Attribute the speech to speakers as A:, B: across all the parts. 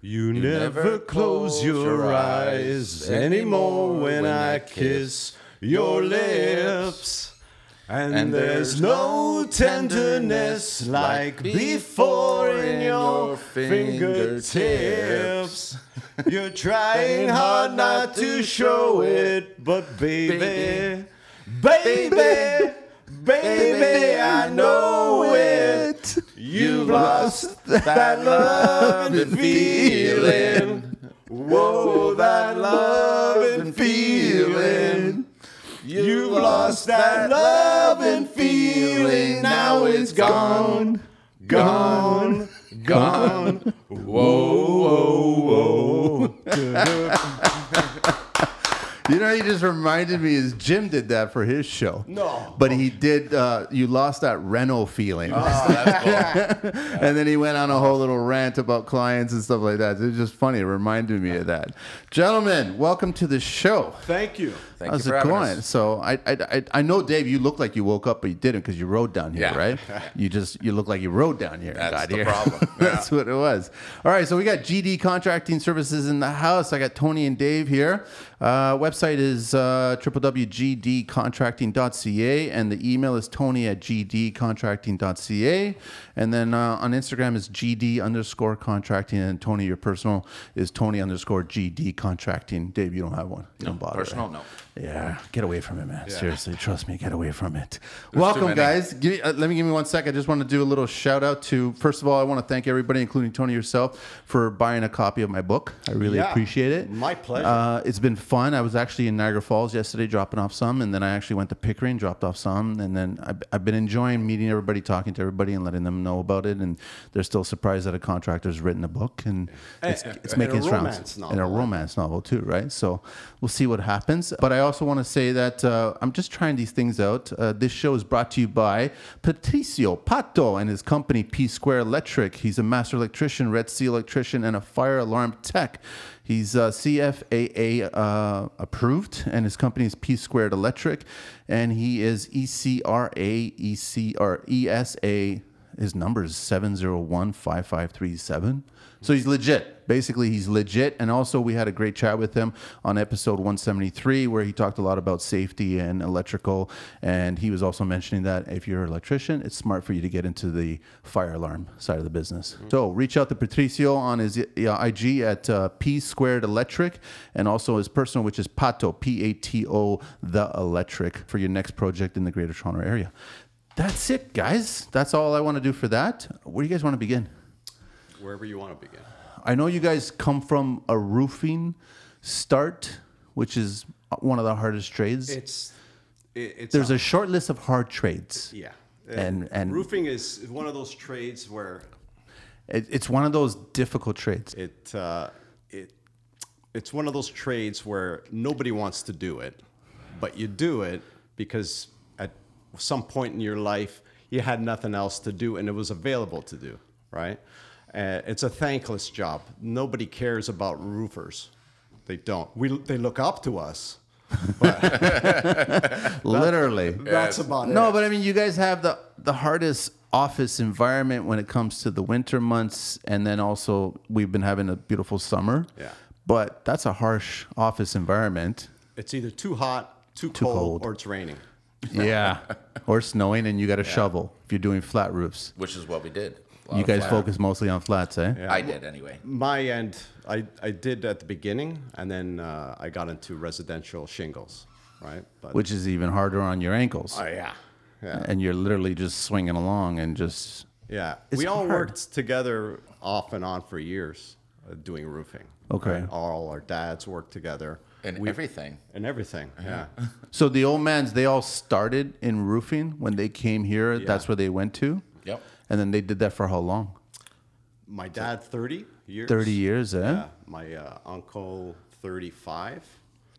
A: You never close your eyes anymore when I kiss your lips. And there's no tenderness like before in your fingertips. You're trying hard not to show it, but baby, baby, baby, I know it. You've lost that loving feeling. Whoa, that loving feeling. You've lost that loving feeling. Now it's gone, gone, gone. Whoa, whoa, whoa.
B: You know, he just reminded me is Jim did that for his show.
A: No.
B: But he did, uh, you lost that Renault feeling. and then he went on a whole little rant about clients and stuff like that. It was just funny. It reminded me of that. Gentlemen, welcome to the show.
A: Thank you.
C: Thank
B: How's
C: you for
B: it
C: having
B: going?
C: us.
B: So I, I, I, I know Dave, you look like you woke up, but you didn't because you rode down here,
C: Yeah.
B: right? You just you look like you rode down here. and
C: That's
B: got
C: the
B: here.
C: problem.
B: That's what it was. All right, so we got GD Contracting Services in the house. I got Tony and Dave here. Uh, website is uh, www.gdcontracting.ca, and the email is tony at gdcontracting.ca. And then uh, on Instagram is gd underscore contracting, and Tony, your personal is tony underscore gd contracting. Dave, you don't have one. You don't bother.
C: personal,
B: right?
C: no.
B: Yeah, get away from it, man. Seriously, trust me, get away from it.
C: too
B: Welcome,
C: many.
B: guys. Give, uh, let me give me one sec. I just want to do a little shout out to. First of all, I want to thank everybody, including Tony yourself, for buying a copy of my book. I really
A: Yeah.
B: appreciate it.
A: My pleasure.
B: Uh, it's been fun. I was actually in Niagara Falls yesterday, dropping off some, and then I actually went to Pickering, dropped off some, and then I've, I've been enjoying meeting everybody, talking to everybody, and letting them know about it. And they're still surprised that a contractor's written a book, and it's,
A: And-
B: it's
A: and
B: making
A: Eh, a
B: its
A: romance
B: rounds.
A: novel.
B: And a romance novel too, right? So we'll see what happens. But I also want to say that uh, I'm just trying these things out. Uh, this show is brought to you by Patricio Pato and his company P Square Electric. He's a master electrician, Red Sea electrician, and a fire alarm tech. He's uh, CFAA uh, approved, and his company is P Squared Electric, and he is E ECRA ECR ESA his number is 701-5537. So he's legit. Basically, he's legit. And also, we had a great chat with him on episode 173, where he talked a lot about safety and electrical. And he was also mentioning that if you're an electrician, it's smart for you to get into the fire alarm side of the business. So reach out to Patricio on his uh, IG at uh, P Squared Electric and also his personal, which is Pato, P A T O, the electric, for your next project in the greater Toronto area. That's it, guys. That's all I want to do for that. Where do you guys want to begin?
A: Wherever you want to begin.
B: I know you guys come from a roofing start, which is one of the hardest trades.
A: It's it, it's
B: There's a short list of hard trades.
A: yeah.
B: and- and-
A: roofing is one of those trades where
B: It, it's one of those difficult trades.
A: it uh, it it's one of those trades where nobody wants to do it, but you do it because at some point in your life you had nothing else to do and it was available to do, right? Uh, it's a thankless job. Nobody cares about roofers. They don't. We they look up to us.
B: Literally.
A: That's about it.
B: No, but I mean, you guys have the the hardest office environment when it comes to the winter months, and then also we've been having a beautiful summer.
A: Yeah.
B: But that's a harsh office environment.
A: It's either too hot, too,
B: cold.
A: cold, or it's raining.
B: Yeah. or snowing, and you got to shovel if you're doing flat roofs.
C: Which is what we did. A lot
B: You
C: of
B: guys
C: flat.
B: focus mostly on flats, eh?
C: I did anyway.
A: My end, I, I did at the beginning, and then uh, I got into residential shingles, right? But
B: Which is even harder on your ankles.
A: Oh, yeah, yeah,
B: And you're literally just swinging along and just.
A: yeah.
B: It's
A: we all
B: hard.
A: worked together off and on for years, uh, doing roofing.
B: Okay.
A: right? all our dads worked together
C: And everything.
A: and everything. Yeah,
B: So the old man's, they all started in roofing when they came here. That's where they went to.
C: Yep.
B: And then they did that for how long?
A: my dad thirty years.
B: 30 years, eh?
A: Yeah, my uh, uncle thirty-five.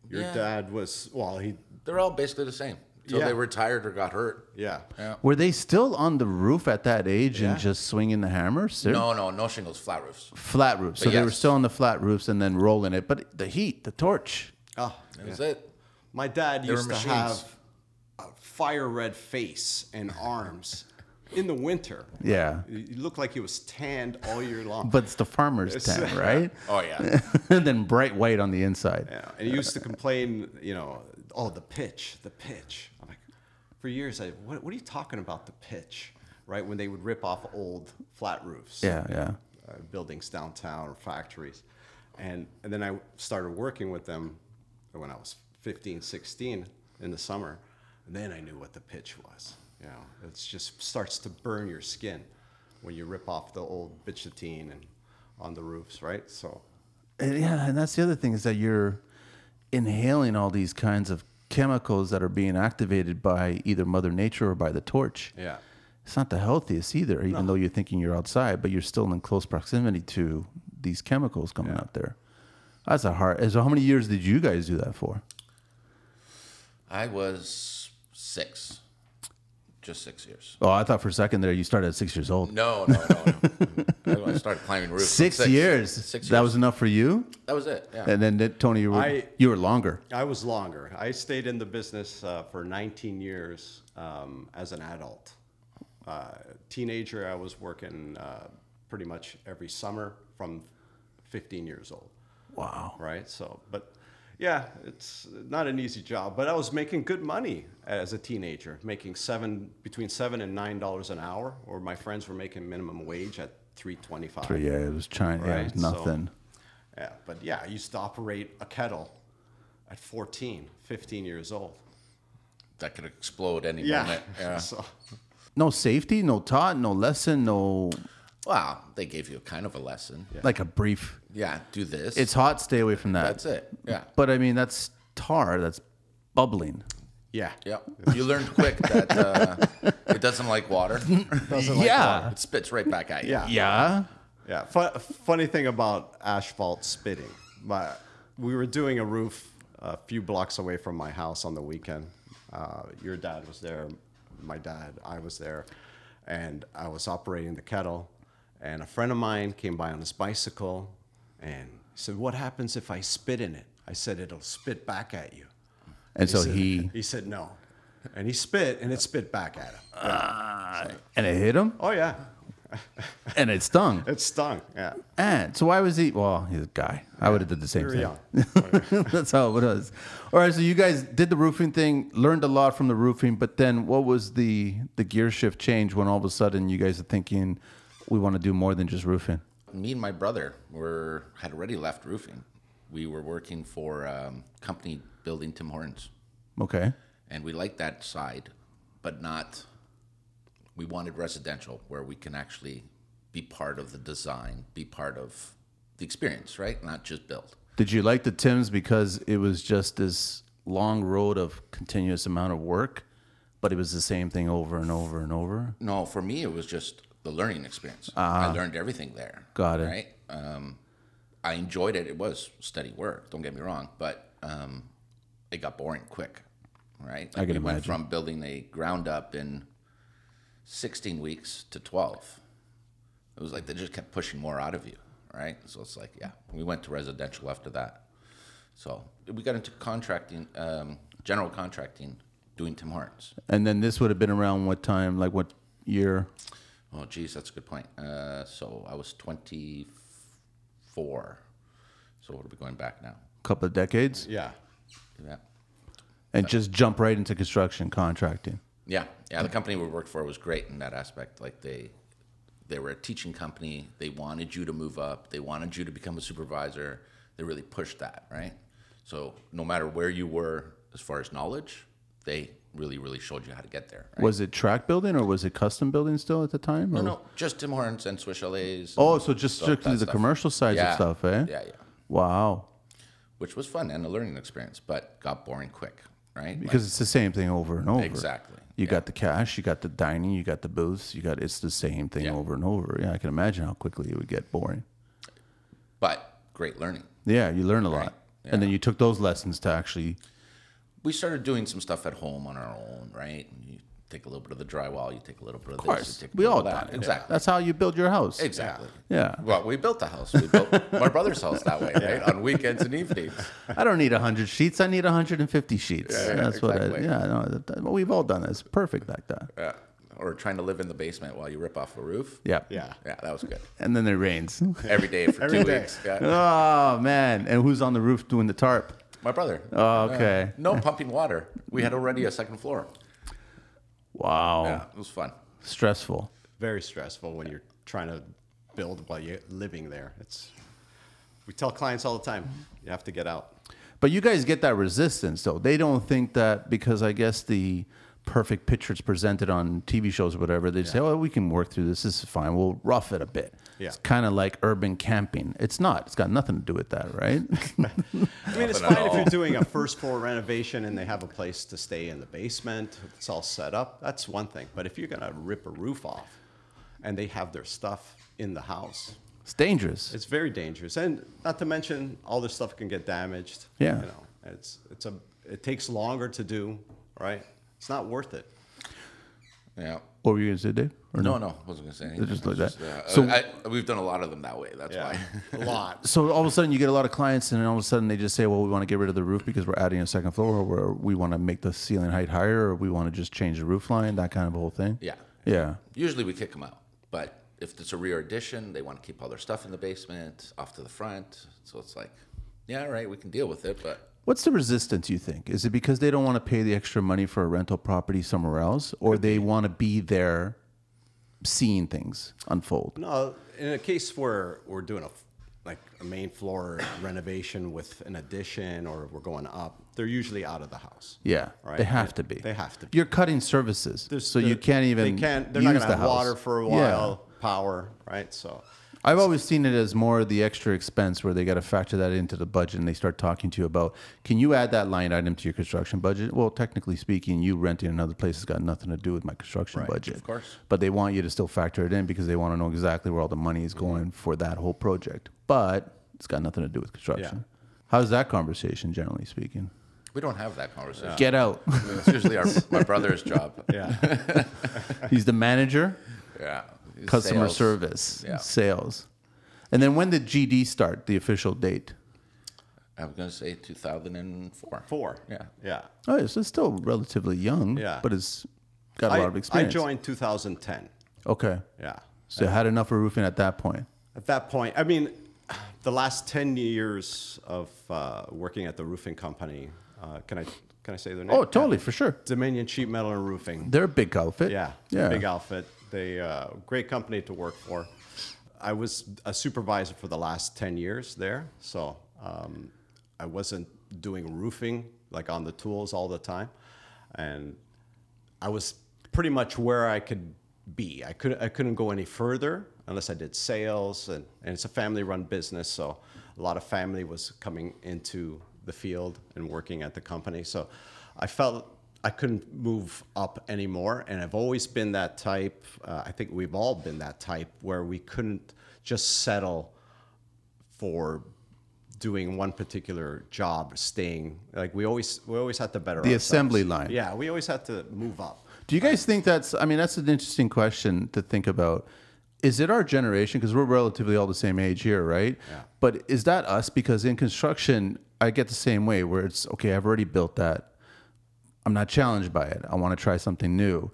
A: Your
C: Yeah.
A: dad was well. He
C: They're all basically the same. Until
A: Yeah.
C: they retired or got hurt.
A: yeah.
C: Yeah.
B: Were they still on the roof at that age
A: Yeah.
B: and just swinging the hammer? Ser-
C: No, no, no shingles, flat roofs.
B: Flat roofs. So they were
C: Yes.
B: still on the flat roofs and then rolling it. But the heat, the torch.
A: Oh,
C: That was it.
A: My dad
C: were
A: used to
C: machines.
A: have a fire red face and arms in the winter.
B: Yeah.
A: You- You look like you was tanned all year long.
B: But it's the farmer's tent, right?
C: Oh yeah.
B: and then bright white on the inside.
A: Yeah, and he used to complain, you know, oh the pitch, the pitch. I'm like, for years, I what, what are you talking about the pitch, right? When they would rip off old flat roofs,
B: Yeah, yeah.
A: uh, buildings downtown or factories, and and then I started working with them when I was 15, 16 in the summer, and then I knew what the pitch was. You know, it just starts to burn your skin when you rip off the old bitchatine and on the roofs, right? So
B: And yeah, and that's the other thing is that you're inhaling all these kinds of chemicals that are being activated by either Mother Nature or by the torch.
A: yeah.
B: It's not the healthiest either, even though you're thinking you're outside, but you're still in close proximity to these chemicals coming out there. That's a hard. So, how many years did you guys do that for?
C: I was six, just six years.
B: Oh, I thought for a second there you started at six years old.
C: No, no, no. no. I started climbing roofs. at
B: Six, years.
C: Six years.
B: That was enough for you.
C: that was it. Yeah.
B: And then that- Tony, you were,
A: I-
B: you were longer.
A: I was longer. I stayed in the business uh, for 19 years um, as an adult. Uh, teenager, I was working uh, pretty much every summer from 15 years old,
B: Wow.
A: right? So, but yeah, it's not an easy job. But I was making good money as a teenager, making seven between seven and nine dollars an hour, or my friends were making minimum wage at 3.25.
B: But yeah, it was China. Yeah, it
A: Right,
B: was
A: so-
B: nothing.
A: Yeah, but yeah, I used to operate a kettle at 14, 15 years old.
C: that could explode any
A: Yeah.
C: moment. Yeah.
A: So,
B: No safety, no taught, no lesson, no
C: Wow, they gave you kind of a lesson. Yeah.
B: like a brief.
C: do this.
B: It's hot. Stay away from that.
C: that's it. Yeah.
B: But I mean, that's tar. That's bubbling.
A: yeah.
C: Yeah. You learned quick that uh, it doesn't like water.
B: yeah.
C: It spits right back at you.
A: Yeah.
B: yeah.
A: Yeah. Fu- funny thing about asphalt spitting. My, we were doing a roof a few blocks away from my house on the weekend. Uh, your dad was there, my dad, I was there, and I was operating the kettle. And a friend of mine came by on his bicycle and said, What happens if I spit in it? I said, It'll spit back at you.
B: And so
A: said-
B: he
A: he said no, and he spit, and it spit back at him.
B: and it hit him
A: oh yeah,
B: and it stung.
A: it stung. Yeah,
B: And so why was he? Well, he's a guy. I would have did the same
A: Very
B: thing.
A: young.
B: That's how it was. All right, so you guys did the roofing thing, learned a lot from the roofing, but then what was the the gear shift change when all of a sudden you guys are thinking we want to do more than just roofing?
C: Me and my brother were had already left roofing. We were working for um, company building Tim Hortons,
B: Okay.
C: and we liked that side, but not. We wanted residential where we can actually be part of the design, be part of the experience, right? Not just build.
B: Did you like the Tims because it was just this long road of continuous amount of work, but it was the same thing over and over and over?
C: No, for me, it was just the learning experience. I learned everything there.
B: Uh-huh. Got it.
C: Right. Um, I enjoyed it. It was steady work. Don't get me wrong, but um, it got boring quick. Right. Like
B: can
C: we went
B: imagine.
C: from building a ground up in 16 weeks to 12. It was like they just kept pushing more out of you. Right. So it's like, yeah, we went to residential after that. So we got into contracting, um, general contracting, doing Tim Hortons.
B: And then this would have been around what time, like what year?
C: Oh, geez, that's a good point. Uh, so I was 24. So what are we going back now?
B: couple of decades?
A: yeah.
C: Yeah.
B: And just jump right into construction contracting.
C: Yeah. Yeah. The company we worked for was great in that aspect. Like they, they were a teaching company. They wanted you to move up. They wanted you to become a supervisor. They really pushed that, right? So no matter where you were as far as knowledge, they really, really showed you how to get there. Right?
B: Was it track building or was it custom building still at the time?
C: No,
B: or-
C: no, just Tim Hortons and Swiss Chalets.
B: Oh, so just strictly
C: that
B: the
C: stuff.
B: commercial sides
C: Yeah.
B: of stuff, eh?
C: Yeah, yeah.
B: Wow.
C: which was fun and a learning experience, but got boring quick, right?
B: Because it's the same thing over and over.
C: Exactly,
B: You got the cash, you got the dining, you got the booths, you got it's the same thing
C: Yeah.
B: over and over. Yeah, I can imagine how quickly it would get boring.
C: Like, but great learning.
B: Yeah, you learn a lot.
C: Yeah.
B: And then you took those lessons to actually
C: We started doing some stuff at home on our own, right? And you take a little bit of the drywall, you take a little bit of,
B: Of
C: this,
B: course.
C: you take a
B: We
C: little
B: all
C: bit of
B: done
C: that.
B: it.
C: Exactly.
B: That's how you build your house.
C: Exactly.
B: Yeah.
C: Well, we built the house. We built my brother's house that way, right? On weekends and evenings.
B: I don't need 100 sheets. I need 150 sheets.
C: Yeah, yeah,
B: That's what I,
C: exactly.
B: yeah, no, that, that- well, we've all done that. It's perfect like that.
C: Yeah. or trying to live in the basement while you rip off a roof.
B: Yeah.
A: Yeah.
C: Yeah, that was good.
B: And then it rains.
C: Every day for
A: Every
C: two
A: day.
C: weeks. Yeah.
B: oh man! And who's on the roof doing the tarp?
C: My brother.
B: Oh, okay.
C: no pumping water. We had already a second floor.
B: Wow.
C: Yeah, it was fun.
B: Stressful.
A: Very stressful when you're trying to build while you're living there. It's we tell clients all the time, you have to get out.
B: But you guys get that resistance, though. They don't think that because I guess the perfect picture is presented on TV shows or whatever. They say, "Oh, we can work through this. This is fine. We'll rough it a bit."
A: Yeah.
B: It's kind of like urban camping. It's not. It's got nothing to do with that, right?
A: I mean, it's
C: Nothing at
A: fine if
C: all.
A: you're doing a first floor renovation and they have a place to stay in the basement. It's all set up. That's one thing. But if you're gonna rip a roof off, and they have their stuff in the house,
B: it's dangerous.
A: it's very dangerous. And not to mention, all this stuff can get damaged.
B: Yeah.
A: you know, it's it's a it takes longer to do. Right, it's not worth it.
C: Yeah.
B: what were you gonna say, Dave? Or
C: No, no, I wasn't gonna say anything.
B: just
C: It was
B: like that.
C: uh,
B: So-
C: I, we've done a lot of them that way. That's
A: Yeah,
C: why.
A: a lot.
B: So all of a sudden you get a lot of clients, and then all of a sudden they just say, "Well, we want to get rid of the roof because we're adding a second floor, or we want to make the ceiling height higher, or we want to just change the roof line, that kind of whole thing."
C: Yeah.
B: Yeah.
C: Usually we kick them out, but if it's a rear addition, they want to keep all their stuff in the basement, off to the front. So it's like, yeah, all right, we can deal with it, but
B: What's the resistance you think? Is it because they don't want to pay the extra money for a rental property somewhere else, or they want to be there seeing things unfold?
A: No, in a case where we're doing a f- like a main floor renovation with an addition, or we're going up, they're usually out of the house.
B: Yeah,
A: Right.
B: they have to be.
A: They have to be.
B: You're cutting services,
A: There's-
B: so you
A: there-
B: can't even.
A: They can't. They're
B: use
A: not gonna
B: the
A: have
B: house.
A: water for a
B: Yeah.
A: while. Power, right? So
B: I've always seen it as more of the extra expense where they got to factor that into the budget and they start talking to you about can you add that line item to your construction budget? Well, technically speaking, you renting another place has got nothing to do with my construction budget. Of
C: course.
B: But they want you to still factor it in because they want to know exactly where all the money
C: Mm-hmm.
B: is going for that whole project. But it's got nothing to do with construction. How's that conversation, generally speaking?
C: we don't have that conversation.
B: Get out.
C: It's usually our, my brother's job.
A: yeah,
B: He's the manager,
C: Yeah. It's
B: customer
C: sales.
B: service,
C: Yeah.
B: sales. And then when did GD start, the official date?
C: I was gonna say 2004.
A: four.
C: Yeah.
A: yeah.
B: Oh, yeah, so it's still relatively young.
A: Yeah.
B: But it's got a
A: I-
B: lot of experience.
A: I joined 2010.
B: Okay.
A: Yeah.
B: So had enough of roofing at that point.
A: At that point, I mean, the last 10 years of uh, working at the roofing company. Uh, can I can I say their name?
B: Oh, totally, for sure.
A: Dominion Sheet Metal and Roofing.
B: They're a big outfit.
A: Yeah,
B: Yeah.
A: Big outfit. They uh, great company to work for. I was a supervisor for the last ten years there, so um, I wasn't doing roofing like on the tools all the time, and I was pretty much where I could be. I could I couldn't go any further unless I did sales, and, and it's a family-run business, so a lot of family was coming into the field and working at the company. So I felt I couldn't move up anymore, and I've always been that type. Uh, I think we've all been that type where we couldn't just settle for doing one particular job, staying like we always we always had to better
B: The assembly line.
A: yeah, we always had to move up.
B: Do you guys think that's, I mean, that's an interesting question to think about. Is it our generation? Because we're relatively all the same age here, right? Yeah. But is that us? Because in construction, I get the same way where it's, okay, I've already built that. I'm not challenged by it. I want to try something new.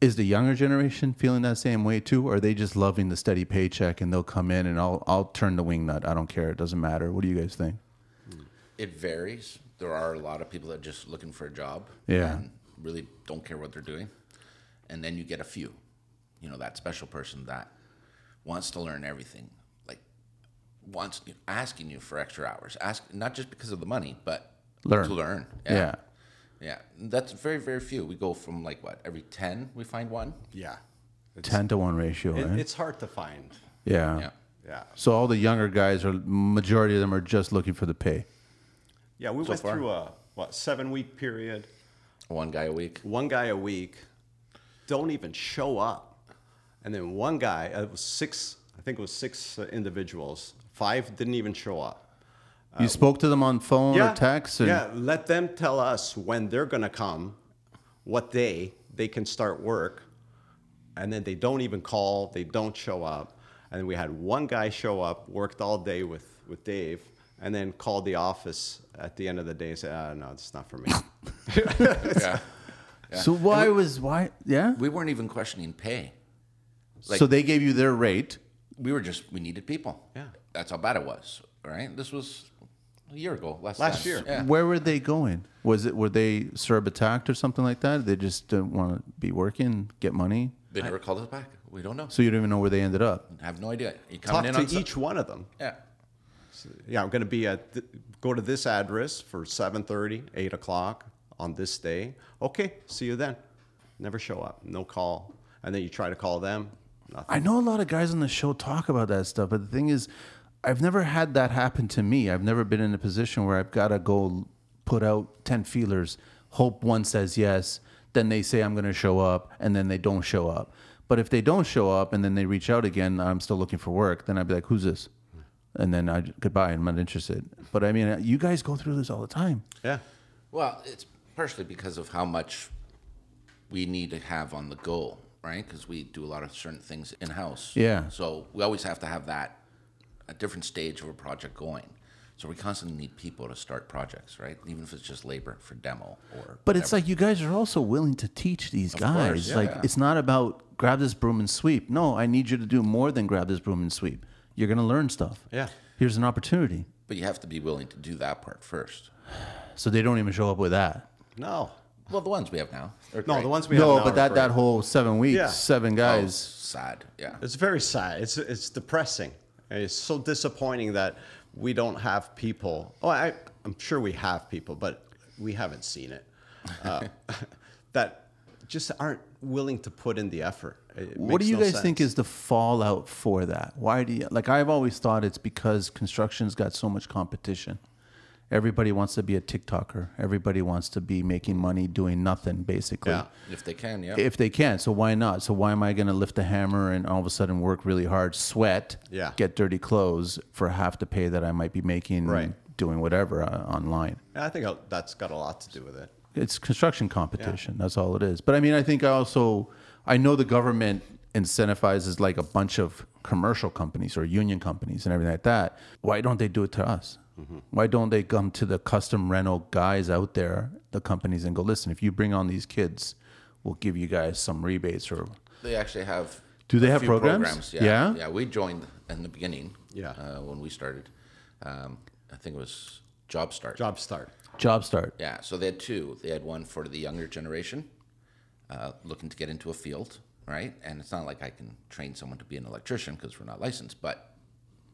B: Is the younger generation feeling that same way too? Or are they just loving the steady paycheck and they'll come in and I'll I'll turn the wing nut. I don't care. It doesn't matter. What do you guys think?
C: It varies. There are a lot of people that are just looking for a job.
B: Yeah.
C: And really don't care what they're doing. And then you get a few, you know, that special person that wants to learn everything, like wants you know, asking you for extra hours, ask not just because of the money, but
B: Learn.
C: to learn.
B: Yeah.
C: Yeah. That's very, very few. We go from like what, every 10 we find one?
A: Yeah, it's,
B: Ten to one ratio,
A: it-
B: right?
A: it's hard to find.
B: yeah.
C: Yeah.
A: Yeah,
B: So all the younger guys are majority of them are just looking for the pay.
A: yeah. We went
C: far.
A: through a what seven week period.
C: One guy a week.
A: One guy a week, don't even show up, and then one guy. uh, It was six. I think it was six uh, individuals. Five didn't even show up.
C: Uh,
B: you spoke to them on phone or text or
A: yeah. Let them tell us when they're gonna come, what day they can start work, and then they don't even call. They don't show up, and then we had one guy show up, worked all day with with Dave, and then called the office at the end of the day and said, "Ah, no, it's not for me."
C: yeah.
B: So why was why? Yeah.
C: We weren't even questioning pay. like-
B: so they gave you their rate.
C: We were just we needed people.
A: Yeah.
C: That's how bad it was. Right. This was a year ago. Last
A: Last
C: time.
A: year.
C: Yeah.
B: Where were they going? Was it were they Serb attacked or something like that? They just didn't want to be working, get money.
C: They never called us back. We don't know.
B: So you don't even know where they ended up.
C: I have no idea. You
A: Talk
C: coming in
A: to
C: on Sun-
A: each one of them.
C: Yeah.
A: yeah, I'm going to be at th- go to this address for 7:30, 8 o'clock on this day. Okay, see you then. Never show up. No call. And then you try to call them. Nothing.
B: I know a lot of guys on the show talk about that stuff, but the thing is, I've never had that happen to me. I've never been in a position where I've got to go put out 10 feelers, hope one says yes, then they say I'm going to show up, and then they don't show up. But if they don't show up and then they reach out again, I'm still looking for work, then I'd be like, who's this? And then I goodbye. I'm not interested. But I mean, uh, you guys go through this all the time.
A: Yeah.
C: Well, it's partially because of how much we need to have on the go, right? Because we do a lot of certain things in house.
B: Yeah.
C: So we always have to have that a different stage of a project going. So we constantly need people to start projects, right? Even if it's just labor for demo or.
B: But it's like you guys are also willing to teach these guys.
C: course, yeah.
B: like
C: Yeah.
B: it's not about grab this broom and sweep. No, I need you to do more than grab this broom and sweep. You're gonna learn stuff.
A: Yeah.
B: Here's an opportunity.
C: But you have to be willing to do that part first.
B: So they don't even show up with that.
A: No.
C: Well, the ones we have now. they're
A: No,
C: great.
A: the ones we
B: no,
A: have now
B: but
A: are
B: that
A: great.
B: that whole seven weeks,
A: Yeah.
B: seven
C: Oh,
B: guys.
C: sad. Yeah.
A: It's very sad. It's it's depressing. And It's so disappointing that we don't have people. Oh, I, I'm sure we have people, but we haven't seen it. Uh, that just aren't willing to put in the effort. It
B: what
A: makes
B: do you
A: no
B: guys think
A: sense.
B: is the fallout for that? Why do you like? I've always thought it's because construction's got so much competition. Everybody wants to be a TikToker. Everybody wants to be making money doing nothing, basically.
A: Yeah.
C: If they can, yeah.
B: if they can. So why not? So why am I going to lift a hammer and all of a sudden work really hard, sweat,
A: Yeah.
B: get dirty clothes for half the pay that I might be making
A: Right.
B: doing whatever uh, online?
A: I think uh, that's got a lot to do with it.
B: It's construction competition. That's all it is. But I mean, I think I also I know the government incentivizes like a bunch of commercial companies or union companies and everything like that. Why don't they do it to us?
A: Mm-hmm.
B: Why don't they come to the custom rental guys out there, the companies, and go, listen, if you bring on these kids, we'll give you guys some rebates or
C: They actually have.
B: Do they
C: a
B: have
C: few
B: programs?
C: Yeah.
B: Yeah?
C: yeah. we joined in the beginning.
A: Yeah.
C: Uh, when we started, um, I think it was Job Start.
A: Job start.
B: job start.
C: Yeah. So they had two. They had one for the younger generation, uh, looking to get into a field, right? And it's not like I can train someone to be an electrician because we're not licensed, but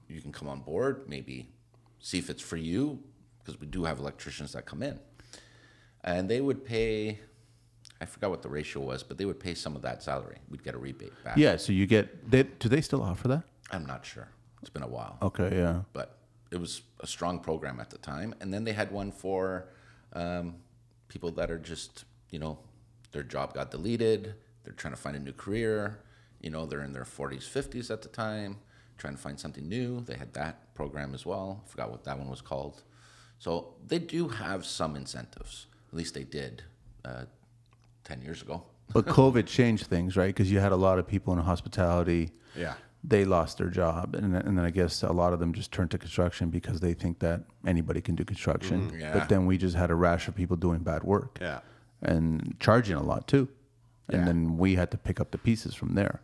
C: you can come on board, maybe see if it's for you, because we do have electricians that come in, and they would pay. I forgot what the ratio was, but they would pay some of that salary. We'd get a rebate back.
B: Yeah, so you get they do they still offer that?
C: I'm not sure. It's been a while,
B: Okay, yeah.
C: but it was a strong program at the time. And then they had one for um, people that are just, you know, their job got deleted. They're trying to find a new career. You know, they're in their 40s, 50s at the time, trying to find something new. They had that program as well. Forgot what that one was called. So they do have some incentives. At least they did uh, 10 years ago.
B: But COVID changed things, right? Because you had a lot of people in hospitality.
A: Yeah.
B: They lost their job, and then- and then I guess a lot of them just turned to construction because they think that anybody can do construction.
C: yeah.
B: But then we just had a rash of people doing bad work.
A: Yeah.
B: and charging a lot too. And
A: Yeah.
B: then we had to pick up the pieces from there.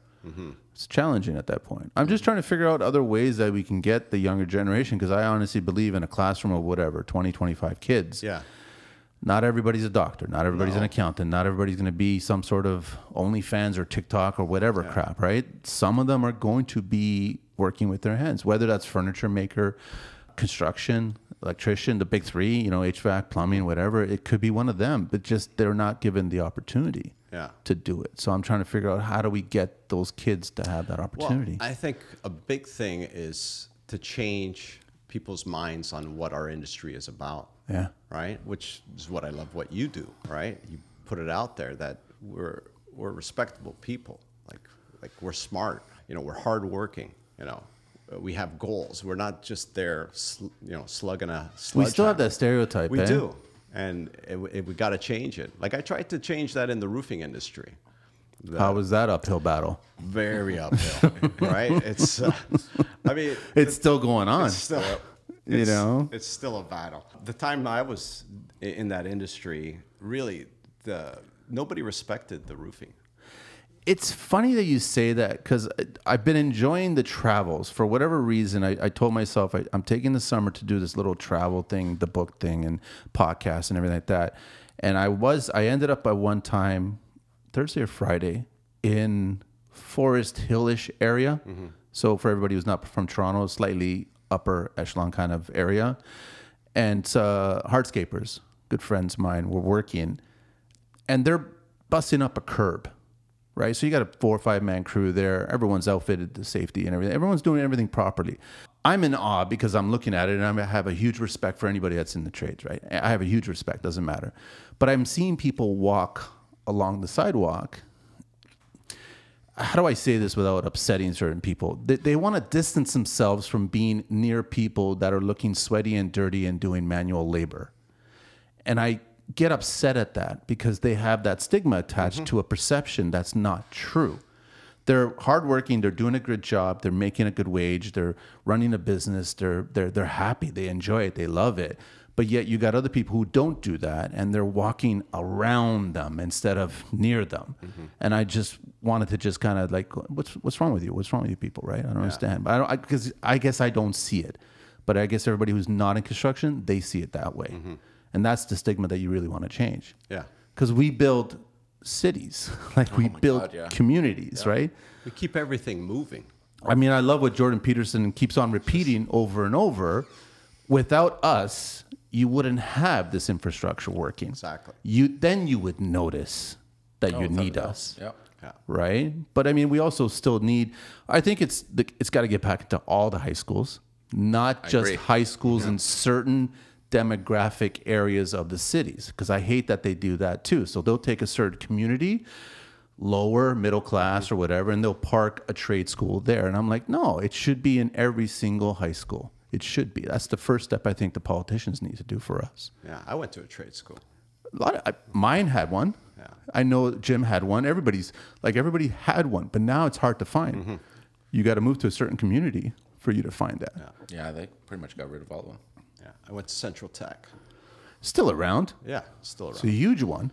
B: It's challenging at that point. I'm just trying to figure out other ways that we can get the younger generation because I honestly believe in a classroom of whatever 20, 25 kids.
A: Yeah.
B: Not everybody's a doctor. Not everybody's an accountant. Not everybody's going to be some sort of OnlyFans or TikTok or whatever crap, right? Some of them are going to be working with their hands, whether that's furniture maker, construction, electrician, the big three, you know, HVAC, plumbing, whatever. It could be one of them, but just they're not given the opportunity
A: Yeah.
B: to do it. So I'm trying to figure out how do we get those kids to have that
A: Well,
B: opportunity?
A: I think a big thing is to change people's minds on what our industry is about.
B: Yeah.
A: Right? Which is what I love what you do, right? You put it out there that we're we're respectable people. Like like we're smart, you know, we're hardworking, you know. Uh, We have goals. We're not just there, sl- you know, slugging a.
B: we still have
A: sledgehammer.
B: that stereotype.
A: We
B: eh?
A: do, and it, it, we got to change it. Like I tried to change that in the roofing industry. The-
B: How was that uphill battle?
A: very uphill, right? It's, uh, I mean,
B: It's still going on.
A: it's still,
B: You
A: it's-
B: know?
A: it's still a battle. The time I was i- in that industry, really, the nobody respected the roofing.
B: It's funny that you say that because I've been enjoying the travels for whatever reason. I, I told myself I, I'm taking the summer to do this little travel thing, the book thing, and podcast and everything like that. And I was, I ended up by one time, Thursday or Friday, in Forest Hillish area. So for everybody who's not from Toronto, slightly upper echelon kind of area, and uh, hardscapers, good friends of mine, were working and they're busting up a curb, right? So you got a four or five man crew there. Everyone's outfitted to safety and everything. Everyone's doing everything properly. I'm in awe because I'm looking at it and I have a huge respect for anybody that's in the trades, right? I have a huge respect, doesn't matter. But I'm seeing people walk along the sidewalk how do I say this without upsetting certain people? They, they want to distance themselves from being near people that are looking sweaty and dirty and doing manual labor. And I get upset at that because they have that stigma attached to a perception that's not true. They're hardworking, they're doing a good job, they're making a good wage, they're running a business, they're they're they're happy, they enjoy it, they love it. But yet you got other people who don't do that and they're walking around them instead of near them. And I just wanted to just kind of like what's what's wrong with you? What's wrong with you people, right? I don't understand. But I don't because I, guess I don't see it. But I guess everybody who's not in construction, they see it that way.
C: Mm-hmm.
B: And that's the stigma that you really want to change
A: Yeah.
B: because we build cities, like we build
C: Oh God, yeah.
B: communities, right?
A: We keep everything moving.
B: I mean, I love what Jordan Peterson keeps on repeating over and over. Without us, you wouldn't have this infrastructure working.
A: Exactly.
B: You then you would notice that
C: Oh,
B: you need us
C: Yep.
A: Yeah.
B: right? But I mean, we also still need. I think it's the, it's got to get back into all the high schools, not just
C: agree.
B: high schools in certain demographic areas of the cities. Because I hate that they do that too. So they'll take a certain community, lower middle class or whatever, and they'll park a trade school there. And I'm like, no, it should be in every single high school. It should be. That's the first step I think the politicians need to do for us.
A: Yeah. I went to a trade school.
B: A lot of, I, mine had one.
A: Yeah.
B: I know Jim had one. Everybody's like everybody had one, but now it's hard to find. You got to move to a certain community for you to find that.
C: Yeah, they pretty much got rid of all of them.
A: Yeah. I went to Central Tech.
B: Still around.
A: Yeah. Still around.
B: It's a huge one,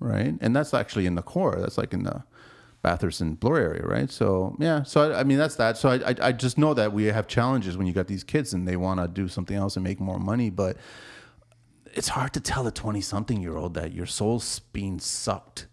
B: right? And that's actually in the core. That's like in the Bathurst and Bloor area, right? So yeah. So I, I mean, that's that. So I, I I just know that we have challenges when you got these kids and they want to do something else and make more money, but it's hard to tell a 20 something year old that your soul's being sucked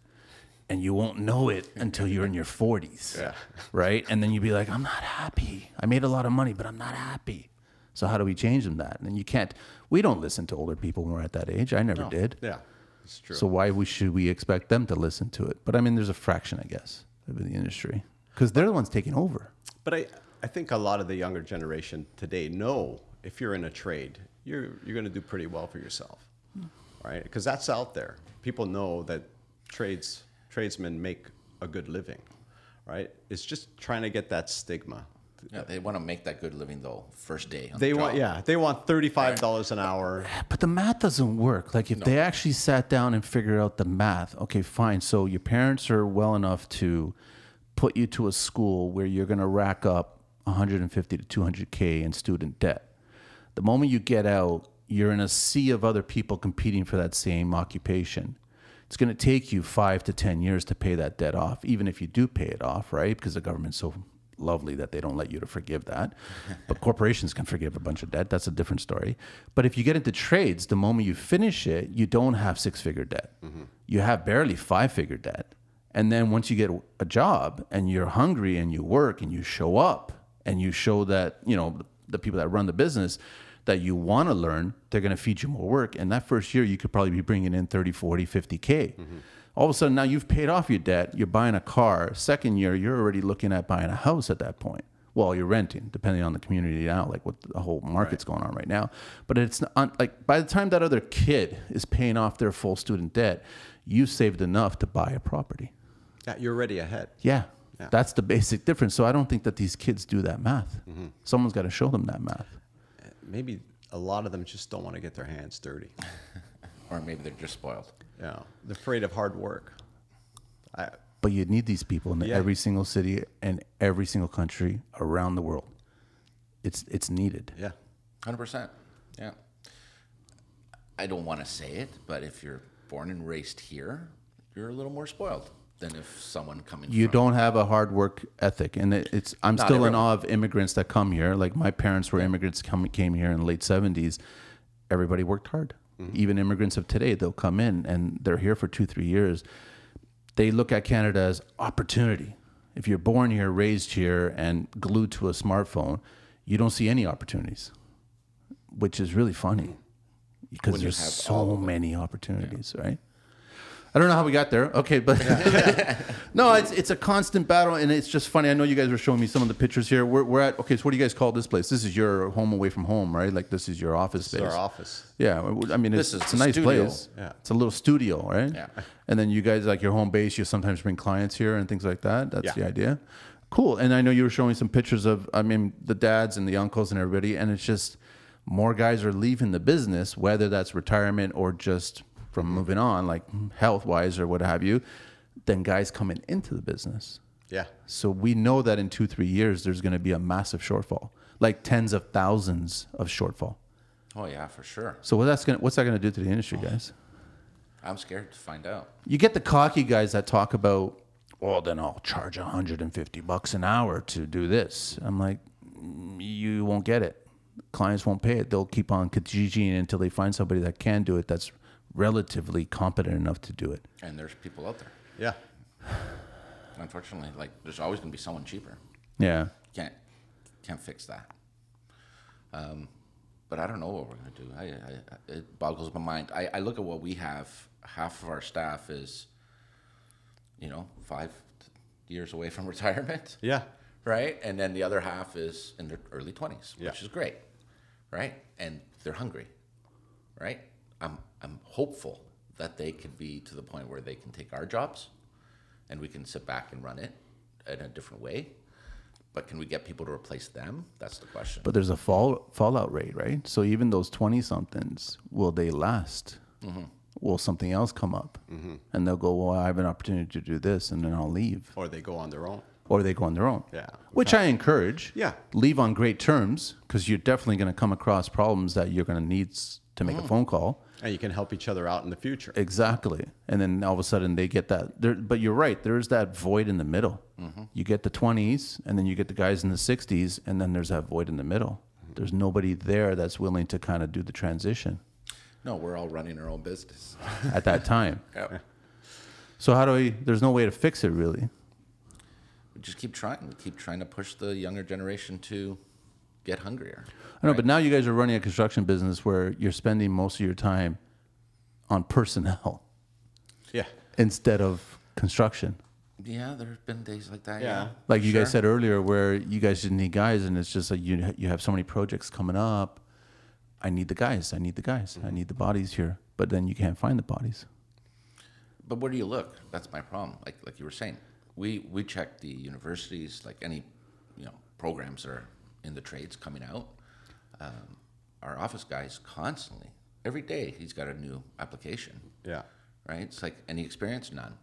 B: and you won't know it until you're in your 40s.
A: Yeah.
B: Right? And then you'd be like, I'm not happy. I made a lot of money, but I'm not happy. So how do we change them that? And you can't, we don't listen to older people when we're at that age. I never did.
A: yeah. It's true.
B: So why we should we expect them to listen to it? But I mean, there's a fraction, I guess, of the industry because they're the ones taking over.
A: But I, I think a lot of the younger generation today know if you're in a trade, you're, you're going to do pretty well for yourself, right? Because that's out there. People know that trades tradesmen make a good living, right? It's just trying to get that stigma.
C: Yeah, they want to make that good living though. First day. On
A: They
C: the
A: want,
C: job.
A: yeah, they want thirty-five dollars an hour.
B: But the math doesn't work. Like if they actually sat down and figured out the math, okay, fine. So your parents are well enough to put you to a school where you're going to rack up 150 to 200k in student debt. The moment you get out, you're in a sea of other people competing for that same occupation. It's going to take you five to 10 years to pay that debt off, even if you do pay it off, right? Because the government's so lovely that they don't let you to forgive that. but corporations can forgive a bunch of debt. That's a different story. But if you get into trades, the moment you finish it, you don't have six figure debt. You have barely five figure debt. And then once you get a job and you're hungry and you work and you show up and you show that, you know, the people that run the business that you want to learn, they're going to feed you more work. And that first year, you could probably be bringing in 30, 40, 50K. All of a sudden, now you've paid off your debt, you're buying a car. Second year, you're already looking at buying a house at that point. Well, you're renting, depending on the community now, like what the whole market's going on right now. But it's not like by the time that other kid is paying off their full student debt, you saved enough to buy a property.
A: Yeah, you're already ahead.
B: Yeah.
A: Yeah.
B: That's the basic difference. So I don't think that these kids do that math.
A: Mm-hmm.
B: Someone's got to show them that math.
A: Maybe a lot of them just don't want to get their hands dirty.
C: Or maybe they're just spoiled.
A: Yeah, they're afraid of hard work. I,
B: But you need these people in
A: Yeah.
B: every single city and every single country around the world. It's it's needed.
A: yeah,
C: Hundred percent. Yeah. I don't want to say it, but if you're born and raised here, you're a little more spoiled than if someone coming
B: you
C: from
B: don't have a hard work ethic and it, it's i'm still in
C: everyone.
B: awe of immigrants that come here like my parents were immigrants come, came here in the late 70s everybody worked hard
C: Mm-hmm.
B: even immigrants of today they'll come in and they're here for two three years they look at canada as opportunity if you're born here raised here and glued to a smartphone you don't see any opportunities which is really funny because there's so many opportunities right I don't know how we got there. Okay, but no, it's it's a constant battle, and it's just funny. I know you guys were showing me some of the pictures here. We're, we're at okay. So what do you guys call this place? This is your home away from home, right? Like this is your office
A: It's
B: space.
A: our office.
B: Yeah, I- I mean, it's,
C: This is
B: it's a
C: the
B: nice
C: studio.
B: place.
A: Yeah.
B: It's a little studio, right?
C: Yeah.
B: And then you guys like your home base. You sometimes bring clients here and things like that. That's
A: Yeah.
B: the idea. Cool. And I know you were showing some pictures of, I mean, the dads and the uncles and everybody. And it's just more guys are leaving the business, whether that's retirement or just from moving on, like health wise or what have you, than guys coming into the business.
A: Yeah.
B: So we know that in two, three years, there's going to be a massive shortfall, like tens of thousands of shortfall.
C: oh yeah for sure
B: So what that's gonna, what's that going to do to the industry, guys?
C: i'm scared to find out
B: You get the cocky guys that talk about, well, then I'll charge 150 bucks an hour to do this. I'm like, "Mm, you won't get it. Clients won't pay it. They'll keep on kajijiing until they find somebody that can do it that's relatively competent enough to do it.
C: and there's people out there
A: Yeah.
C: unfortunately like there's always going to be someone cheaper
B: Yeah.
C: can't can't fix that. Um, but I don't know what we're gonna do. I, I it boggles my mind. I, I look at what we have. Half of our staff is, you know, five years away from retirement,
A: Yeah.
C: right? And then the other half is in their early twenties,
A: Yeah.
C: which is great, right? And they're hungry, right? I'm I'm hopeful that they can be to the point where they can take our jobs, and we can sit back and run it in a different way. But can we get people to replace them? That's the question.
B: But there's a fall fallout rate, right? So even those 20 somethings, will they last? Will something else come up? And they'll go, well, I have an opportunity to do this, and then I'll leave.
A: Or they go on their own.
B: or they go on their own.
A: Yeah.
B: Which I encourage.
A: Yeah.
B: Leave on great terms because you're definitely going to come across problems that you're going to need s- to make
A: Mm.
B: a phone call.
A: And you can help each other out in the future.
B: Exactly. And then all of a sudden they get that. There, but you're right. There is that void in the middle.
A: Mm-hmm.
B: You get the 20s and then you get the guys in the 60s and then there's that void in the middle.
A: Mm-hmm.
B: There's nobody there that's willing to kind of do the transition
C: No, we're all running our own business.
B: at that time.
C: Yep.
B: So how do we? There's no way to fix it really.
C: We just keep trying. We keep trying to push the younger generation to get hungrier.
B: I know, but now you guys are running a construction business where you're spending most of your time on personnel
A: Yeah.
B: instead of construction.
C: Yeah, there have been days like that.
A: Yeah.
C: Yeah.
B: Like you guys
C: Sure.
B: said earlier, where you guys didn't need guys, and it's just like you you have so many projects coming up. I need the guys. I need the guys. I need the bodies here, but then you can't find the bodies.
C: But where do you look? That's my problem. Like like you were saying, we we check the universities, like any you know programs that are in the trades coming out. Um, our office guys constantly, every day, he's got a new application,
A: Yeah.
C: right? It's like any experience, none.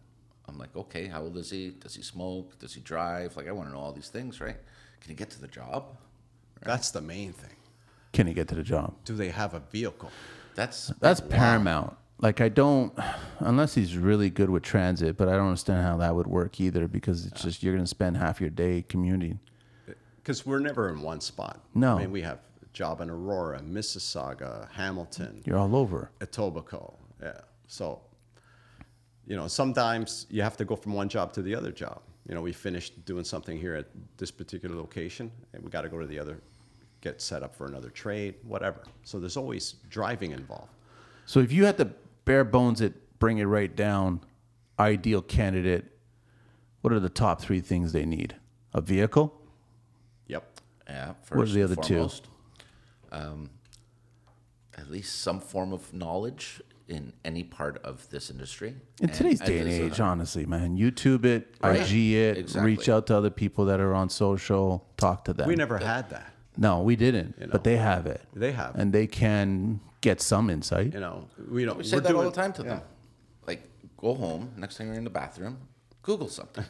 C: I'm like, okay, how old is he? Does he smoke? Does he drive? Like, I want to know all these things, right? Can he get to the job?
A: That's the main thing.
B: Can you get to the job?
A: Do they have a vehicle?
C: That's
B: That's paramount. Like I don't, unless he's really good with transit, but I don't understand how that would work either because it's just you're going to spend half your day commuting.
A: Because we're never in one spot.
B: No.
A: I mean, we have a job in Aurora, Mississauga, Hamilton,
B: You're all over.
A: Etobicoke. Yeah. So, you know, sometimes you have to go from one job to the other job. You know, we finished doing something here at this particular location, and we got to go to the other, get set up for another trade, whatever. So there's always driving involved.
B: So if you had to bare bones it, bring it right down, ideal candidate, what are the top three things they need? A vehicle?
A: Yep.
C: Yeah. First
B: are the
C: and
B: other two?
C: foremost, Um, at least some form of knowledge in any part of this industry.
B: In
C: And
B: today's
C: at
B: day and
C: least-
B: age, honestly, man, YouTube it,
C: Right.
B: IG it,
C: Exactly.
B: reach out to other people that are on social, talk to them.
A: We never had that.
B: no, we didn't, but they have it,
A: They have.
B: and they can get some insight.
A: you know, we don't.
C: We
A: we're
C: say that all
A: doing-
C: the time to them. Like, go home. Next time you're in the bathroom, Google something.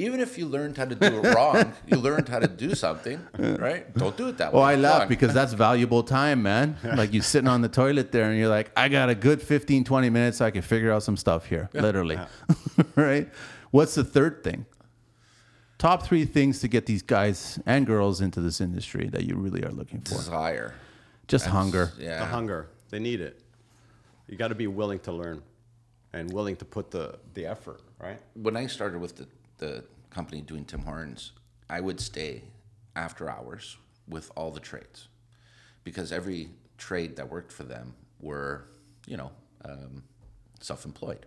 C: even if you learned how to do it wrong, you learned how to do something, right? Don't do it that
B: Well,
C: way.
B: Oh, I
C: It's
B: laugh
C: wrong.
B: because that's valuable time, man. Like you sitting on the toilet there and you're like, I got a good 15, 20 minutes so I can figure out some stuff here, literally. right? What's the third thing? Top three things to get these guys and girls into this industry that you really are looking for.
C: desire.
B: Just hunger.
C: Yeah.
A: The hunger. They need it. You got to be willing to learn and willing to put the, the effort, right?
C: when I started with the, the company doing Tim Hortons, I would stay after hours with all the trades because every trade that worked for them were, you know, um, self employed.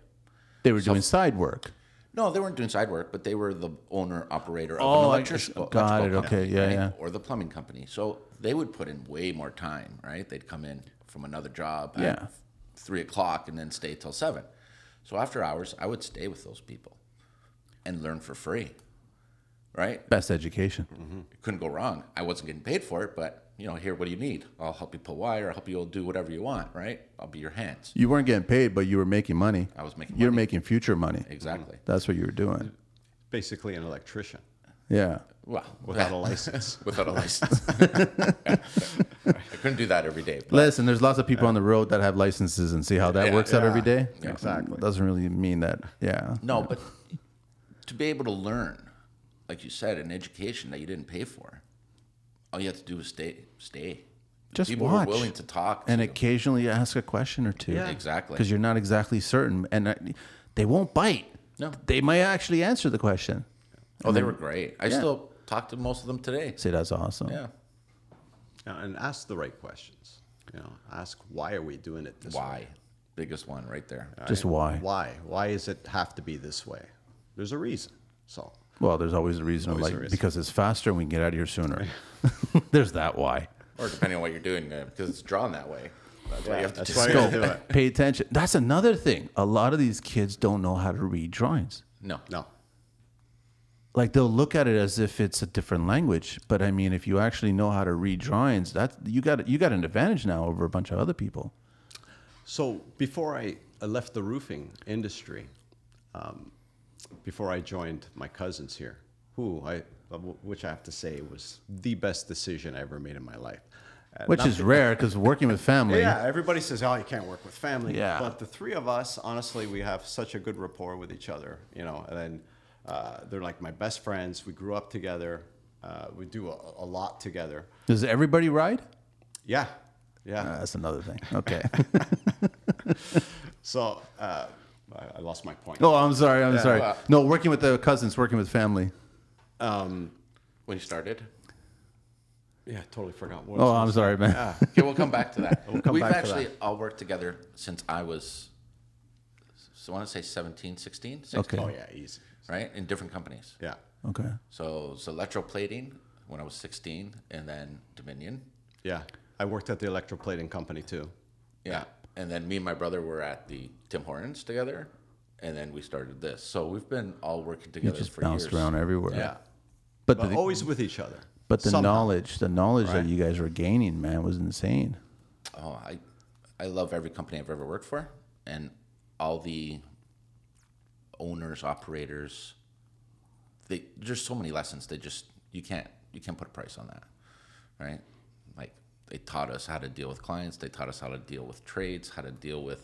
B: They were doing side work.
C: No, they weren't doing side work, but they were the owner operator of
B: Oh,
C: an
B: I-
C: electric,
B: got it.
C: electrical
B: Okay,
C: company,
B: yeah,
C: right?
B: yeah.
C: or the plumbing company. So they would put in way more time, right? They'd come in from another job at
B: Yeah.
C: three o'clock and then stay till seven. So after hours, I would stay with those people and learn for free, right?
B: Best education.
C: couldn't go wrong. I wasn't getting paid for it, but you know, here, what do you need? I'll help you pull wire. I'll help you do whatever you want, right? I'll be your hands.
B: You weren't getting paid, but you were making money.
C: I was making
B: You're
C: money.
B: making future money.
C: Exactly.
B: That's what you were doing.
A: Basically, an electrician
B: Yeah.
C: Well,
A: without a license.
C: without a license, I couldn't do that every day. but-
B: Listen, there's lots of people on the road that have licenses and see how that
C: Yeah,
B: works out
A: yeah,
B: every day.
A: exactly.
B: Doesn't really mean that. Yeah.
C: No, but to be able to learn, like you said, an education that you didn't pay for, all you have to do is stay. Stay.
B: Just
C: people
B: watch.
C: were willing to talk.
B: and
C: to you.
B: occasionally ask a question or two.
A: Yeah.
C: Exactly.
B: Because you're not exactly certain, and I, they won't bite.
C: No.
B: They might actually answer the question.
C: oh, they were great. I
B: Yeah.
C: still talk to most of them today.
B: Say that's awesome.
C: Yeah.
A: Yeah, and ask the right questions. You know, ask why are we doing it this
C: Why?
A: way?
C: Biggest one right there.
B: Just why?
A: Why? Why does it have to be this way? There's a reason. So
B: Well, there's always a reason.
A: Always
B: like
A: a reason.
B: because it's faster, and we can get out of here sooner. there's that why.
C: or depending on what you're doing, uh, because it's drawn that way. That's why you have to
A: that's
C: just
A: why you
C: go.
A: gotta do it.
B: Pay attention. That's another thing. A lot of these kids don't know how to read drawings.
C: No,
A: No.
B: like they'll look at it as if it's a different language but i mean if you actually know how to read drawings that you got you got an advantage now over a bunch of other people
A: So before I I left the roofing industry, um, before I joined my cousins here, who I, which I have to say was the best decision I ever made in my life. Uh,
B: which
A: not
B: is rare because working with family
A: Yeah, everybody says, "Oh, you can't work with family."
B: Yeah.
A: But the three of us, honestly, we have such a good rapport with each other. You know, and then uh, they're like my best friends. We grew up together. Uh, we do a, a lot together.
B: does everybody ride
A: Yeah, yeah.
B: Uh, that's another thing okay
A: so uh, I, I lost my point.
B: oh i'm sorry i'm sorry
C: well-
B: no working with the cousins working with family
C: when you started.
A: Yeah, totally forgot. What
B: oh i'm sorry man
C: Okay, we'll come back to that.
A: come
C: We've
A: back to
C: actually all worked together since I was, so I want to say 17, 16, 16
B: okay
A: Oh yeah, easy.
C: right? In different companies.
A: Yeah.
B: okay
C: So it's electroplating when I was 16, and then Dominion.
A: Yeah. I worked at the electroplating company too.
C: Yeah. And then me and my brother were at the Tim Hortons together, and then we started this. So we've been all working together
B: just
C: for
B: bounced
C: years.
B: around everywhere
A: Yeah.
B: but
A: But
B: the,
A: always with each other.
B: but the
A: Somehow.
B: knowledge the knowledge that you guys were gaining man was insane
C: Oh, I, I love every company I've ever worked for, and all the owners, operators. They there's so many lessons. They just you can't you can't put a price on that, right? Like they taught us how to deal with clients. They taught us how to deal with trades, how to deal with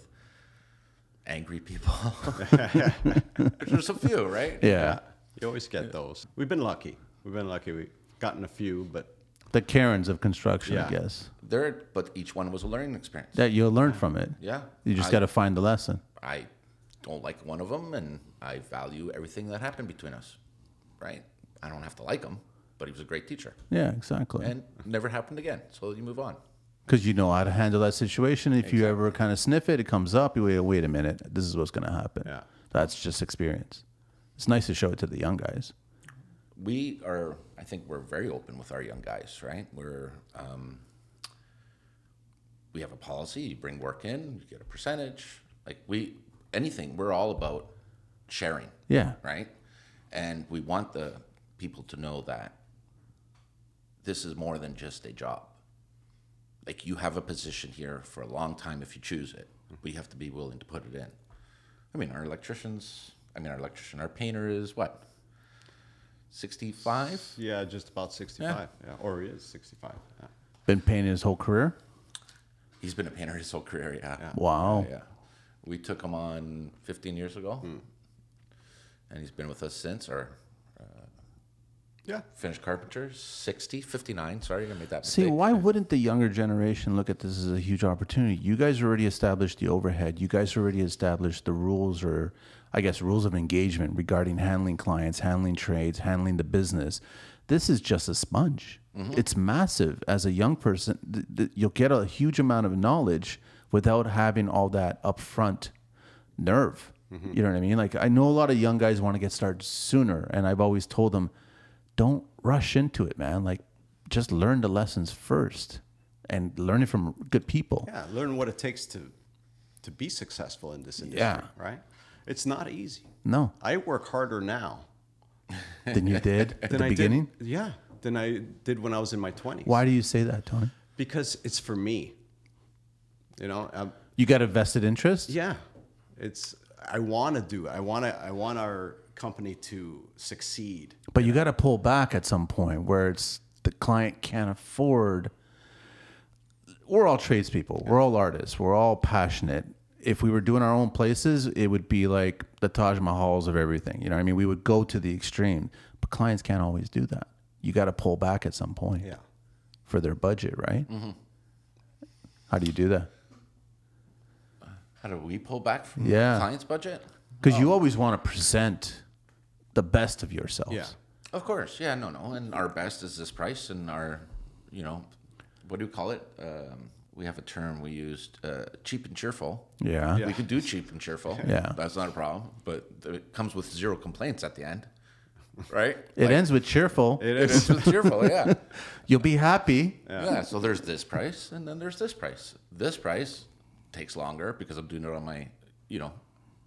C: angry people. there's a few, right?
B: yeah
A: You always get those. We've been lucky. We've been lucky. We've gotten a few, but
B: the karens of construction i
A: Yeah.
B: guess
C: There, but each one was a learning experience.
B: that you'll learn from it
C: Yeah.
B: You just
C: I-
B: got to find the lesson.
C: I don't like one of them, and I value everything that happened between us. Right? I don't have to like him, but he was a great teacher,
B: Yeah, exactly.
C: and never happened again. So you move on.
B: Because you know how to handle that situation. If you ever kind of sniff it, it comes up. You wait, wait a minute. This is what's going to happen.
A: Yeah.
B: That's just experience. It's nice to show it to the young guys.
C: We are, I think, we're very open with our young guys. Right? We're, um, we have a policy. You bring work in, you get a percentage. Like we, anything. We're all about sharing.
B: Yeah.
C: right? And we want the people to know that this is more than just a job. Like you have a position here for a long time if you choose it, but you have to be willing to put it in. I mean, our electricians, I mean, our electrician, our painter is what? 65.
A: Yeah, just about 65. Yeah. or he is 65. Yeah.
B: Been painting his whole career.
C: He's been a painter his whole career. Yeah.
B: Wow.
C: Yeah. We took him on 15 years ago, and he's been with us since. Or
A: Yeah.
C: finished carpenter 60, 59. Sorry, I made that
B: See,
C: mistake.
B: why wouldn't the younger generation look at this as a huge opportunity? You guys already established the overhead. You guys already established the rules or, I guess, rules of engagement regarding handling clients, handling trades, handling the business. This is just a sponge. It's massive. As a young person, th- th- you'll get a huge amount of knowledge without having all that upfront nerve. You know what I mean? Like, I know a lot of young guys want to get started sooner. And I've always told them, don't rush into it, man. Like, just learn the lessons first and learn it from good people.
A: Yeah, learn what it takes to to be successful in this industry,
B: Yeah.
A: right? It's not easy.
B: No,
A: I work harder now
B: than you did at
A: than
B: the
A: I
B: beginning.
A: did. Yeah, than I did when I was in my 20s.
B: Why do you say that, Tony?
A: Because it's for me. You know, i
B: You got a vested interest?
A: yeah, it's I want to do. it. I want to. I want our company to succeed.
B: But you got to pull back at some point where it's the client can't afford. We're all tradespeople. We're all artists. We're all passionate. If we were doing our own places, it would be like the Taj Mahals of everything. You know what I mean? We would go to the extreme, but clients can't always do that. You got to pull back at some point
A: Yeah. Mm-hmm.
B: for their budget, right? How do you do that?
C: How do we pull back from
B: Yeah.
C: the client's budget?
B: Because
A: Oh.
B: you always want to present the best of yourselves.
A: Yeah.
C: Of course. Yeah, no, no. And our best is this price, and our, you know, what do we call it? Um, we have a term we used uh, cheap and cheerful.
B: Yeah.
C: We could do cheap and cheerful.
B: Yeah.
C: That's not a problem, but it comes with zero complaints at the end, right?
B: It ends with cheerful.
A: It
C: It
A: is.
C: ends with cheerful, yeah.
B: You'll be happy.
C: yeah. So there's this price, and then there's this price. This price takes longer because I'm doing it on my, you know,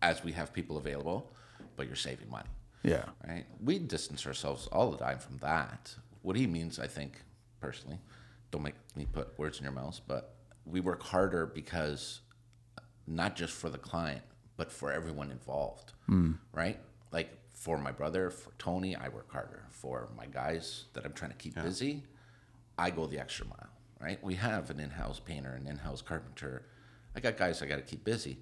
C: as we have people available, but you're saving money,
B: Yeah.
C: right? We distance ourselves all the time from that. What he means, I think, personally, don't make me put words in your mouth, but we work harder because not just for the client, but for everyone involved, right? Like for my brother, for Tony, I work harder. For my guys that I'm trying to keep busy, I go the extra mile, right? We have an in house painter, an in house carpenter. I got guys I got to keep busy.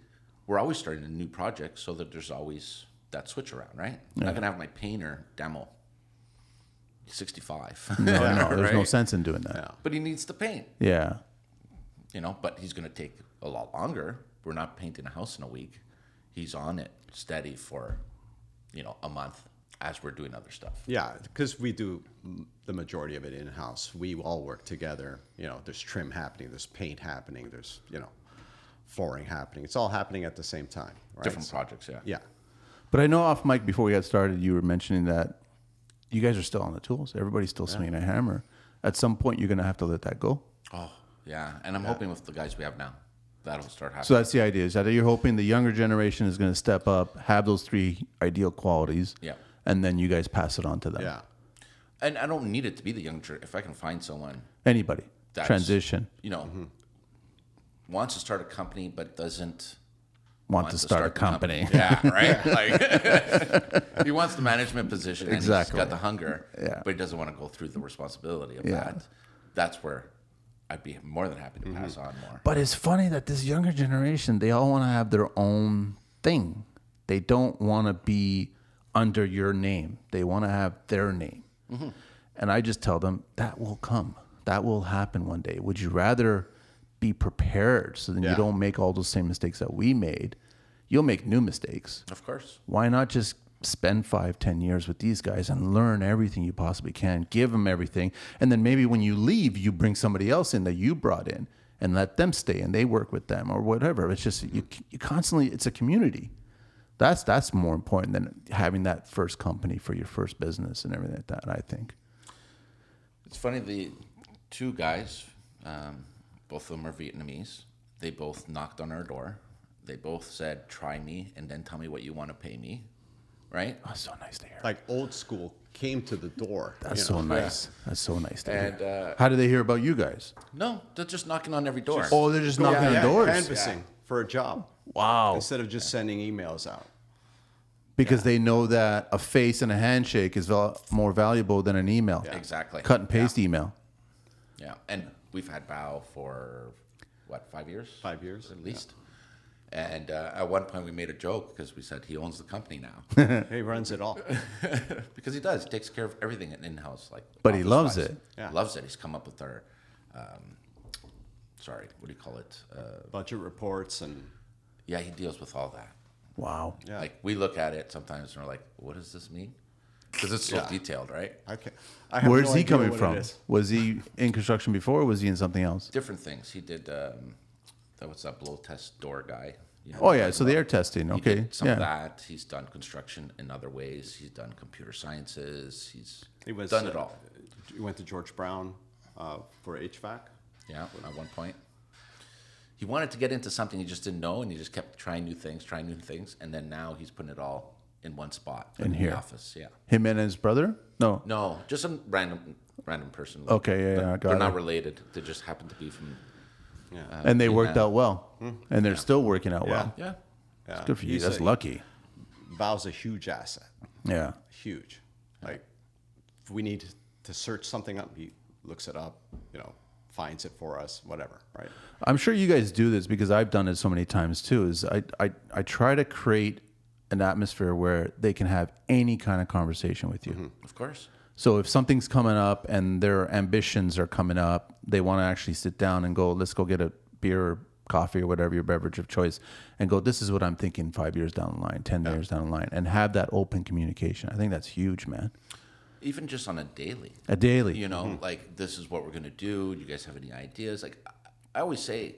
C: We're always starting a new project so that there's always that switch around, right? I'm not going to have my painter demo 65.
B: No, no, there's no
C: Right?
B: sense in doing that.
A: Yeah.
C: But he needs to paint
B: Yeah.
C: you know, but he's going to take a lot longer. We're not painting a house in a week. He's on it steady for, you know, a month as we're doing other stuff.
A: Yeah, because we do m- the majority of it in house. We all work together. You know, there's trim happening, there's paint happening, there's you know, flooring happening. It's all happening at the same time, right?
C: Different projects, yeah.
A: Yeah,
B: But I know off mic before we got started, you were mentioning that you guys are still on the tools. Everybody's still swinging a hammer. At some point, you're going to have to let that go.
C: Oh, yeah. And I'm hoping with the guys we have now, that'll start happening.
B: So that's the idea is that you're hoping the younger generation is going to step up, have those three ideal qualities.
C: Yeah.
B: And then you guys pass it on to them.
A: yeah,
C: and I don't need it to be the young. If I can find someone
B: Anybody.
C: That's-
B: Transition.
C: you know wants to start a company but doesn't
B: Want,
C: want
B: to start, a
C: the
B: company.
C: Yeah, right. Like he wants the management position. And
B: Exactly.
C: He's got the hunger,
B: Yeah.
C: but he doesn't want to go through the responsibility of
B: Yeah. Mm-hmm.
C: that. That's where I'd be more than happy to pass on more.
B: But it's funny that this younger generation, they all want to have their own thing. They don't want to be under your name. They want to have their name. And I just tell them that will come. That will happen one day. Would you rather be prepared so then you
A: Yeah.
B: don't make all those same mistakes that we made? You'll make new mistakes.
C: Of course.
B: Why not just spend five, ten years with these guys and learn everything you possibly can, give them everything, and then maybe when you leave, you bring somebody else in that you brought in and let them stay and they work with them or whatever. It's just you, you constantly. It's a community. That's that's more important than having that first company for your first business and everything like that. I think.
C: It's funny the two guys, um, both of them are Vietnamese. They both knocked on our door. They both said, "Try me, and then tell me what you want to pay me." Right?
B: Oh, so nice to hear.
A: like old school came to the door.
B: That's
A: you know.
B: so nice. That's so nice to
C: And,
B: hear.
C: uh,
B: How do they hear about you guys?
C: No, they're just knocking on every door.
B: Oh, they're just knocking
A: yeah,
B: on doors.
A: canvassing for a job
B: Wow.
A: instead of just sending emails out.
B: because they know that a face and a handshake is val- more valuable than an email.
C: Exactly.
B: Cut and paste email.
C: Yeah, and we've had Bao for what five years?
A: Five years,
C: at least. And uh, at one point, we made a joke because we said he owns the company now
A: He runs it all.
C: because he does takes care of everything in house. Like,
B: But he
C: office-wise.
B: loves it.
A: Yeah.
C: Loves it. He's come up with our, um, sorry, what do you call it? Uh,
A: Budget reports and
C: yeah, he deals with all that.
B: Wow.
A: yeah.
C: Like we look at it sometimes and we're like, what does this mean? Because it's so detailed, right?
A: I can I have
B: Where's
A: no
B: he
A: idea
B: coming
A: what it
B: from?
A: is.
B: Was he in construction before or was he in something else?
C: Different things. He did. Um, that was that blow test door guy. you know,
B: Oh yeah,
C: like
B: so
C: about-
B: they are testing.
C: He
B: Okay.
C: did some
B: yeah.
C: of that. He's done construction in other ways. He's done computer sciences. He's
A: He was
C: done
A: uh,
C: it all.
A: He went to George Brown uh, for HVAC.
C: Yeah, at one point. He wanted to get into something he just didn't know, and he just kept trying new things, trying new things, and then now he's putting it all in one spot in,
B: here.
C: the office. Yeah.
B: Him and his brother? No.
C: No, just some random, random person.
B: Okay, yeah,
C: They're-
B: yeah, I got
C: They're
B: it.
C: not related. They just happen to be from.
A: Yeah. Hmm.
B: and they
C: in
B: worked
C: that.
B: out well. And they're still working out well.
C: Yeah.
A: yeah.
B: Good for you.
A: Uh, He's
B: That's
A: a-
B: lucky.
A: Val's a huge asset.
B: Yeah.
A: Huge. Like, if we need to search something up, he looks it up, you know, finds it for us, whatever, right?
B: I'm sure you guys do this because I've done it so many times too. Is I I, I try to create an atmosphere where they can have any kind of conversation with you.
A: Mm-hmm.
C: Of course.
B: So if something's coming up and their ambitions are coming up, they want to actually sit down and go, let's go get a beer or coffee or whatever your beverage of choice and go, this is what I'm thinking five years down the line, 10 years down the line, and have that open communication. I think that's huge, man.
C: Even just on a daily.
B: A daily.
C: you know
A: Mm-hmm.
C: like this is what we're going to do do you guys have any ideas like I- i always say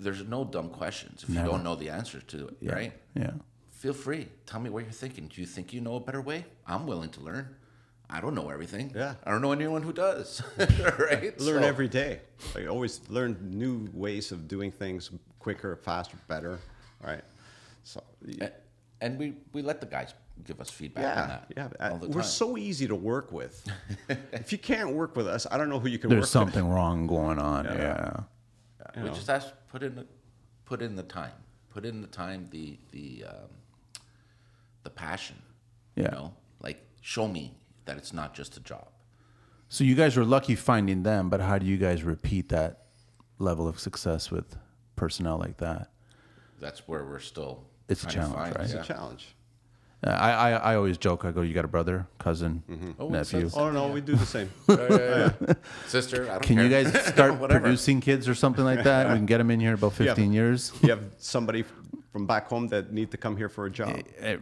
C: there's no dumb questions if you don't know the answer to it right
B: Yeah.
C: feel free tell me what you're thinking do you think you know a better way i'm willing to learn i don't know everything
A: Yeah.
C: i don't know anyone who does right
A: Learn
C: So-
A: every day. Like, always learn new ways of doing things quicker, faster, better, right? So,
C: Eh,
A: yeah,
C: and we we let the guys give us feedback on
A: yeah.
C: that
A: I-
C: all the
A: We're
C: time.
A: so easy to work with. if you can't work with us, I don't know who you can
B: There's
A: work with.
B: something wrong going on. Yeah.
C: we just ask put in the- put in the time put in the time the the um, the passion
B: Yeah.
C: you know like show me that it's not just a job
B: So you guys were lucky finding them, but how do you guys repeat that level of success with personnel like that?
C: that's where we're still
B: It's a
C: trying to
B: challenge,
C: find-
A: It's
C: yeah.
A: a challenge.
B: Uh, I, I, I always joke, I go, you got a brother, cousin,
C: Oh, it's-
B: nephew.
A: Oh, no, we do the same.
C: sister I don't
B: Can you
C: care.
B: guys start
C: Whatever.
B: producing kids or something like that? We can get them in here in about 15 years.
A: you have somebody f- from back home that need to come here for a job.
B: Eh,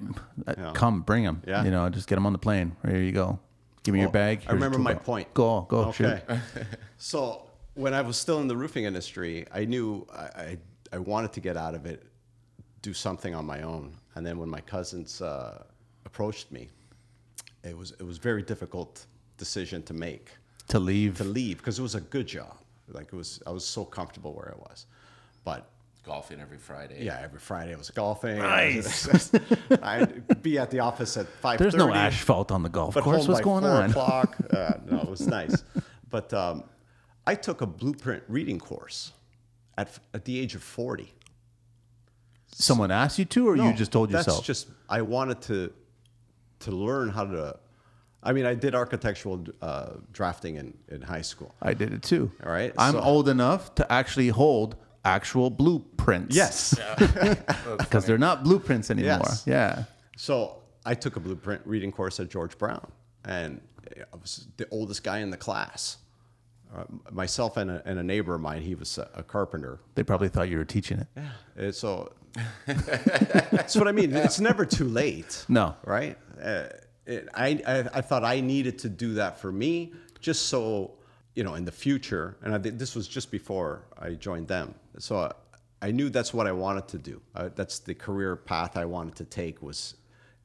B: uh, Come, bring them.
A: Yeah.
B: You know, just get them on the plane. Here you go. Give me your
A: Oh,
B: bag.
A: I
B: Here's
A: remember
B: two
A: my
B: bucks.
A: point.
B: Go, go, shoot.
A: Okay. so when I was still in the roofing industry, I knew I, I, I wanted to get out of it, do something on my own. And then when my cousins uh, approached me, it was it was very difficult decision to make
B: To leave.
A: to leave because it was a good job. Like it was, I was so comfortable where I was, but
C: golfing every Friday
A: yeah, every Friday I was golfing. Nice. I'd be at the office at five.
B: There's no asphalt on the golf course.
A: home
B: What's
A: by
B: going
A: four
B: on?
A: O'clock. Uh, no, it was nice. But um, I took a blueprint reading course at, at the age of 40.
B: Someone asked you to, or you
A: No,
B: just told
A: Oh, that's
B: yourself?
A: just, I wanted to, to learn how to, I mean, I did architectural uh, drafting in, in high school.
B: I did it too.
A: All right,
B: I'm
A: so-
B: old enough to actually hold actual blueprints.
A: Yes.
B: Because they're not blueprints anymore.
A: Yes.
B: Yeah.
A: So I took a blueprint reading course at George Brown, and I was the oldest guy in the class. Uh, myself and a, and a neighbor of mine, he was a, a carpenter.
B: They probably thought you were teaching it.
A: Uh, so that's what I mean. It's never too late.
B: No.
A: Right? Uh, it, I, I, I thought I needed to do that for me just so, you know, in the future. And I, did- this was just before I joined them. So I, I knew that's what I wanted to do. Uh, that's the career path I wanted to take was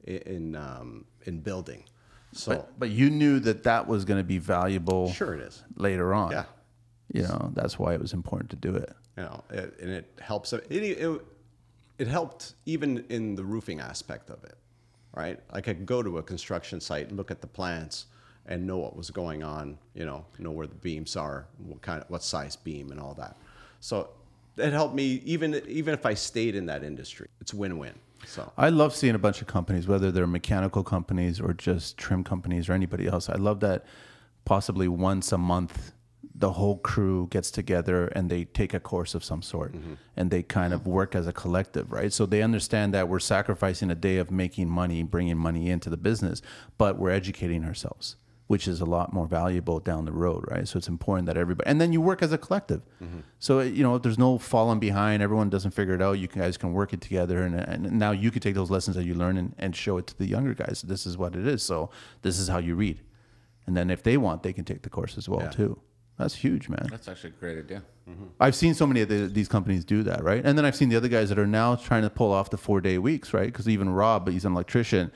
A: i- in, um, in building. So
B: But you knew that that was going to be valuable.
A: sure it is.
B: later on.
A: Yeah.
B: You know, that's why it was important to do it.
A: you know, it, and it helps. It, it, it helped even in the roofing aspect of it, right? I could go to a construction site, look at the plans, and know what was going on. You know, know where the beams are, what kind, of, what size beam, and all that. So it helped me even even if I stayed in that industry. It's win-win. So
B: I love seeing a bunch of companies, whether they're mechanical companies or just trim companies or anybody else. I love that possibly once a month the whole crew gets together and they take a course of some sort and they kind of work as a collective, right? So they understand that we're sacrificing a day of making money, bringing money into the business, but we're educating ourselves, which is a lot more valuable down the road, right? So it's important that everybody, and then you work as a collective. So, you know, if there's no falling behind, everyone doesn't figure it out, you guys can work it together. And, and now you can take those lessons that you learn and, and show it to the younger guys. This is what it is. So this is how you read. And then if they want, they can take the course as well, too. That's huge, man.
C: That's actually a great idea.
B: I've seen so many of the, these companies do that, right? And then I've seen the other guys that are now trying to pull off the four day weeks, right? Because even Rob, he's an electrician.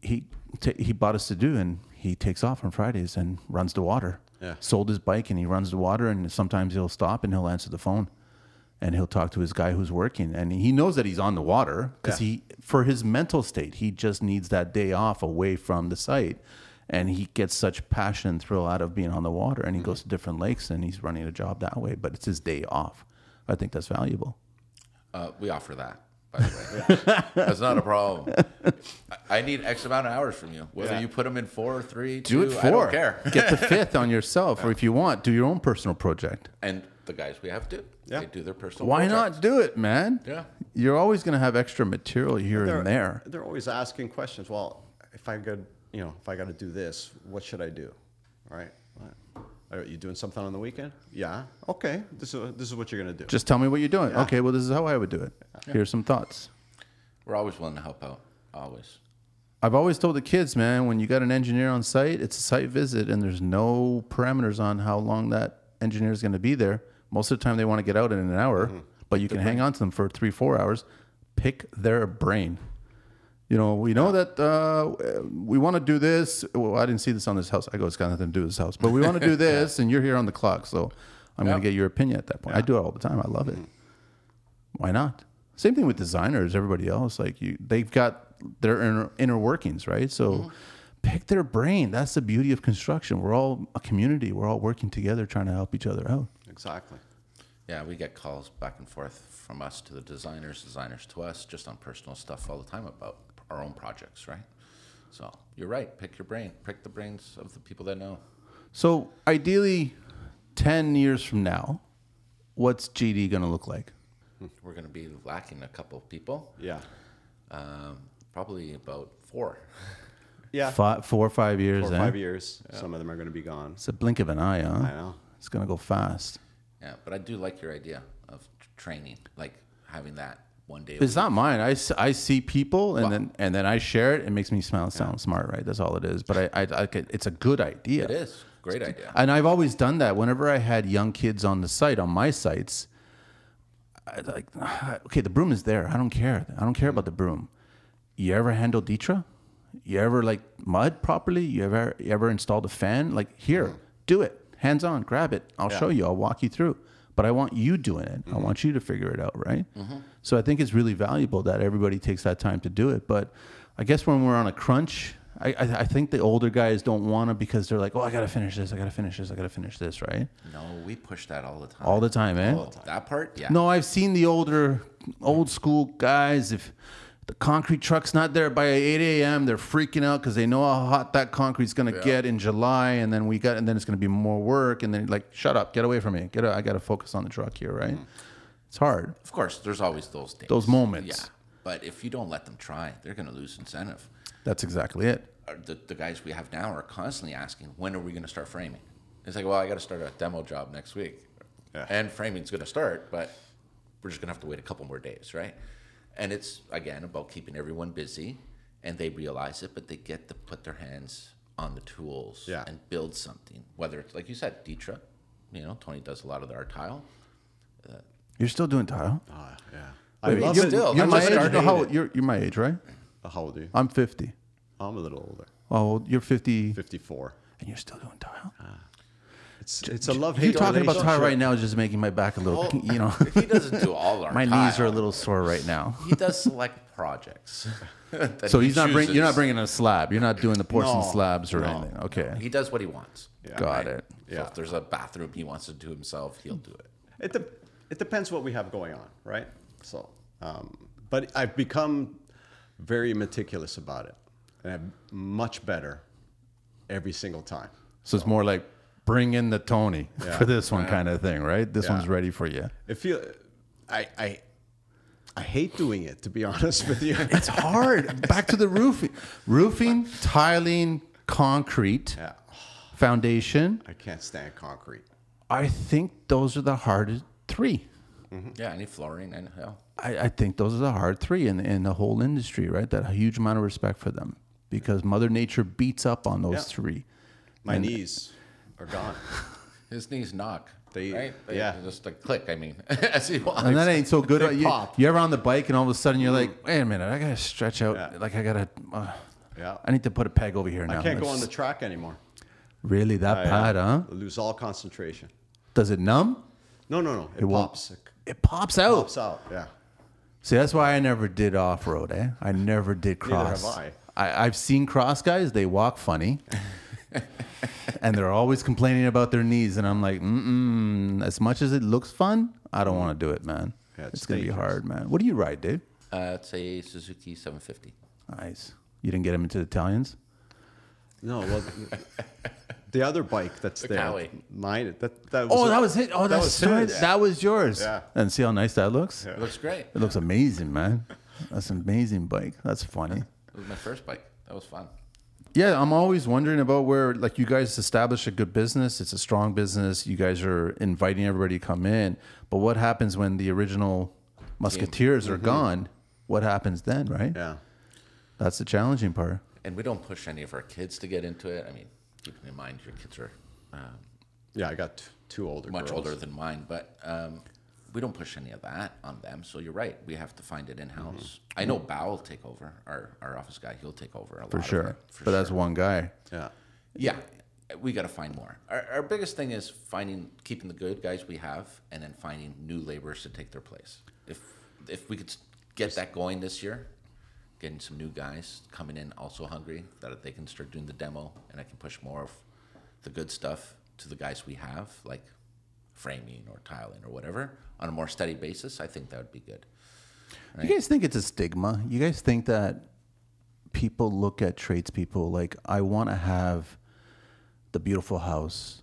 B: He ta he bought us to do, and he takes off on Fridays and runs the water.
A: Yeah.
B: Sold his bike and he runs the water, and sometimes he'll stop and he'll answer the phone, and he'll talk to his guy who's working, and he knows that he's on the water because
A: Yeah.
B: he for his mental state he just needs that day off away from the site. And he gets such passion and thrill out of being on the water, and he goes to different lakes and he's running a job that way. But it's his day off. I think that's valuable.
C: Uh, we offer that, by the way. That's not a problem. I- I need X amount of hours from you, whether
A: Yeah.
C: you put them in four or three.
B: Do
C: two,
B: it for.
C: I don't care.
B: Get the fifth on yourself, or if you want, do your own personal project.
C: And the guys we have do.
A: Yeah.
C: They do their personal.
B: Why
C: projects.
B: not do it, man?
C: Yeah.
B: You're always going to have extra material here and there.
A: They're always asking questions. Well, if I could, you know, if I got to do this, what should I do? All right. Are you doing something on the weekend? Yeah. Okay. This is this is what you're gonna do.
B: Just tell me what you're doing. Okay, well, this is how I would do it. Here's some thoughts.
C: We're always willing to help out. Always.
B: I've always told the kids, man, when you got an engineer on site, it's a site visit and there's no parameters on how long that engineer is going to be there. Most of the time, they want to get out in an hour, but you can hang on to them for three, four hours. Pick their brain. You know, we know that uh, we want to do this. Well, I didn't see this on this house. I go, it's got nothing to do with this house, but we want to do this, and you're here on the clock. So I'm going to get your opinion at that point. I do it all the time. I love it why not? Same thing with designers, everybody else. Like you, they've got their inner, inner workings, right? So
A: Mm-hmm.
B: pick their brain. That's the beauty of construction. We're all a community. We're all working together, trying to help each other out.
A: exactly.
C: Yeah, we get calls back and forth from us to the designers, designers to us, just on personal stuff all the time about our own projects, right? So you're right. Pick your brain. Pick the brains of the people that know.
B: So ideally, ten years from now, what's GD going to look like?
C: We're going to be lacking a couple people,
A: Yeah.
C: um, probably about four.
A: Yeah.
B: Five, four or five years.
A: Four or
B: eh?
A: five years. Some of them are gonna be gone.
B: It's a blink of an eye, huh?
A: I know.
B: It's going to go fast.
C: Yeah, but I do like your idea of t- training, like having that one day. a
B: It's
C: week.
B: not mine. I, s- I see people and then and then I share it. It makes me smile, sound smart, right? That's all it is. But I, I, I could, it's a good idea.
C: It is great idea.
B: And I've always done that. Whenever I had young kids on the site, on my sites, I like, okay, the broom is there. I don't care. I don't care about the broom. You ever handle Detra? You ever like mud properly? You ever you ever installed a fan? Like here, do it. Hands on, grab it. I'll show you. I'll walk you through. But I want you doing it. I want you to figure it out, right? So I think it's really valuable that everybody takes that time to do it. But I guess when we're on a crunch, I, I, I think the older guys don't want to because they're like, oh, I gotta finish this. I gotta finish this. I gotta finish this, right?
C: No, we push that all the time.
B: All the time, eh? man.
C: Oh, that part, yeah.
B: No, I've seen the older, old school guys. If the concrete truck's not there by 8 a.m., they're freaking out because they know how hot that concrete's gonna get in July, and then we got, and then it's gonna be more work, and then like, shut up, get away from me, get, out, I gotta focus on the truck here, right?
C: Mm-hmm.
B: It's hard.
C: Of course, there's always those days.
B: Those moments.
C: Yeah. But if you don't let them try, they're going to lose incentive.
B: That's exactly it.
C: Or The, the guys we have now are constantly asking, when are we going to start framing? It's like, well, I got to start a demo job next week.
A: Yeah.
C: And framing's going to start, but we're just going to have to wait a couple more days, right? And it's, again, about keeping everyone busy. And they realize it, but they get to put their hands on the tools
A: Yeah.
C: and build something. Whether it's, like you said, Dietra, you know, Tony does a lot of the art tile.
B: You're still doing tile.
A: Ah, yeah. I
B: Wait,
A: love
B: you're,
A: it.
C: still-
B: You're
C: I
B: my
C: just
B: age.
C: started
B: No, how,
A: it.
B: you're, you're my age, right?
A: How old are you?
B: I'm 50.
A: I'm a little older.
B: Oh, you're 50,
A: Fifty-four.
B: and you're still doing tile.
A: It's it's a love
B: you
A: hate
B: talking about tile
A: relationship.
B: right now is just making my back a little, you know.
C: He doesn't do all our
B: My knees are a
C: Oh. tile.
B: little sore right now.
C: he does select projects. that
B: So
C: he
B: he's not bring, you're not
C: chooses.
B: bringing a slab. You're not doing the porcelain
A: No,
B: slabs or anything. Okay,
C: He does what he wants.
B: got it.
C: So if there's a bathroom he wants to do himself, he'll do it.
A: It de- it depends what we have going on, right? So, um, but I've become very meticulous about it, and I'm much better every single time.
B: So it's more like bring in the Tony
A: Yeah.
B: for this one kind of thing, right? This
A: Yeah.
B: one's ready for you.
A: It feel, I, I, I hate doing it to be honest with you.
B: It's hard. Back to the roofing, roofing, tiling, concrete,
A: yeah,
B: foundation.
A: I can't stand concrete.
B: I think those are the hardest three. Hmm.
C: Yeah, I need fluorine. I know. hell.
B: I, I think those are the hard three in, in the whole industry, right? That huge amount of respect for them because Mother Nature beats up on those
A: Yeah.
B: three.
A: My knees are gone.
C: His knees knock.
A: They-
C: right? They-
A: yeah.
C: Just like click. I mean, as he walks.
B: And that ain't so good.
A: They
B: You,
A: pop.
B: you're ever on the bike and all of a sudden you're like, wait a minute, I gotta stretch out.
A: Yeah.
B: Like I gotta, uh,
A: Yeah,
B: I need to put a peg over here now.
A: I can't go on the
B: That's
A: track anymore.
B: really that
A: I, uh,
B: bad, huh?
A: Lose all concentration.
B: Does it numb?
A: No, no, no. It,
B: won't.
A: pops. It
B: It pops out.
A: pops out. Yeah.
B: See, that's why I never did off road. Eh, I never did
A: have
B: cross.
A: I.
B: I. I've seen cross guys; they walk funny, and they're always complaining about their knees. And I'm like, mm as much as it looks fun, I don't want to do it, man.
A: Yeah,
B: it's
A: it's
B: gonna be
A: dangerous.
B: hard, man. What do you ride, dude?
C: Uh, it's a Suzuki 750.
B: Nice. You didn't get him into the Italians.
A: No, well, the other bike that's there,
C: Cowie.
A: mine. That that was.
B: Oh, that was it. Oh, that's
A: was
B: so-
A: his.
B: that was yours.
A: Yeah.
B: And see how nice that looks.
C: It looks great.
B: It looks amazing, man. That's an amazing bike. That's funny.
C: It was my first bike. That was fun.
B: Yeah, I'm always wondering about where like you guys establish a good business. It's a strong business. You guys are inviting everybody to come in. But what happens when the original musketeers are gone? What happens then, right?
A: Yeah.
B: That's the challenging part.
C: And we don't push any of our kids to get into it. I mean, keeping in mind your kids are um,
A: Yeah, I got t- two older.
C: much
A: girls.
C: older than mine, but um, we don't push any of that on them. So you're right. We have to find it in house. I know Bao will take over. Our, our office guy, he'll take over a
B: Mm-hmm. For
C: lot Of
B: sure.
C: it, for
B: but that's one guy.
A: Yeah.
C: Yeah, we got to find more. Our, our biggest thing is finding, keeping the good guys we have, and then finding new laborers to take their place. If if we could s- get that going this year, getting some new guys coming in also hungry that they can start doing the demo, and I can push more of the good stuff to the guys we have, like framing or tiling or whatever, on a more steady basis. I think that would be good.
B: You guys think it's a stigma? You guys think that people look at tradespeople like, I want to have the beautiful house,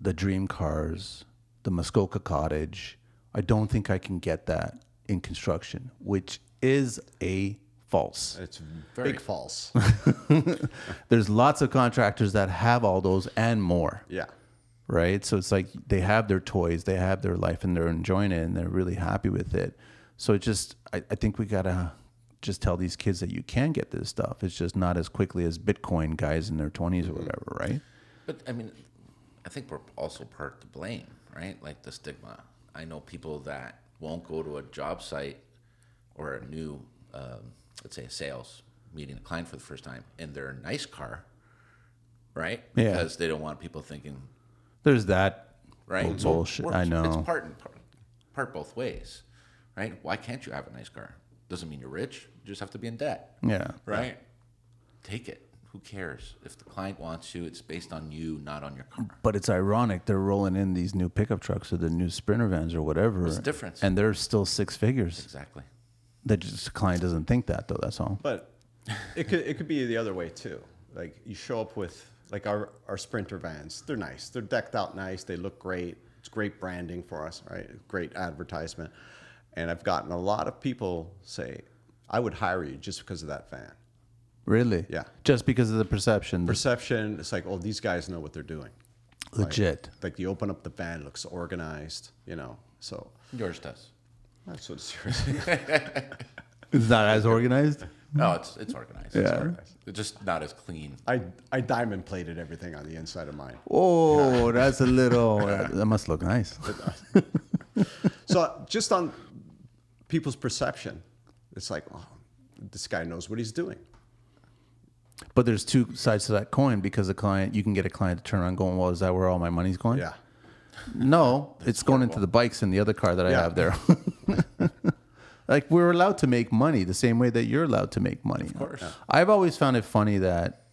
B: the dream cars, the Muskoka cottage. I don't think I can get that in construction, which is a false.
A: It's big false.
B: There's lots of contractors that have all those and more,
A: yeah.
B: right? So it's like they have their toys, they have their life, and they're enjoying it and they're really happy with it. So it just, I, I think we gotta just tell these kids that you can get this stuff. It's just not as quickly as Bitcoin guys in their 20s or whatever, right?
C: But I mean, I think we're also part to blame, right? Like the stigma. I know people that won't go to a job site or a new, um, let's say, a sales meeting a client for the first time in their nice car, right?
B: Yeah.
C: Because they don't want people thinking,
B: There's that.
C: right?
B: Bull-
C: So
B: bullshit.
C: we're-
B: I
C: It's
B: know.
C: part and part, part both ways, right? Why can't you have a nice car? Doesn't mean you're rich. You just have to be in debt
B: Yeah.
C: right? Take it. Who cares? If the client wants you, it's based on you, not on your car.
B: But it's ironic they're rolling in these new pickup trucks or the new Sprinter vans or whatever.
C: the difference?
B: And they're still six figures.
C: Exactly.
B: That just the client doesn't think that though. That's all.
A: But it could it could be the other way too. Like you show up with like our our sprinter vans. They're nice. They're decked out nice. They look great. It's great branding for us, right? Great advertisement. And I've gotten a lot of people say, "I would hire you just because of that van."
B: Really?
A: Yeah.
B: Just because of the perception, the
A: Perception. It's like, "Oh, these guys know what they're doing."
B: legit.
A: Like you open up the van, it looks organized, you know. So
C: Yours does.
A: that's what seriously.
B: It's not as organized.
A: Hmm.
C: No, it's it's organized. It's organized. It's just not as clean.
A: I I diamond plated everything on the inside of mine.
B: Oh, that's a little. That must look nice.
A: So just on people's perception, it's like, oh, this guy knows what he's doing.
B: But there's two sides to that coin because a client, you can get a client to turn around going, "Well, is that where all my money's going?"
A: Yeah.
B: No, it's going into the bikes in the other car that I
A: Yeah.
B: have there. like we're allowed to make money the same way that you're allowed to make money. Of
C: course. Yeah.
B: I've always found it funny that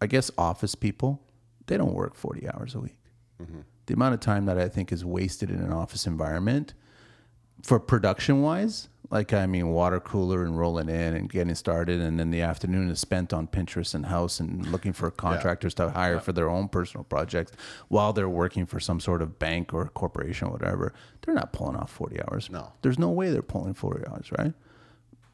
B: I guess office people, they Mm-hmm. don't work 40 hours a week. The amount of time that I think is wasted in an office environment for production wise, like I mean, water cooler and rolling in and getting started, and then the afternoon is spent on Pinterest and house and looking for contractors to hire for their own personal projects while they're working for some sort of bank or corporation, or whatever. They're not pulling off forty hours.
A: No.
B: there's no way they're pulling forty hours, right?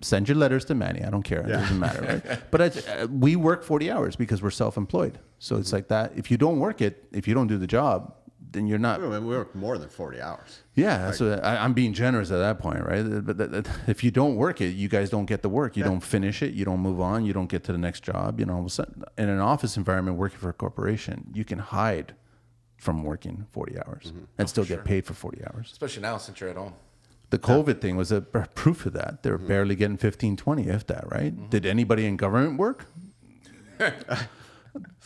B: Send your letters to Manny. I don't care. It doesn't matter, right? But it's, uh, we work forty hours because we're self-employed. So it's like that. If you don't work it, if you don't do the job, then you're not
A: I mean, we work more than 40 hours.
B: yeah, so I, I'm being generous at that point, right? But that, that, if you don't work it, you guys don't get the work. You don't finish it. You don't move on. You don't get to the next job. You know, all of a sudden- in an office environment, working for a corporation, you can hide from working 40 hours and still get paid for 40 hours.
C: especially now since you're at home.
B: The COVID thing was a pr- proof of that. They were barely getting 15, 20, if that, right? Did anybody in government work?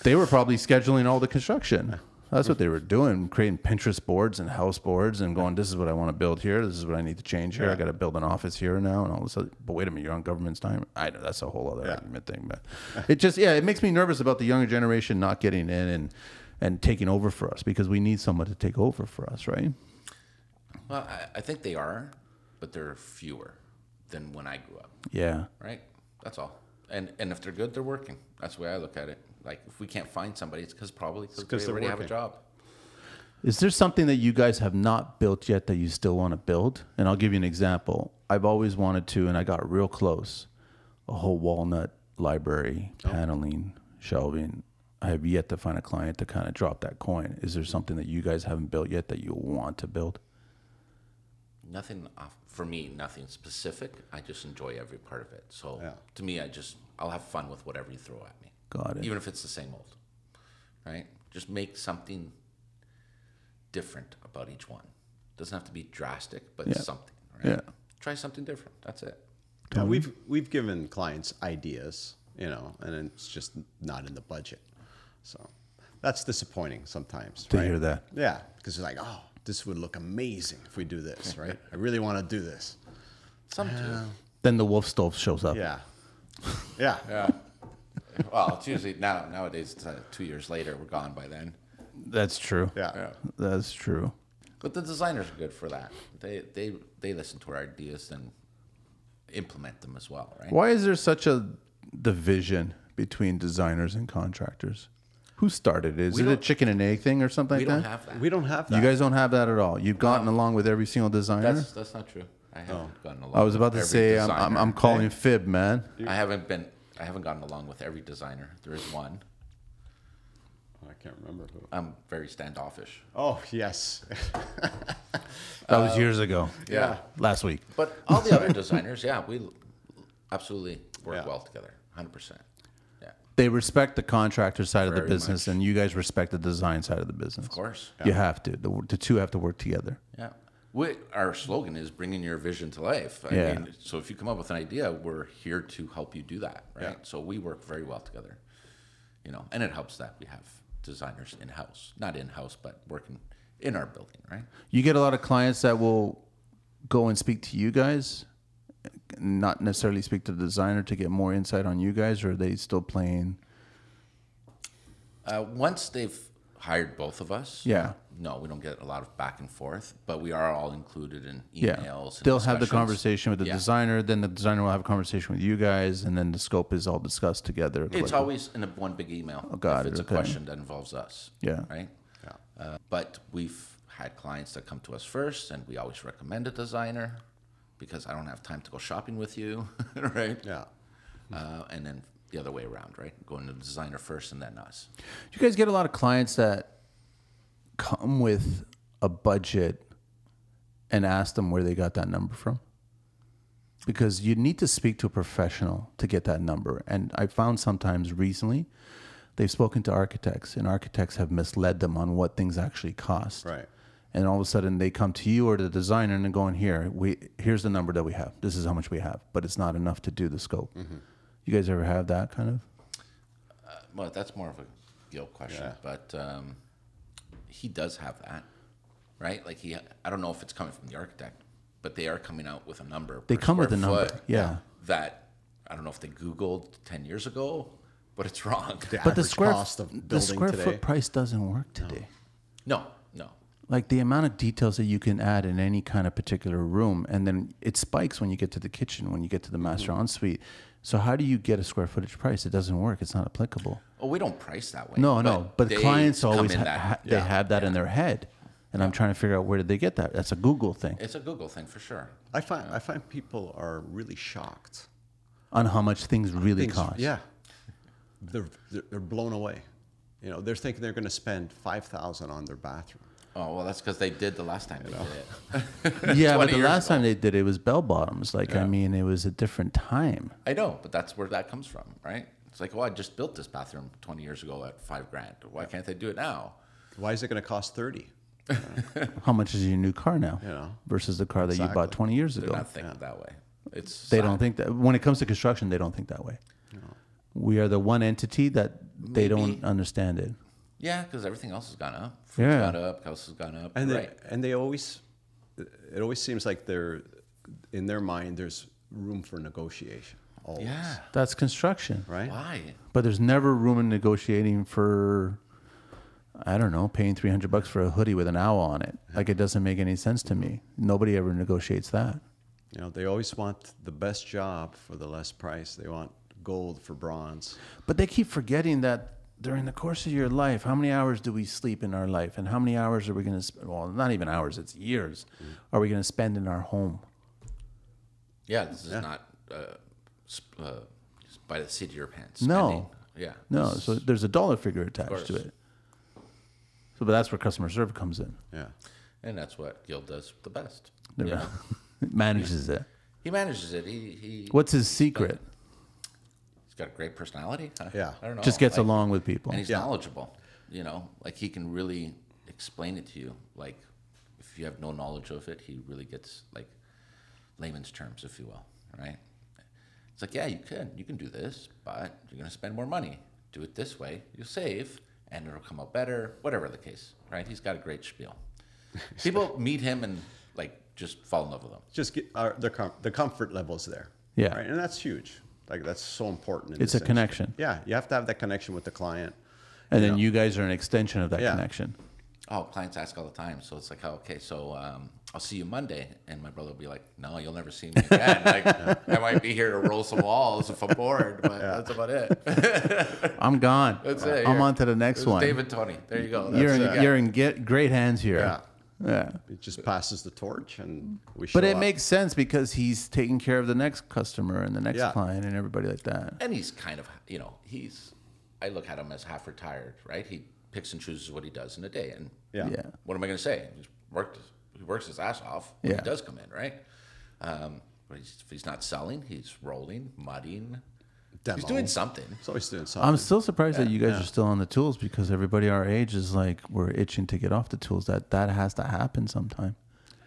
B: they were probably scheduling all the construction. That's what they were doing, creating Pinterest boards and house boards and going, this is what I want to build here. This is what I need to change here. I got to build an office here now and all this other. But wait a minute, you're on government's time. I know that's a whole other argument thing. But it just, yeah, it makes me nervous about the younger generation not getting in and, and taking over for us because we need someone to take over for us, right?
C: Well, I, I think they are, but they're fewer than when I grew up.
B: Yeah.
C: right? That's all. And and if they're good, they're working. That's the way I look at it. Like if we can't find somebody, it's because probably because
A: 'cause
C: they
A: they're
C: already have a
A: working.
C: job.
B: Is there something that you guys have not built yet that you still want to build? And I'll give you an example. I've always wanted to, and I got real close. A whole walnut library,
A: Oh.
B: paneling, shelving. I have yet to find a client to kind of drop that coin. Is there something that you guys haven't built yet that you want to build?
C: Nothing off, for me. Nothing specific. I just enjoy every part of it. So
A: Yeah.
C: to me, I just I'll have fun with whatever you throw at me,
B: Got it.
C: even if it's the same old, right? Just make something different about each one. Doesn't have to be drastic, but something. Right?
B: Yeah.
C: Try something different. That's it.
A: Yeah, we've we've given clients ideas, you know, and it's just not in the budget. So that's disappointing sometimes.
B: To
A: right?
B: hear that.
A: Yeah, because it's like, oh, this would look amazing if we do this, right? I really want to do this.
C: Some do.
B: Then the wolf stove shows up.
A: Yeah, yeah,
C: Yeah. well, it's usually now nowadays. It's, uh, two years later, we're gone by then.
B: That's true.
A: yeah.
B: That's true.
C: But the designers are good for that. They they they listen to our ideas and implement them as well, right?
B: Why is there such a division between designers and contractors? Who started it? Is it a
C: don't-
B: chicken and egg thing or something
C: we
B: like that?
C: don't have that.
A: We don't have that.
B: You guys don't have that at all. You've gotten along with every single designer.
C: that's that's not true. I haven't gotten along.
B: Oh. I was about to
C: with
B: say
C: every
B: I'm, I'm,
C: designer.
B: I'm calling fib, man.
C: I haven't been. I haven't gotten along with every designer. There is one.
A: I can't remember who.
C: I'm very standoffish.
A: Oh yes,
B: That was years ago.
A: yeah.
B: Last week.
C: But all the other designers, yeah, we absolutely work
A: Yeah.
C: well together, hundred percent. Yeah,
B: They respect the contractor side of the
C: Very
B: business, and you guys respect the design side of the business.
C: of course.
B: You have to. The, the two have to work together.
C: Yeah. We, our slogan is bringing your vision to life. I
B: Yeah.
C: mean, so if you come up with an idea, we're here to help you do that, right? So we work very well together, you know, and it helps that we have designers in house, not in house, but working in our building, right?
B: You get a lot of clients that will go and speak to you guys, not necessarily speak to the designer to get more insight on you guys, or are they still playing?
C: Uh, once they've hired both of us,
B: Yeah.
C: no, we don't get a lot of back and forth, but we are all included in emails.
B: Yeah.
C: and
B: They'll have the
C: discussions.
B: conversation with the
C: Yeah.
B: designer, then the designer will have a conversation with you guys, and then the scope is all discussed together.
C: It's
B: Like-
C: always in a one big email.
B: Oh, got
C: if
B: it,
C: it's a
B: okay.
C: question that involves us.
B: Yeah.
C: Right. Yeah. Uh, but we've had clients that come to us first, and we always recommend a designer because I don't have time to go shopping with you, right?
A: yeah.
C: Uh, and then the other way around, right? Going to the designer first and then us.
B: Do you guys get a lot of clients that come with a budget and ask them where they got that number from? Because you need to speak to a professional to get that number. And I found sometimes recently they've spoken to architects and architects have misled them on what things actually cost.
A: Right.
B: And all of a sudden they come to you or the designer and they're going, here, we here's the number that we have. This is how much we have, but it's not enough to do the scope. You guys ever have that kind of?
C: Well, that's more of a Gil question, but um, he does have that, right? Like he, I don't know if it's coming from the architect, but they are coming out with a number.
B: They
C: per
B: come with
C: square
B: a number,
C: foot
B: yeah.
C: That I don't know if they Googled ten years ago, but it's wrong.
A: The
B: but
A: average
B: the square
A: cost of building
B: the square
A: today.
B: foot price doesn't work today.
C: No, no,
B: like the amount of details that you can add in any kind of particular room and then it spikes when you get to the kitchen when you get to the master ensuite so how do you get a square footage price it doesn't work it's not applicable
C: Oh, we don't price that way.
B: no no but
C: they
B: clients
C: come
B: always
C: in
B: ha-
C: that-
B: ha- they have that in their head and i'm trying to figure out where did they get that that's a google thing
C: It's a Google thing for sure.
A: I find I find people are really shocked.
B: on how much things really
A: Things-
B: cost
A: Yeah, they're, they're they're blown away. You know, they're thinking they're going to spend five thousand on their bathroom.
C: Oh well, that's because they did the last time they did it.
B: yeah but
C: 20
B: the
C: years
B: last time they did it was bell bottoms like i mean it was a different time
C: I know, but that's where that comes from, right? It's like, well, I just built this bathroom 20 years ago at five grand. Why can't they do it now?
A: Why is it going to cost thirty?
B: how much is your new car now
A: Yeah.
B: versus the car that you bought 20 years ago
C: They're not thinking that way. It's
B: They don't think that when it comes to construction, they don't think that way. We are the one entity that they don't understand it.
C: yeah, because everything else has gone up. Food's
B: Yeah.
C: gone up. House has gone up.
A: And
C: right.
A: they, and they always, it always seems like they're, in their mind, there's room for negotiation. Always,
C: yeah.
B: That's construction,
A: Right.
C: Why?
B: but there's never room in negotiating for, I don't know, paying 300 bucks for a hoodie with an owl on it. Like it doesn't make any sense to me. Nobody ever negotiates that.
A: You know, they always want the best job for the less price. They want gold for bronze.
B: But they keep forgetting that during the course of your life, how many hours do we sleep in our life? And how many hours are we going to spend? Well, not even hours, it's years. Are we going to spend in our home?
C: Yeah, this is not uh, sp- uh, just by the seat of your pants.
B: No.
C: Spending. Yeah.
B: No,
C: This-
B: so there's a dollar figure attached to
C: course.
B: it. So, but that's where customer service comes in.
A: Yeah.
C: And that's what Gil does the best.
B: It
C: Yeah.
B: manages it.
C: He manages it. He, he,
B: What's his secret?
C: he's got a great personality. I-
A: Yeah.
C: I don't know.
B: Just gets
C: Like,
B: along with people.
C: and he's
A: Yeah.
C: knowledgeable. You know, like he can really explain it to you. Like if you have no knowledge of it, he really gets like layman's terms, if you will, right? It's like, yeah, you can, you can do this, but you're gonna spend more money. Do it this way, you'll save, and it'll come out better. Whatever the case, right? He's got a great spiel. People meet him and like just fall in love with him.
A: Just get our, their com- the comfort levels there.
B: Yeah.
A: Right. And that's huge. Like that's so important. in
B: It's
A: this
B: a
A: industry.
B: connection.
A: Yeah. You have to have that connection with the client.
B: And then you guys are an extension of that
A: Yeah.
B: connection.
C: Oh, clients ask all the time. So it's like, oh, okay, so um, I'll see you Monday. And my brother will be like, no, you'll never see me again. Like, I might be here to roll some walls if I'm bored, but that's about it.
B: I'm gone.
C: That's it.
B: I'm
C: You're-
B: on to the next
C: It's
B: one.
C: David Tony. There you go.
B: you're
C: That's uh,
B: in,
C: it.
B: you're in get, great hands here.
A: Yeah.
B: Yeah.
A: It just passes the torch, and we. Show
B: But it
A: up.
B: makes sense because he's taking care of the next customer and the next
A: Yeah.
B: client and everybody like that.
C: And he's kind of, you know, he's, I look at him as half retired, right? He picks and chooses what he does in a day. And
A: Yeah.
B: Yeah.
C: what am I going to say? He's worked, he works his ass off when
B: Yeah.
C: he does come in, right? Um, but he's, if he's not selling, he's rolling, mudding.
A: Demo.
C: He's doing something.
A: He's always doing something.
B: I'm still surprised that you guys are still on the tools because everybody our age is like we're itching to get off the tools. That that has to happen sometime.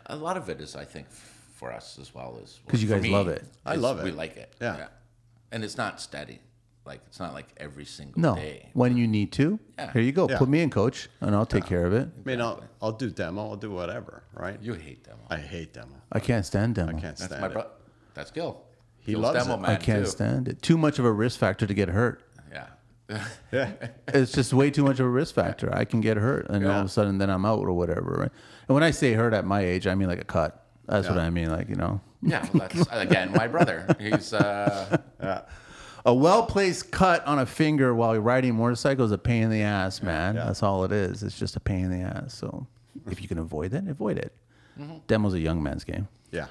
C: A lot of it is, I think, f- for us as well as
B: 'Cause you
C: for
B: guys love it.
A: I
C: is
A: love it.
C: We like it.
A: Yeah.
C: and it's not steady. Like it's not like every single
B: No,
C: day.
B: when you need to,
C: Yeah.
B: here you go.
A: Yeah.
B: Put me in, coach, and I'll take care of it.
A: I mean, I'll, I'll do demo. I'll do whatever. Right.
C: You hate demo.
A: I hate demo.
B: I can't stand demo.
A: I can't
C: That's
A: stand
C: my
A: it.
C: bro. That's Gil.
A: He
C: Gil's
A: loves
C: demo
A: it.
C: man
B: I can't
C: too.
B: stand it. Too much of a risk factor to get hurt.
C: Yeah.
A: Yeah.
B: It's just way too much of a risk factor. I can get hurt, and all
A: Yeah.
B: of a sudden, then I'm out or whatever. Right? And when I say hurt at my age, I mean like a cut. That's what I mean. Like you know,
C: yeah. Well, that's again my brother. He's uh,
B: a well placed cut on a finger while riding a motorcycle is a pain in the ass, man. That's all it is. It's just a pain in the ass. So if you can avoid it, avoid it.
A: Mm-hmm.
B: Demo's a young man's game.
A: Yeah.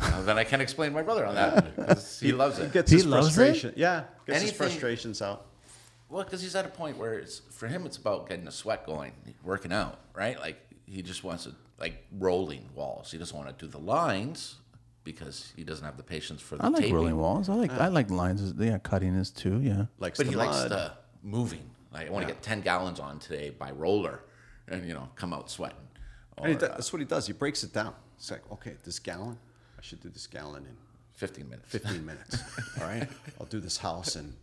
C: uh, then I can't explain my brother on that 'cause he loves
A: He
C: it.
A: gets
B: He
A: his
B: loves it?
A: frustration. Yeah. Gets his
C: Anything-
A: frustrations out.
C: Well, because he's at a point where it's for him, it's about getting the sweat going, working out, right? Like he just wants to like rolling walls. He doesn't want to do the lines because he doesn't have the patience for the
B: I like
C: taping.
B: rolling walls. I like I like lines. Yeah, cutting is too. Yeah.
A: Likes
C: but
A: the
C: he likes
A: mud.
C: the moving. Like I want to get ten gallons on today by roller, and you know come out sweating. Or,
A: And he, do- that's what he does. He breaks it down. It's like, okay, this gallon, I should do this gallon in
C: Fifteen minutes.
A: 15 minutes. All right. I'll do this house in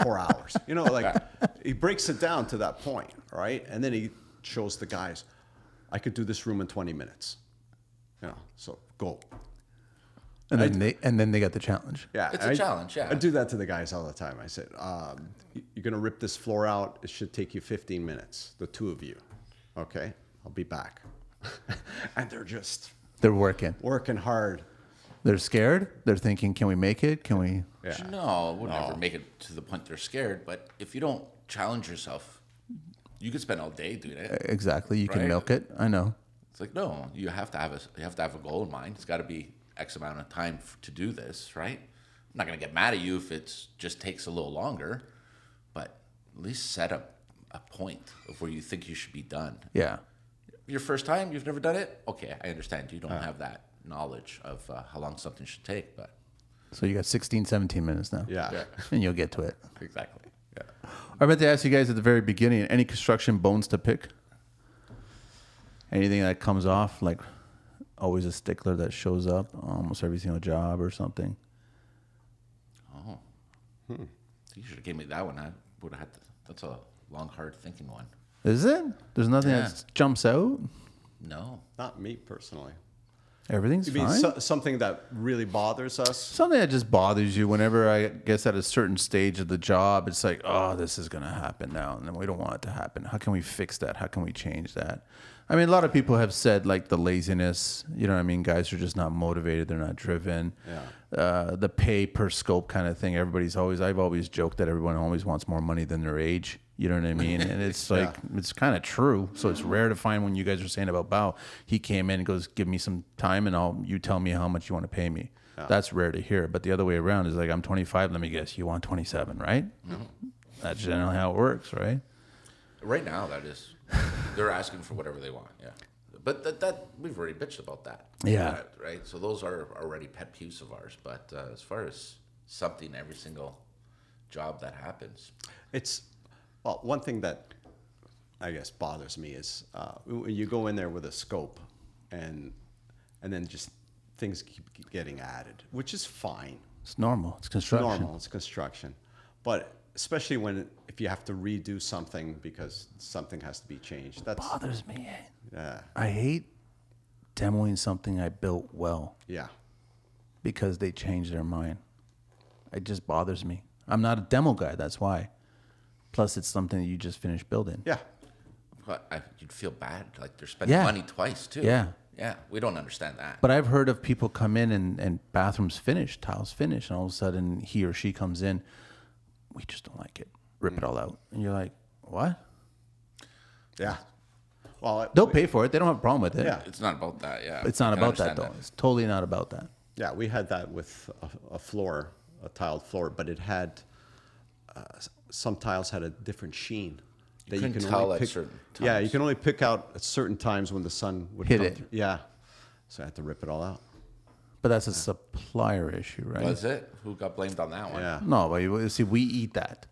A: four hours. You know, like he breaks it down to that point. All right. And then he shows the guys, I could do this room in 20 minutes. You know, so go.
B: And then they and then they got the challenge.
A: Yeah.
C: It's a
A: I-
C: challenge, yeah.
A: I do that to the guys all the time. I said, um, y- you're going to rip this floor out. It should take you 15 minutes, the two of you. Okay, I'll be back. and they're just
B: They're working.
A: working hard.
B: They're scared. They're thinking, can we make it? Can we?
A: Yeah.
C: No, we'll never make it to the point they're scared. But if you don't challenge yourself, you could spend all day doing it.
B: e-" Exactly. You can
C: Right.
B: milk it. I know.
C: It's like no, you have to have a you have to have a goal in mind. It's got to be X amount of time f- to do this, right? I'm not gonna get mad at you if it just takes a little longer, but at least set a a point of where you think you should be done.
B: Yeah.
C: Your first time, you've never done it. Okay, I understand. You don't have that knowledge of uh, how long something should take, but
B: So you got 16, 17 minutes now.
A: Yeah.
C: Yeah.
B: And you'll get to it.
C: exactly.
B: I meant to ask you guys at the very beginning any construction bones to pick? Anything that comes off? Like always a stickler that shows up almost every single job or something?
C: You should have gave me that one. I would have had. To, that's a long, hard thinking one.
B: Is it? There's nothing
C: Yeah.
B: that jumps out?
C: No,
A: Not me personally.
B: Everything's
A: You mean
B: fine.
A: so, something that really bothers us?
B: something that just bothers you whenever I guess at a certain stage of the job, it's like, oh, this is gonna happen now, and then we don't want it to happen. How can we fix that? How can we change that? I mean, a lot of people have said like the laziness. You know what I mean? Guys are just not motivated. They're not driven. Yeah. Uh, the pay per scope kind of thing. Everybody's always. I've always joked that everyone always wants more money than their age. You know what I mean? And it's like it's kind of true. So it's rare to find when you guys are saying about Bao, he came in and goes, "Give me some time, and I'll you tell me how much you want to pay me." That's rare to hear. But the other way around is like, "I'm 25. Let me guess, you want 27, right?" That's generally how it works, right?
C: Right now, that is, they're asking for whatever they want. Yeah, but that, that we've already bitched about that.
B: Yeah.
C: Uh, right. So those are already pet peeves of ours. But uh, as far as something every single job that happens,
A: It's well, one thing that I guess bothers me is uh, when you go in there with a scope, and and then just things keep keep getting added, which is fine.
B: It's normal. It's
A: It's
B: construction.
A: normal. It's construction, but especially when if you have to redo something because something has to be changed. That's
B: Bothers me. eh?
A: yeah,
B: I hate demoing something I built well.
A: yeah,
B: because they change their mind. It just bothers me. I'm not a demo guy. That's why. Plus, it's something that you just finished building.
A: yeah.
C: but I, you'd feel bad. Like they're spending
B: Yeah.
C: money twice too.
B: Yeah.
C: Yeah. We don't understand that.
B: But I've heard of people come in and, and bathrooms finished, tiles finished, and all of a sudden he or she comes in, we just don't like it. Rip
C: Mm.
B: it all out. And you're like, what?
A: Yeah. Well, it-
B: They'll pay for it. They don't have a problem with it.
A: Yeah.
C: it's not about that. Yeah.
B: It's not
C: I can
B: about that,
C: understand
B: though. It's totally not about that.
A: yeah, we had that with a, a floor, a tiled floor, but it had uh, s- some tiles had a different sheen. That
C: couldn't tell at certain
A: Yeah, you can only pick out at certain times when the sun would
B: Hit
A: come
B: it.
A: Through. Yeah, so I had to rip it all out.
B: But that's a supplier issue, right?
C: Was it? Who got blamed on that one?
A: Yeah,
B: No, but you see, we eat that.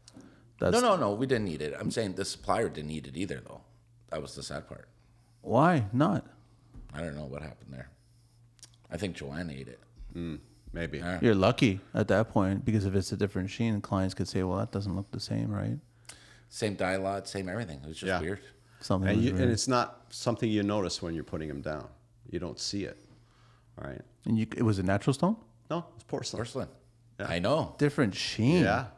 B: That's
C: No, no, no. We didn't need it. I'm saying the supplier didn't need it either, though. That was the sad part.
B: why not.
C: I don't know what happened there. I think Joanne ate it.
A: maybe.
C: Yeah.
B: You're lucky at that point because if it's a different sheen, clients could say, "Well, that doesn't look the same, right?"
C: Same dialogue, same everything. It was just
A: Yeah.
C: weird.
B: Something.
A: And,
B: was
A: you,
B: weird.
A: and it's not something you notice when you're putting them down. You don't see it. All right.
B: And you- it was a natural stone,
A: No, it's porcelain.
C: Porcelain. I know.
B: different sheen.
A: Yeah.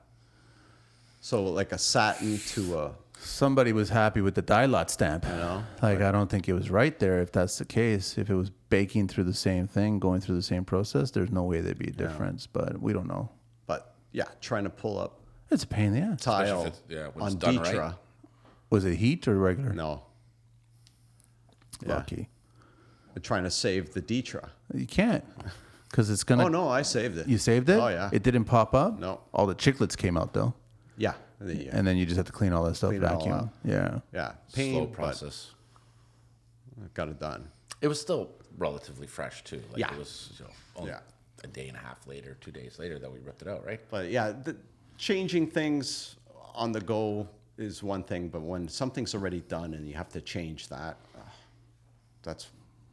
A: So like a satin to a
B: Somebody was happy with the dye-lot stamp. I
A: know.
B: Like I don't think it was right there. If that's the case, if it was baking through the same thing, going through the same process, there's no way there'd be a difference. But we don't know.
A: but yeah, trying to pull up
B: It's a pain in the ass.
C: Especially if
A: tile
C: it's- yeah, when it's
A: on
C: done right.
A: Detra.
B: Was it heat or regular?
A: No, yeah.
B: Lucky.
A: trying to save the Detra.
B: You can't because it's gonna.
A: Oh no, I saved it.
B: You saved it.
A: Oh yeah.
B: It didn't pop up.
A: No.
B: All the chicklets came out though,
A: yeah. The, uh,
B: and then you just have to clean all that stuff.
A: Clean it all
B: vacuum.
A: up.
B: Yeah.
A: yeah.
C: Slow
A: Pain, but
C: process.
A: I got it done.
C: It was still relatively fresh too. Like
A: Yeah.
C: It was you know, only
A: Yeah.
C: a day and a half later, two days later that we ripped it out, right?
A: But yeah, the, changing things on the go is one thing, but when something's already done and you have to change that, ugh, that's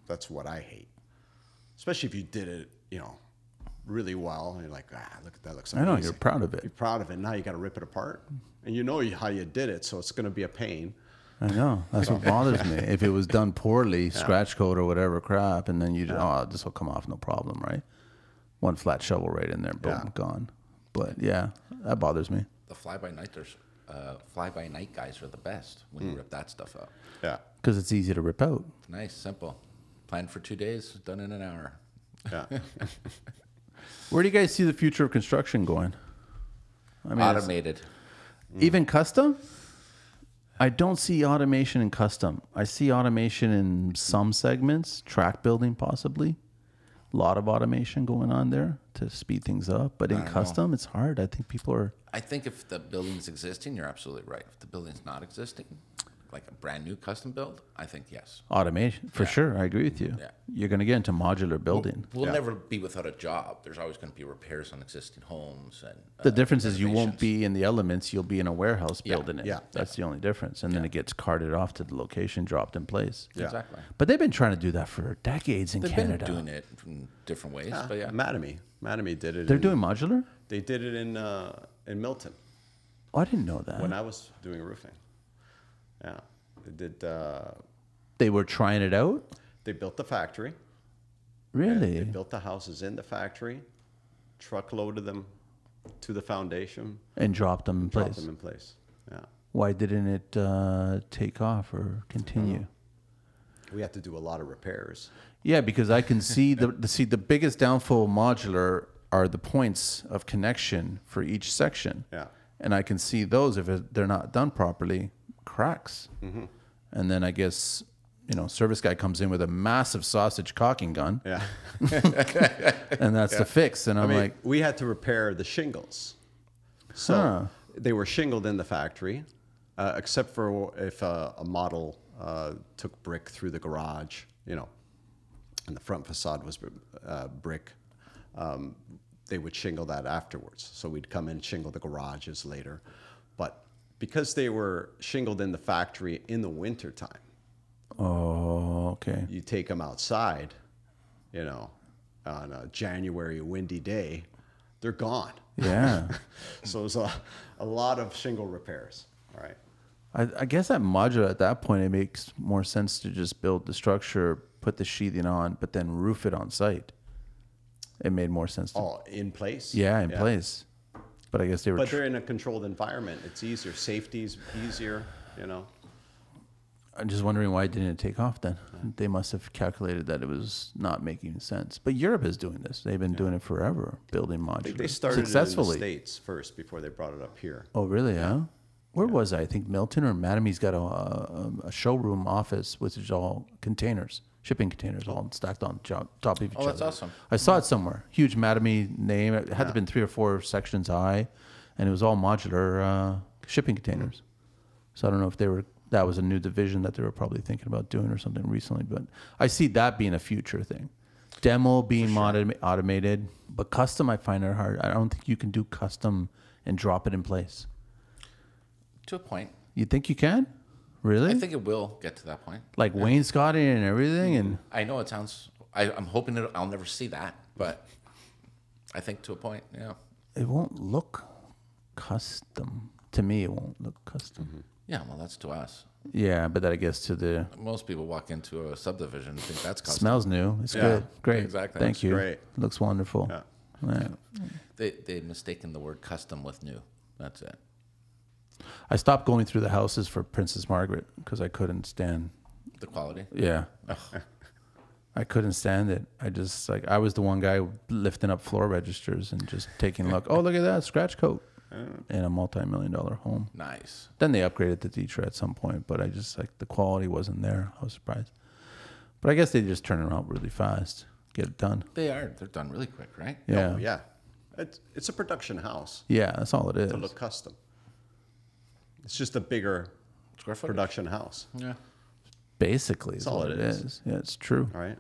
A: that's what I hate. Especially if you did it, you know, really well. And you're like, ah, look at that looks.
B: I
A: Amazing.
B: know you're proud of it.
A: You're proud of it. Now you got to rip it apart, and you know how you did it, so it's going to be a pain.
B: I know that's what bothers me. If it was done poorly, scratch coat or whatever crap, and then you just oh this will come off no problem, right? One flat shovel right in there, boom,
A: Yeah.
B: gone. But yeah, that bothers me.
C: The fly by nighters, uh, fly by night guys are the best when you rip that stuff out.
A: Yeah.
B: because it's easy to rip out.
C: Nice, simple. Planned for two days, done in an hour.
A: Yeah.
B: Where do you guys see the future of construction going? I mean, it's-
C: Automated. Mm.
B: even custom. I don't see automation in custom. I see automation in some segments, track building possibly. A lot of automation going on there to speed things up, but in custom, it's hard. I think people are
C: I think if the building's existing, you're absolutely right. If the building's not existing, like a brand new custom build, I think yes.
B: automation for sure. I agree with you.
C: Yeah.
B: You're going to get into modular building.
C: We'll uh, never be without a job. There's always going to be repairs on existing homes and uh,
B: The difference is you won't
C: renovations.
B: be in the elements. You'll be in a warehouse
C: Yeah.
B: building it.
A: Yeah.
B: That's the only difference. And then it gets carted off to the location, dropped in place.
A: Yeah.
C: exactly.
B: But they've been trying to do that for decades in
C: They've
B: Canada.
C: been doing it in different ways, but yeah,
A: Mattamy. Mattamy Ah, did it.
B: They're
A: in-
B: doing modular?
A: They did it in uh, in Milton
B: Oh, I didn't know that.
A: when I was doing roofing. Yeah, they did. Uh,
B: they were trying it out?
A: they built the factory. They
B: Really?
A: built the houses in the factory, truckloaded them to the foundation,
B: And dropped them in
A: dropped
B: place.
A: them in place. Yeah,
B: Why didn't it uh, take off or continue?
A: Oh. we had to do a lot of repairs.
B: Yeah, because I can see the, the see the biggest downfall of modular are the points of connection for each section.
A: Yeah.
B: And I can see those if it, they're not done properly, cracks.
A: Mm-hmm.
B: And then I guess you know service guy comes in with a massive sausage caulking gun,
A: Yeah,
B: and that's the fix. And
A: I
B: I'm
A: mean,
B: like,
A: we had to repair the shingles. So
B: Huh.
A: they were shingled in the factory, uh, except for if uh, a model uh, took brick through the garage, you know, and the front facade was uh, brick. Um, they would shingle that afterwards. So we'd come in and shingle the garages later. But because they were shingled in the factory in the wintertime,
B: oh, okay.
A: you take them outside, you know, on a January windy day, they're gone.
B: Yeah.
A: So it's a, a lot of shingle repairs. All right.
B: I, I guess that modular at that point it makes more sense to just build the structure, put the sheathing on, but then roof it on site. It made more sense to
A: All in place.
B: yeah in place, but I guess they were
A: But
B: tr-
A: they're in a controlled environment. It's easier. Safety's easier, you know.
B: I'm just wondering why it didn't take off then. They must have calculated that it was not making sense. But Europe is doing this; they've been doing it forever, building modular
A: They started it in the
B: successfully.
A: States first before they brought it up here.
B: Oh, really? Yeah. Where was I? I think Milton or Mattame's got a, a, a showroom office, which is all containers, shipping containers, all stacked on jo- top of each other.
C: Oh, that's awesome.
B: I saw it somewhere. Huge Mattame name. It had to have been three or four sections high, and it was all modular uh, shipping containers.
C: Mm-hmm.
B: So I don't know if they were that was a new division that they were probably thinking about doing or something recently. But I see that being a future thing. Demo being moda- automated, but custom I find it hard. I don't think you can do custom and drop it in place.
C: to a point.
B: You think you can? Really?
C: I think it will get to that point.
B: like wainscoting and everything, and
C: I know it sounds. I, I'm hoping it, I'll never see that, but I think to a point, yeah,
B: it won't look custom to me. It won't look custom.
C: yeah. Well, that's to us.
B: Yeah, but that I guess to the
C: Most people walk into a subdivision and think that's custom.
B: smells new. It's
A: Yeah,
B: good. Great.
C: exactly.
B: Thank
C: Looks
B: you.
A: great.
B: Looks wonderful.
A: Yeah.
B: Yeah.
C: They they mistaken the word custom with new. That's it.
B: I stopped going through the houses for Princess Margaret because I couldn't stand.
C: The quality.
B: Yeah. I couldn't stand it. I just like I was the one guy lifting up floor registers and just taking a look. Oh, look at that scratch coat in a multi-million dollar home.
C: Nice.
B: Then they upgraded the teacher at some point, but I just like the quality wasn't there. I was surprised. But I guess they just turn it out really fast, get it done.
C: They are. They're done really quick, right?
B: Yeah.
A: Oh, yeah. It's, it's a production house
B: Yeah, that's all it is.
A: to look custom. It's just a bigger
C: Square footage.
A: production house.
C: Yeah.
B: Basically, is
A: all
B: what
A: it
B: it
A: is.
B: is. Yeah, it's true.
A: All right.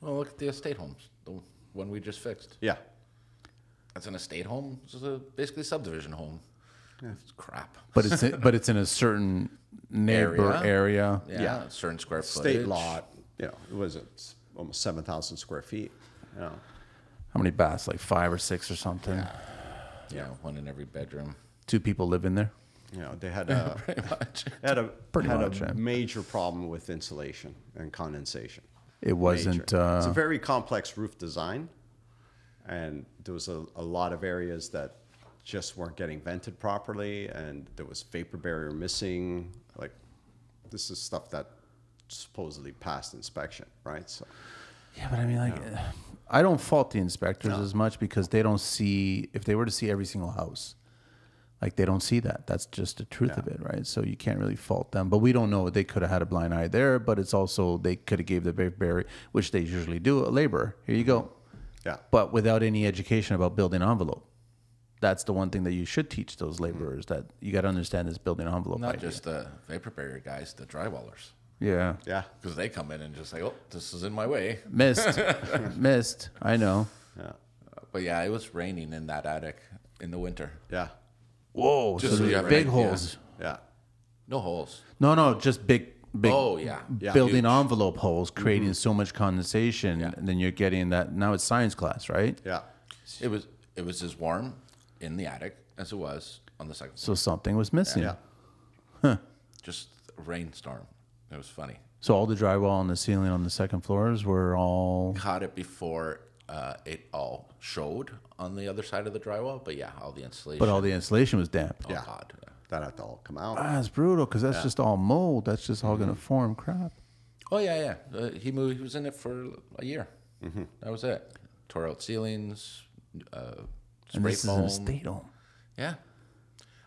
C: Well, look at the estate homes. The one we just fixed.
A: Yeah.
C: That's an estate home. This is a basically subdivision home. It's crap.
B: But it's in, but it's in a certain neighbor
C: Area.
B: area.
C: Yeah.
A: Yeah.
C: Certain square footage.
A: State lot. You know, it was it's almost 7,000 square feet. You know.
B: How many baths? Like five or six or something.
C: Yeah. One in every bedroom.
B: Two people live in there.
A: You know, they had a
C: Pretty much.
A: had a
B: Pretty
A: had
B: much,
A: a
B: yeah.
A: major problem with insulation and condensation.
B: It wasn't.
A: Major. it's a
B: Uh,
A: very complex roof design, and there was a, a lot of areas that just weren't getting vented properly, and there was vapor barrier missing. Like, this is stuff that supposedly passed inspection, right? So
B: Yeah, but I mean, like, I don't fault the inspectors as much because they don't see if they were to see every single house, like they don't see that. That's just the truth of it, right? So you can't really fault them. But we don't know. They could have had a blind eye there, but it's also they could have gave the ba- barrier, which they usually do, a laborer. Here you go.
C: Mm-hmm.
A: yeah,
B: But without any education about building envelope. That's the one thing that you should teach those laborers that you got to understand this building envelope.
C: Mm-hmm. Not
B: idea.
C: just the vapor barrier guys, the drywallers,
B: yeah.
A: yeah,
C: because they come in and just say, "Oh, this is in my way."
B: Missed. Missed. I know.
A: yeah,
C: But yeah, it was raining in that attic in the winter.
A: yeah,
B: Whoa.
C: Just
B: so
C: so you
B: there's
C: have
B: big
C: an idea.
B: holes.
A: yeah.
C: No holes.
B: No, no, just big, big.
C: Oh yeah, Mm-hmm.
A: Yeah.
B: building envelope holes, creating so much condensation, and then you're getting that. Now it's science class, right?
A: yeah.
C: It was it was as warm in the attic as it was on the second
B: So
C: floor.
B: something was missing.
A: Yeah.
C: Just a rainstorm. It was funny.
B: So all the drywall and the ceiling on the second floors were all.
C: Caught it before uh, it all showed on the other side of the drywall. But yeah, all the insulation.
B: But all the insulation was damp.
C: oh,
A: Yeah.
C: God. Yeah.
A: That had to all come out.
B: Ah, it's brutal because that's just all mold. That's just all
C: Mm-hmm.
B: going to form crap.
C: Oh yeah, yeah. Uh, he moved. He was in it for a year.
B: Mm-hmm.
C: That was it. Tore out ceilings. Uh,
B: And
C: spray
B: this
C: foam.
B: is an estate home.
C: Yeah.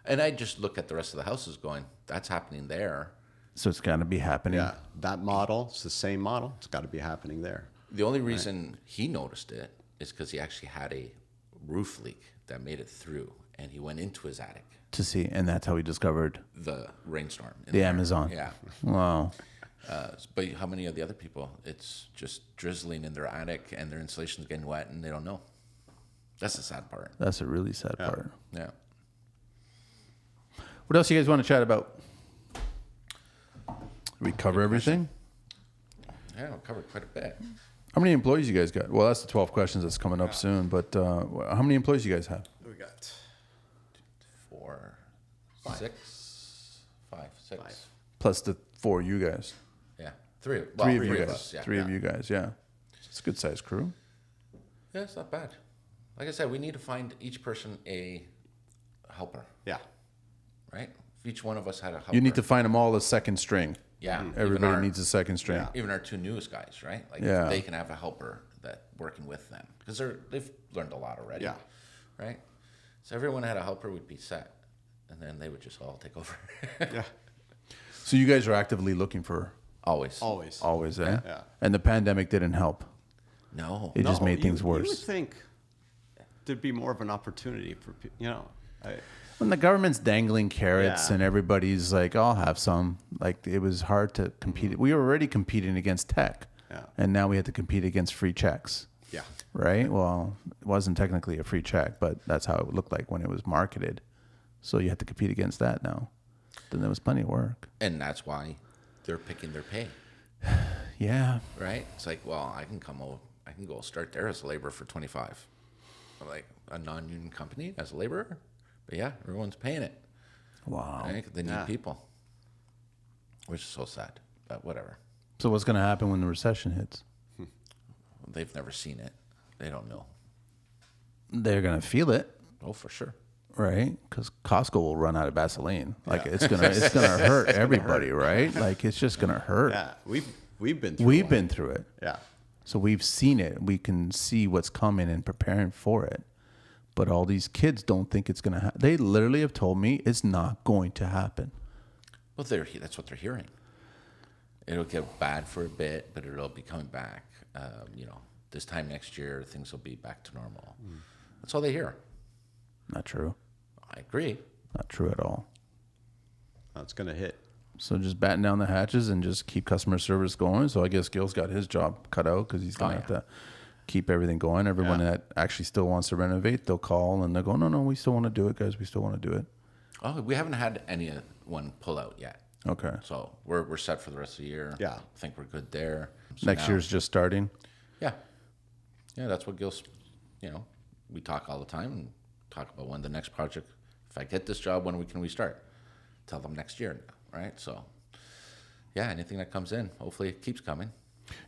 C: And I just look at the rest of the houses, going, "That's happening there."
B: So it's going to be happening.
A: Yeah, that model. It's the same model. It's got to be happening there.
C: The only reason he noticed it is because he actually had a roof leak that made it through, and he went into his attic.
B: To see, and that's how we discovered
C: The rainstorm. in
B: the
C: there.
B: Amazon.
C: Yeah.
B: Wow.
C: Uh, but how many of the other people? It's just drizzling in their attic, and their insulation's getting wet, and they don't know. That's the sad part.
B: That's a really sad part.
C: Yeah.
B: What else you guys want to chat about? We cover everything.
C: Yeah, we covered quite a bit.
B: How many employees you guys got? Well, that's the 12 questions that's coming up soon, but uh, wh- how many employees you guys have?
A: We got
C: Four, six, five, six.
A: Five.
B: Plus the four you guys.
C: Yeah, three. of- well,
B: Three of you guys.
C: us, Yeah,
B: three of
C: yeah.
B: you guys, yeah. It's a good sized crew.
C: Yeah, it's not bad. Like I said, we need to find each person a helper,
A: yeah,
C: right? If each one of us had a helper.
B: You need to find them all a second string.
C: Yeah. even
B: Everybody
C: our-
B: needs a second string.
A: Yeah.
C: Even our two newest guys, right? Like
B: Yeah.
C: they can have a helper that working with them because they're they've learned a lot already.
A: Yeah.
C: Right. So everyone had a helper, we'd be set, and then they would just all take over.
A: yeah.
B: So you guys are actively looking for
C: Always.
A: Always.
B: always, eh?
A: Yeah.
B: And the pandemic didn't help.
C: No.
B: It just
A: No,
B: made
A: you-
B: things
A: You would
B: worse.
A: think there'd be more of an opportunity for people. You know, I,
B: When the government's dangling carrots
A: Yeah.
B: and everybody's like, I'll have some, like it was hard to compete. We were already competing against tech,
A: Yeah.
B: and now we had to compete against free checks.
A: yeah,
B: right? Well, it wasn't technically a free check, but that's how it looked like when it was marketed. So you had to compete against that now. Then there was plenty of work.
C: And that's why they're picking their pay.
B: Yeah.
C: right? It's like, well, I can come over, I can go start there as a laborer for 25. I'm like a non-union company as a laborer, but yeah, everyone's paying it.
B: Wow.
C: Right? They need
A: Oh, Yeah.
C: people, which is so sad, but whatever.
B: So what's going to happen when the recession hits?
C: They've never seen it. They don't know.
B: They're going to feel it,
C: Oh, for sure.
B: right? Because Costco will run out of Vaseline. Like it's gonna, it's gonna hurt everybody, right? Like it's just gonna hurt.
A: yeah. We've we've been through
B: We've
A: one.
B: been through it.
A: yeah,
B: So we've seen it. We can see what's coming and preparing for it. But all these kids don't think it's going to happen. They literally have told me it's not going to happen.
C: Well, they're he- that's what they're hearing. It'll get bad for a bit, but it'll be coming back. Um, you know, this time next year, things will be back to normal. That's all they hear.
B: Not true.
C: I agree.
B: Not true at all.
A: that's gonna hit.
B: So just batten down the hatches and just keep customer service going. So I guess Gil's got his job cut out because he's going to
C: Oh,
B: have to keep everything going. Everyone that actually still wants to renovate, they'll call and they'll go, no, no, we still want to do it, guys. We still want to do it.
C: Oh, we haven't had anyone pull out yet.
B: Okay.
C: So we're, we're set for the rest of the year.
A: Yeah.
C: I think we're good there. So
B: Next
C: now-
B: year's just starting.
C: Yeah. Yeah, that's what Gil's, you know, we talk all the time and talk about when the next project, if I get this job, when we can we start? Tell them next year, right? So, yeah, anything that comes in, hopefully it keeps coming.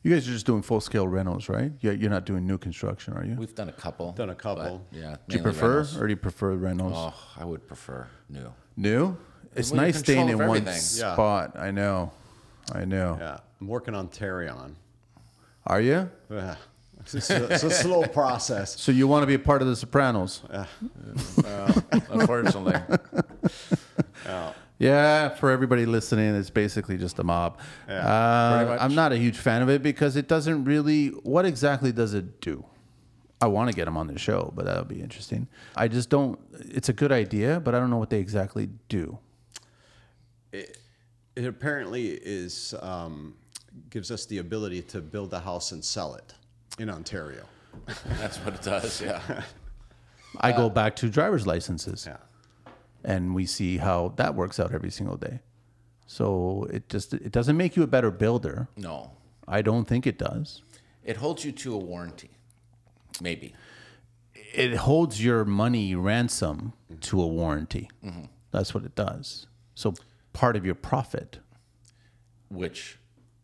B: You guys are just doing full scale rentals, right? Yeah, you're not doing new construction, are you?
C: We've done a couple.
A: Done a couple.
C: but, yeah.
B: Do you
C: mainly
B: prefer
C: rentals.
B: or do you prefer rentals?
C: Oh, I would prefer new.
B: New? It's
C: Well, you
B: nice staying
C: control
B: in
C: of
B: one
C: everything.
A: Yeah.
B: spot. I know. I know.
A: Yeah, I'm working on Tarion.
B: Are you?
A: Yeah. It's, a, it's a slow process.
B: So you want to be a part of The Sopranos?
C: Unfortunately,
B: Yeah, for everybody listening, it's basically just a mob.
C: pretty
B: Uh,
C: much.
B: I'm not a huge fan of it because it doesn't really. What exactly does it do? I want to get them on the show, but that'll be interesting. I just don't. It's a good idea, but I don't know what they exactly do.
A: It apparently is um, gives us the ability to build a house and sell it in Ontario.
C: that's what it does. Yeah.
B: I
C: Uh,
B: go back to driver's licenses,
A: Yeah.
B: and we see how that works out every single day. So it just it doesn't make you a better builder.
C: No,
B: I don't think it does.
C: it holds you to a warranty, maybe.
B: it holds your money ransom to a warranty. That's what it does. So part of your profit.
C: which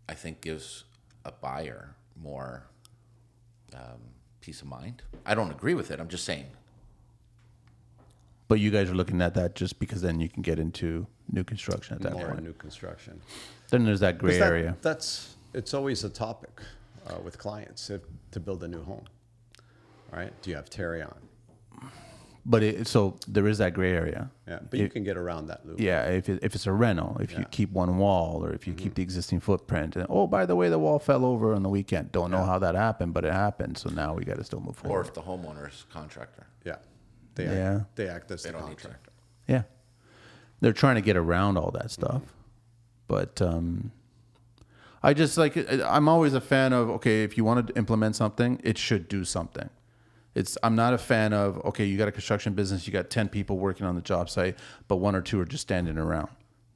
C: I think gives a buyer more um, peace of mind. I don't agree with it. I'm just saying
B: But you guys are looking at that just because then you can get into new construction at that
A: More
B: point.
A: new construction.
B: Then there's that gray
A: Is that-
B: area.
A: That's it's always a topic uh, with clients if, to build a new home. All right. Do you have Tarion?
B: But it, so there is that gray area.
A: Yeah. But you can get around that loop.
B: Yeah, if, it, if it's a rental, if you keep one wall or if you keep the existing footprint, and oh, by the way, the wall fell over on the weekend. Don't know how that happened, but it happened. So now we got to still move
C: or
B: forward.
C: if the homeowner's contractor.
A: Yeah. They
B: Yeah.
A: act, they act as
C: They
A: the
C: don't need to.
A: contractor.
B: Yeah. They're trying to get around all that stuff. But um, I just like, I- I'm always a fan of, okay, if you want to implement something, it should do something. It's, I'm not a fan of, okay, you got a construction business, you got 10 people working on the job site, but one or two are just standing around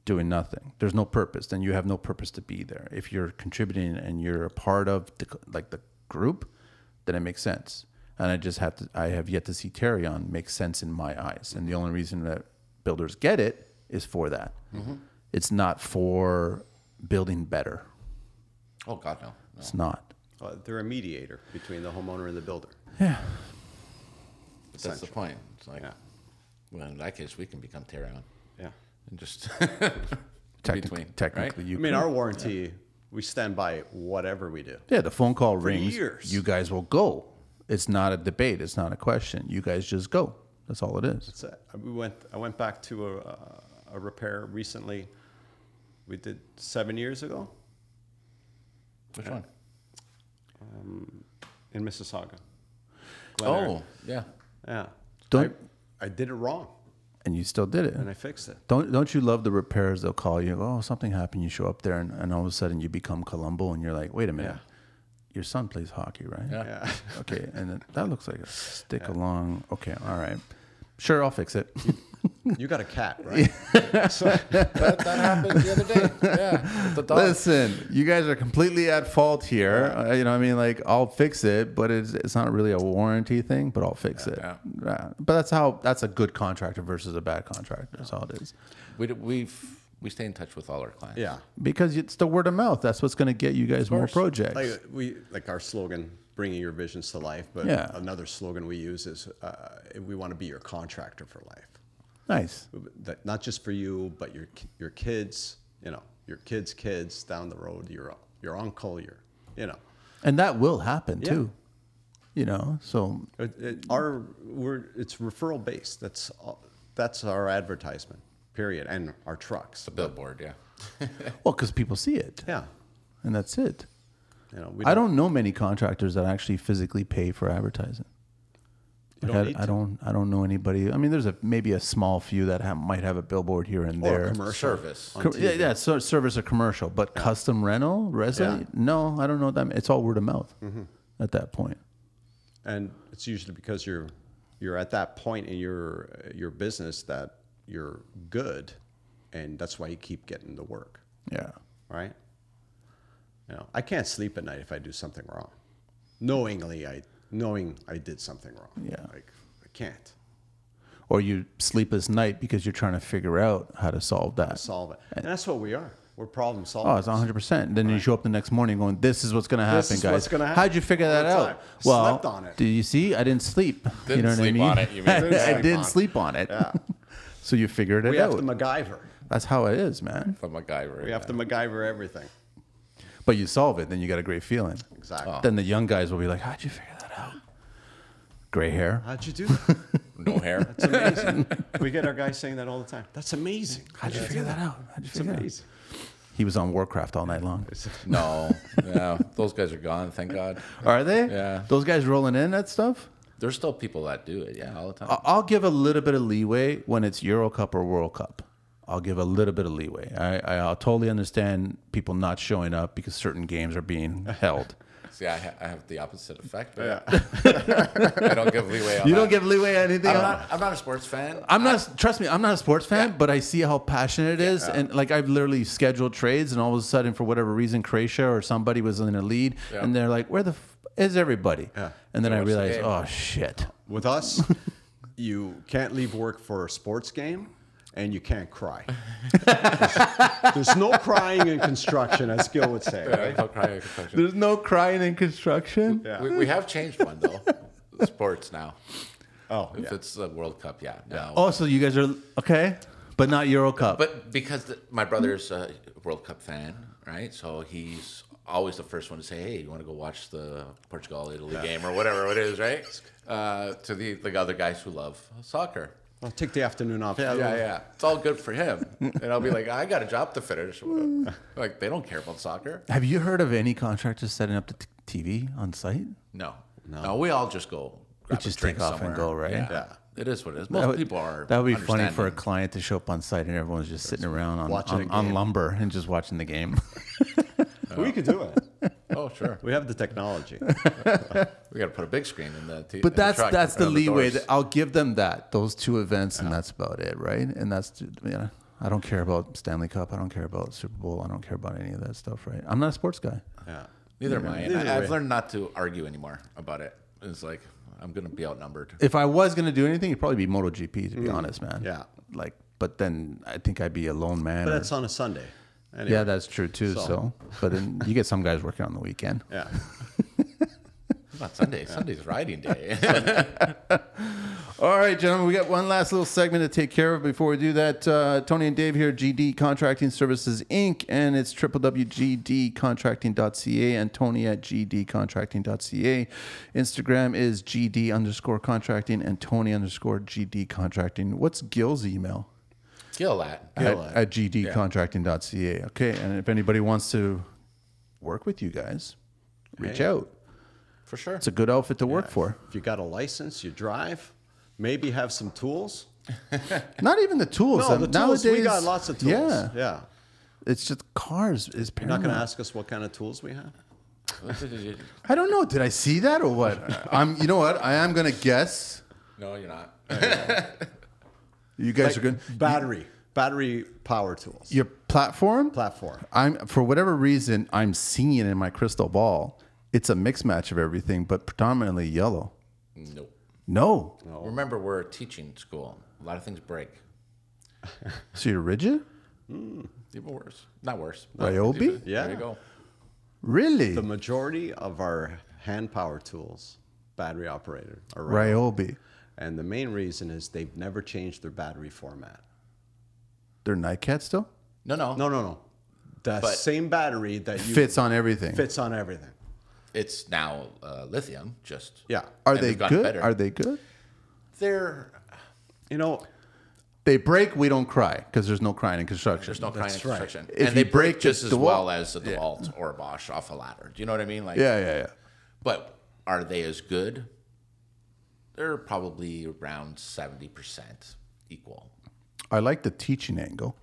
B: doing nothing. There's no purpose. Then you have no purpose to be there. If you're contributing and you're a part of the, co- like the group, then it makes sense. And I just have to, I have yet to see Tarion make sense in my eyes. And the only reason that builders get it is for that. It's not for building better.
C: Oh God, no, no.
B: It's not.
A: Uh, they're a mediator between the homeowner and the builder.
C: That's the point. It's like,
A: Yeah.
C: well, in that case, we can become Terran
A: Yeah.
C: and just
B: Technic-
C: between,
B: technically,
C: right?
B: you
A: I mean, our warranty, we stand by whatever we do.
B: Yeah, the phone call rings.
A: years.
B: You guys will go. It's not a debate. It's not a question. You guys just go. That's all it is.
A: So uh, we went. I went back to a, a- a repair recently. We did seven years ago
C: Which one?
A: um, in Mississauga. Glen Eyre.
C: Oh, yeah.
A: yeah.
B: Don't
A: I did it wrong,
B: and you still did it.
A: and I fixed it.
B: Don't don't you love the repairs? They'll call you. Oh, something happened. You show up there, and, and all of a sudden you become Columbo, and you're like, wait a minute,
A: Yeah.
B: your son plays hockey, right?
C: Yeah.
A: Yeah.
B: Okay, and then, that looks like a stick along. Okay, all right, sure, I'll fix it.
A: You got a cat, right? So-
C: That, that happened the other day. Yeah, with the dog.
B: Listen, you guys are completely at fault here. Uh, you know, what I mean, like I'll fix it, but it's it's not really a warranty thing. But I'll fix it.
C: yeah.
B: Yeah. But that's how that's a good contractor versus a bad contractor. That's all it is.
C: We d- we've we stay in touch with all our clients.
A: yeah.
B: Because it's the word of mouth. That's what's going to get you guys more
C: course.
B: projects.
A: Like we like our slogan, bringing your visions to life. But
B: Yeah.
A: another slogan we use is, uh, we want to be your contractor for life.
B: nice.
A: that not just for you, but your your kids, you know, your kids' kids down the road, your your uncle, your, you know,
B: and that will happen
A: Yeah.
B: too you know so
A: It- it- our we're it's referral based. That's all, that's our advertisement, period, and our trucks.
C: billboard. Yeah,
B: well because people see it
A: Yeah,
B: and that's it
A: you know, we
B: i don't know many contractors that actually physically pay for advertising
A: You
B: Like,
A: don't
B: I,
A: need
B: I
A: to.
B: don't i don't know anybody i mean there's a maybe a small few that have, might have a billboard here and
A: or
B: there
A: commercial
C: service.
B: Com- yeah, yeah so service or commercial but custom rental resume
A: Yeah. Mm-hmm.
B: no i don't know that it's all word of mouth at that point
A: and it's usually because you're you're at that point in your your business that you're good, and that's why you keep getting the work,
B: yeah
A: right? You know, I can't sleep at night if I do something wrong, knowingly. I knowing I did something wrong.
B: Yeah.
A: like I can't
B: or you sleepless night because you're trying to figure out how to solve that
A: solve it, and that's what we are. We're problem
B: Oh,
A: solvers.
B: it's 100. percent Then you show up the next morning going, "This is what's going to happen,
A: This is
B: guys.
A: what's gonna
B: How'd you figure
A: happen
B: that
A: all the
B: out?
A: time.
B: Well,
A: Slept on it.
B: Do you see? I didn't sleep. you
C: Didn't
B: know
C: sleep
B: what I mean?
C: on it, you mean.
B: I
C: Didn't
B: didn't
C: sleep on it.
B: sleep on it. so you figured it
A: we have
B: out.
A: to MacGyver.
B: That's how it is, man.
C: From MacGyver.
A: We have to MacGyver everything.
B: But you solve it, then you got a great feeling.
A: Exactly.
B: Then the young guys will be like, "How'd you figure that out?" Gray hair.
A: How'd you do that?
C: no hair.
A: It's amazing. we get our guys saying that all the time. That's amazing.
B: How'd you figure that out? How'd you
A: It's
B: figure that out?
A: amazing.
B: He was on Warcraft all night long.
C: no. Yeah. Those guys are gone. Thank God.
B: Are they?
C: Yeah.
B: Those guys rolling in that stuff.
C: There's still people that do it. Yeah, all the time.
B: I- I'll give a little bit of leeway when it's Euro Cup or World Cup. I'll give a little bit of leeway. I, I I'll totally understand people not showing up because certain games are being held.
C: See, I, ha- I have the opposite effect. Right? I don't give leeway. On
B: you don't
C: that.
B: give leeway on anything.
C: I'm
B: on-
C: not, I'm not a sports fan.
B: I'm not. trust me, I'm not a sports fan, but I see how passionate it is, and like I've literally scheduled trades, and all of a sudden, for whatever reason, Croatia or somebody was in a lead,
C: Yeah.
B: and they're like, "Where the f- is everybody?"
A: Yeah.
B: And then I
C: what's the
B: realized,
C: game?
B: oh shit.
A: With us, you can't leave work for a sports game and you can't cry. there's, there's no crying in construction, as Gil would say.
C: I
A: Right?
C: don't cry at construction.
B: There's no crying in construction.
A: Yeah.
C: We, we have changed one though. sports now.
A: Oh,
C: If
A: yeah.
C: it's the World Cup, yeah. No.
B: Oh, so you guys are okay, but not Euro Cup.
C: But because the, my brother's a World Cup fan, right? So he's always the first one to say, "Hey, you want to go watch the Portugal Italy game or whatever it is, right?" Uh, to the the other guys who love soccer.
A: I'll take the afternoon off.
C: Yeah, yeah. It's all good for him. And I'll be like, I got a job to finish. Like, they don't care about soccer.
B: Have you heard of any contractors setting up the t- TV on site?
C: No. No, we all just go grab
B: just
C: a drink
B: take off and
C: somewhere.
B: go, right?
C: Yeah.
A: Yeah.
C: It is what it is. Most
B: would-
C: people are.
B: That would be funny for a
C: understanding.
B: client to show up on site and everyone's just sitting around on,
A: watching
B: on,
A: a
B: on
A: game.
B: lumber and just watching the game.
A: We could do it.
C: Oh, sure.
A: We have the technology.
C: We got to put a big screen in the. T- in
B: But that's
C: the truck
B: that's the
C: around
B: leeway.
C: doors.
B: that I'll give them that those two events, and that's about it, right? And that's yeah. I don't care about Stanley Cup. I don't care about Super Bowl. I don't care about any of that stuff, right? I'm not a sports guy.
A: Yeah.
C: Neither am I. And
A: Neither
C: I.
A: way.
C: I've learned not to argue anymore about it. It's like I'm gonna be outnumbered.
B: If I was gonna do anything, it'd probably be MotoGP, to be honest, man.
A: Yeah.
B: Like, but then I think I'd be a lone man.
A: But
B: or-
A: that's on a Sunday. Anyway,
B: yeah, that's true too. So.
A: So.
B: but then you get some guys working on the weekend.
A: yeah.
C: It's not Sunday. Sunday's riding day.
B: All right, gentlemen, we got one last little segment to take care of before we do that. Uh, Tony and Dave here, GD Contracting Services Inc., and it's www.gdcontracting.ca and Tony at gdcontracting.ca. Instagram is gd underscore contracting and Tony underscore gd contracting. What's Gil's email?
C: Kill that.
A: Gil
B: at,
A: at-
B: at gdcontracting.ca. Okay, and if anybody wants to work with you guys, reach out.
C: For sure.
B: It's a good outfit to work for.
A: If you got a license, you drive, maybe have some tools.
B: Not even the tools.
A: No,
B: Um,
A: the tools, we got lots of tools.
B: Yeah.
A: Yeah.
B: It's just cars is
A: You're not
B: paramount.
A: going to ask us what kind of tools we have?
B: I don't know. Did I see that or what? I'm. You know what? I am gonna guess.
C: no, you're not.
B: You guys are good.
A: Battery, battery power tools,
B: Your platform.
A: platform.
B: I'm for whatever reason I'm seeing it in my crystal ball. It's a mix match of everything, but predominantly yellow.
C: Nope.
B: No.
C: Remember, we're a teaching school. A lot of things break.
B: So you're rigid.
C: Even worse. Not worse.
B: Ryobi?
C: There
A: Yeah.
C: you go.
B: Really?
A: The majority of our hand power tools, battery operated, are right.
B: Ryobi.
A: And the main reason is they've never changed their battery format.
B: They're Nightcat still.
C: No, no.
A: No, no, no. The
C: But-
A: same battery that you
B: Fits on everything.
A: fits on everything.
C: It's now uh, lithium. Just
A: Yeah.
B: Are
C: And
B: they
C: they've gotten
B: good?
C: better.
B: Are they good?
C: They're
A: You know,
B: They break. We don't cry because there's no crying in construction.
C: There's no crying
A: That's
C: in
A: right.
C: construction.
B: If
C: and they
B: you break
C: break just
B: the
C: as
B: DeWalt-
C: well as a DeWalt or a Bosch off a ladder. Do you know what I mean? Like,
B: Yeah, yeah, yeah.
C: But are they as good? They're probably around 70% equal.
B: I like the teaching angle.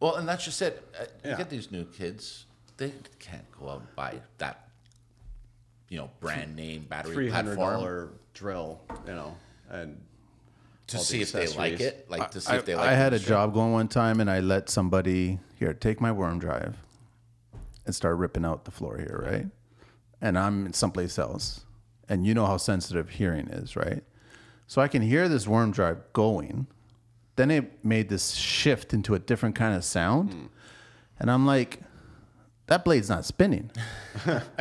C: Well, and that's just it. Uh, You
A: Yeah.
C: get these new kids, they can't go out and buy that, you know, brand name battery
A: $300
C: platform
A: drill, you know, and
C: to
A: all the
C: see if they like
A: accessories.
C: it. Like, to see if they
B: I-
C: like
B: I
C: the
B: had a
C: insurance.
B: job going one time and I let somebody here take my worm drive and start ripping out the floor here, right? And I'm in someplace else. And you know how sensitive hearing is, right? So I can hear this worm drive going. Then it made this shift into a different kind of sound.
C: Hmm.
B: And I'm like, that blade's not spinning.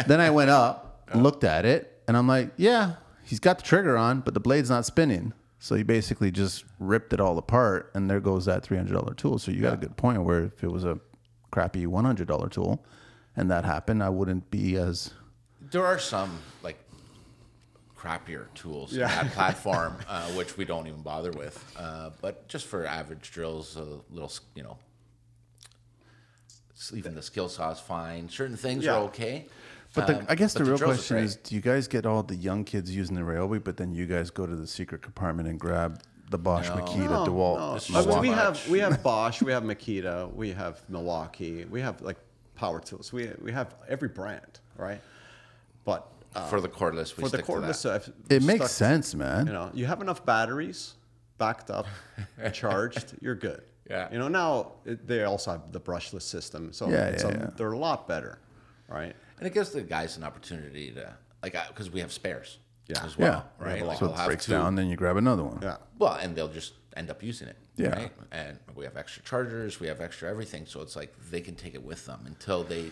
B: then I went up and looked at it and I'm like, yeah, he's got the trigger on, but the blade's not spinning. So he basically just ripped it all apart, and there goes that three hundred dollar tool. So you got a good point where if it was a crappy one hundred dollar tool, and that happened, I wouldn't be as
C: There are some like crappier tools on that platform, uh, which we don't even bother with. Uh, but just for average drills, a little, you know, s- even the skill saw is fine. Certain things
A: Yeah.
C: are okay.
B: But the,
C: Um,
B: I guess
C: but
B: the real
C: drills are
B: question
C: great.
B: is: Do you guys get all the young kids using the railway, but then you guys go to the secret compartment and grab the Bosch Makita DeWalt?
C: It's
A: I
C: just
B: Milwaukee?
A: mean, we
C: much.
A: have we have Bosch, we have Makita, we have Milwaukee, we have like power tools. We we have every brand, right? But uh,
C: for the cordless, we
A: for the
C: stick to that.
A: cordless, so if-
B: it makes
A: stuck-
B: sense, man.
A: You know, you have enough batteries backed up, charged, you're good.
C: Yeah.
A: You know, now it, they also have the brushless system, so
B: Yeah,
A: it's
B: yeah,
A: a,
B: yeah.
A: they're a lot better, right?
C: And it gives the guys an opportunity to like because we have spares.
A: Yeah.
C: As
B: yeah,
C: well, right? Like
B: So
C: we'll
B: it
C: have
B: breaks
C: two-
B: down, then you grab another one.
A: Yeah.
C: Well, and they'll just end up using it.
B: Yeah.
C: Right? And we have extra chargers, we have extra everything, so it's like they can take it with them until they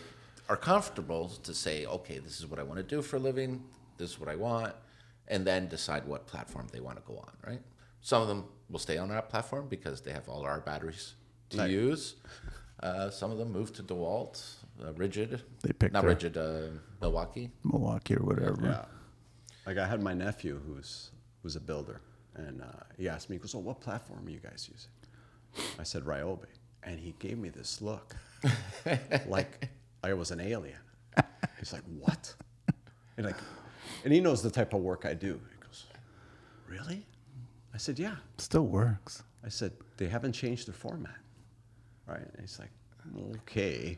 C: are comfortable to say, okay, this is what I want to do for a living, this is what I want, and then decide what platform they want to go on, right? Some of them will stay on that platform because they have all our batteries to use. Uh, some of them move to DeWalt, uh, Rigid.
B: They pick
C: not
B: their-
C: Rigid, uh, Milwaukee.
B: Milwaukee or whatever.
A: Yeah. Like I had my nephew who's who's a builder, and uh, he asked me, he goes, "Oh, what platform are you guys using?" I said Ryobi, and he gave me this look, like I was an alien. He's like, "What?" And like, and he knows the type of work I do. He goes, "Really?" I said, "Yeah."
B: Still works.
A: I said, "They haven't changed their format, right?" And he's like, "Okay."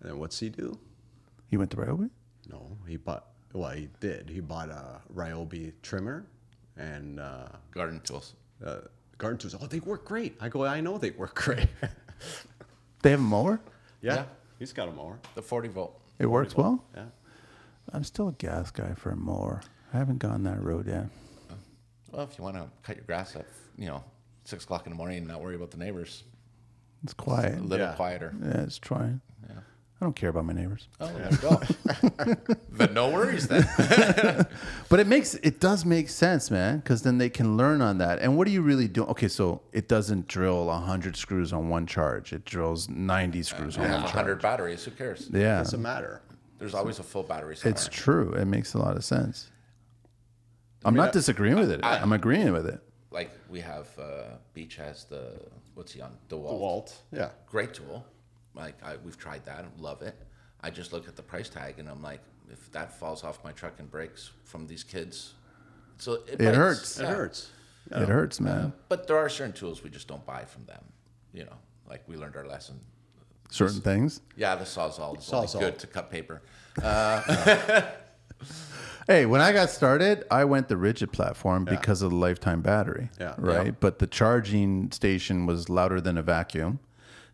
A: And then what's he do?
B: You went to railway?
A: No, he bought. Well, he did. He bought a Ryobi trimmer and uh,
C: Garden Tools.
A: uh, garden tools. Oh, they work great. I go. I know they work great. yeah,
B: They have a mower.
C: Yeah.
A: he's got a mower.
C: The 40 volt.
B: It works well.
A: Yeah,
B: I'm still a gas guy for a mower. I haven't gone that road yet.
C: Well, if you want to cut your grass at you know six o'clock in the morning and not worry about the neighbors,
B: It's quiet.
C: a little
A: Yeah.
C: quieter.
B: Yeah, it's trying.
C: Yeah.
B: I don't care about my neighbors.
C: Oh, there you go. then no worries then.
B: But it makes it does make sense, man, because then they can learn on that. And what are you really doing? Okay, so it doesn't drill hundred screws on one charge. It drills ninety screws on
C: I have
B: one charge.
C: hundred batteries. Who cares?
B: Yeah,
A: doesn't matter.
C: There's always a full battery. Somewhere.
B: it's true. It makes a lot of sense. I'm not disagreeing with it. I, am agreeing with it.
C: like we have uh, Beach has the what's he on the wall.
A: Walt. Yeah,
C: Great tool. Like I, we've tried that. Love it. I just look at the price tag and I'm like, if that falls off my truck and breaks from these kids, so it, bites.
B: hurts.
A: it
C: Yeah.
A: hurts.
B: It hurts, man.
C: But there are certain tools we just don't buy from them. You know, like we learned our lesson.
B: Certain things.
C: Yeah, the sawzall is only
A: Sawzall.
C: good to cut paper.
B: Hey, when I got started, I went the rigid platform because of the lifetime battery.
A: Yeah.
B: Right.
C: Yeah.
B: But the charging station was louder than a vacuum,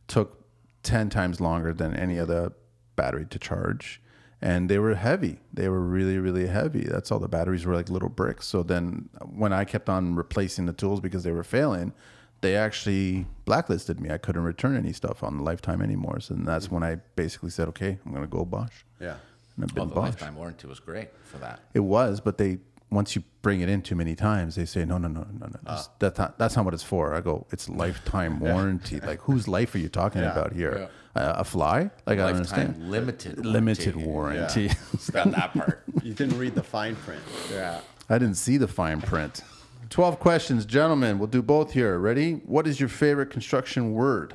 B: took 10 times longer than any other battery to charge. And they were heavy. They were really, really heavy. That's all the batteries were like little bricks. So then uh, when I kept on replacing the tools because they were failing, they actually blacklisted me. I couldn't return any stuff on the lifetime anymore. So then
C: Mm.
B: that's when I basically said, okay, I'm going to go Bosch.
A: Yeah,
B: And I've
C: Well,
B: been
C: the
B: Bosch.
C: lifetime warranty was great for that.
B: It was, but they once you bring it in too many times, they say no, no, no, no, no. this- That's not that's not what it's for. I go, it's lifetime warranty. Like whose life are you talking about here? Uh, a fly? Like I don't understand.
C: Lifetime limited.
B: Limited
C: warranty.
B: warranty.
C: It's not that part.
A: you didn't read the fine print.
C: yeah.
B: I didn't see the fine print. Twelve questions, gentlemen. We'll do both here. Ready? What is your favorite construction word?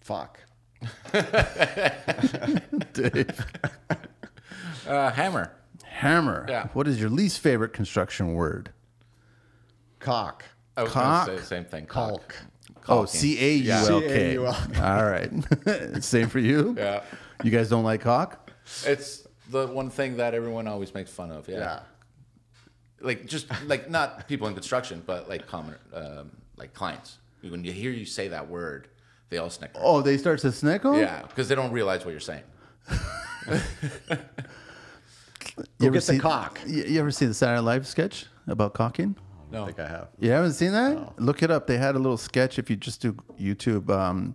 A: Fuck.
B: Dave.
C: Uh, hammer.
B: Hammer.
C: Yeah.
B: What is your least favorite construction word?
A: Cock.
C: I was
B: Cock.
C: going to say the same thing. Cock.
A: Cock.
B: Oh, C A U L K. All
A: C-A-U-L-K.
B: right. Same for you.
C: Yeah.
B: You guys don't like cock?
C: It's the one thing that everyone always makes fun of. Yeah.
A: Yeah.
C: Like just like not people in construction, but like common um, like clients. When you hear you say that word, they all snicker.
B: Oh, they start to snickle?
C: Yeah, because they don't realize what you're saying.
B: You
A: Go
B: ever
A: get
B: see-
A: the cock.
B: You, you ever see the Saturday Night Live sketch about cocking?
A: I don't think I have.
B: You haven't seen that? Look it up. They had a little sketch. If you just do YouTube, um,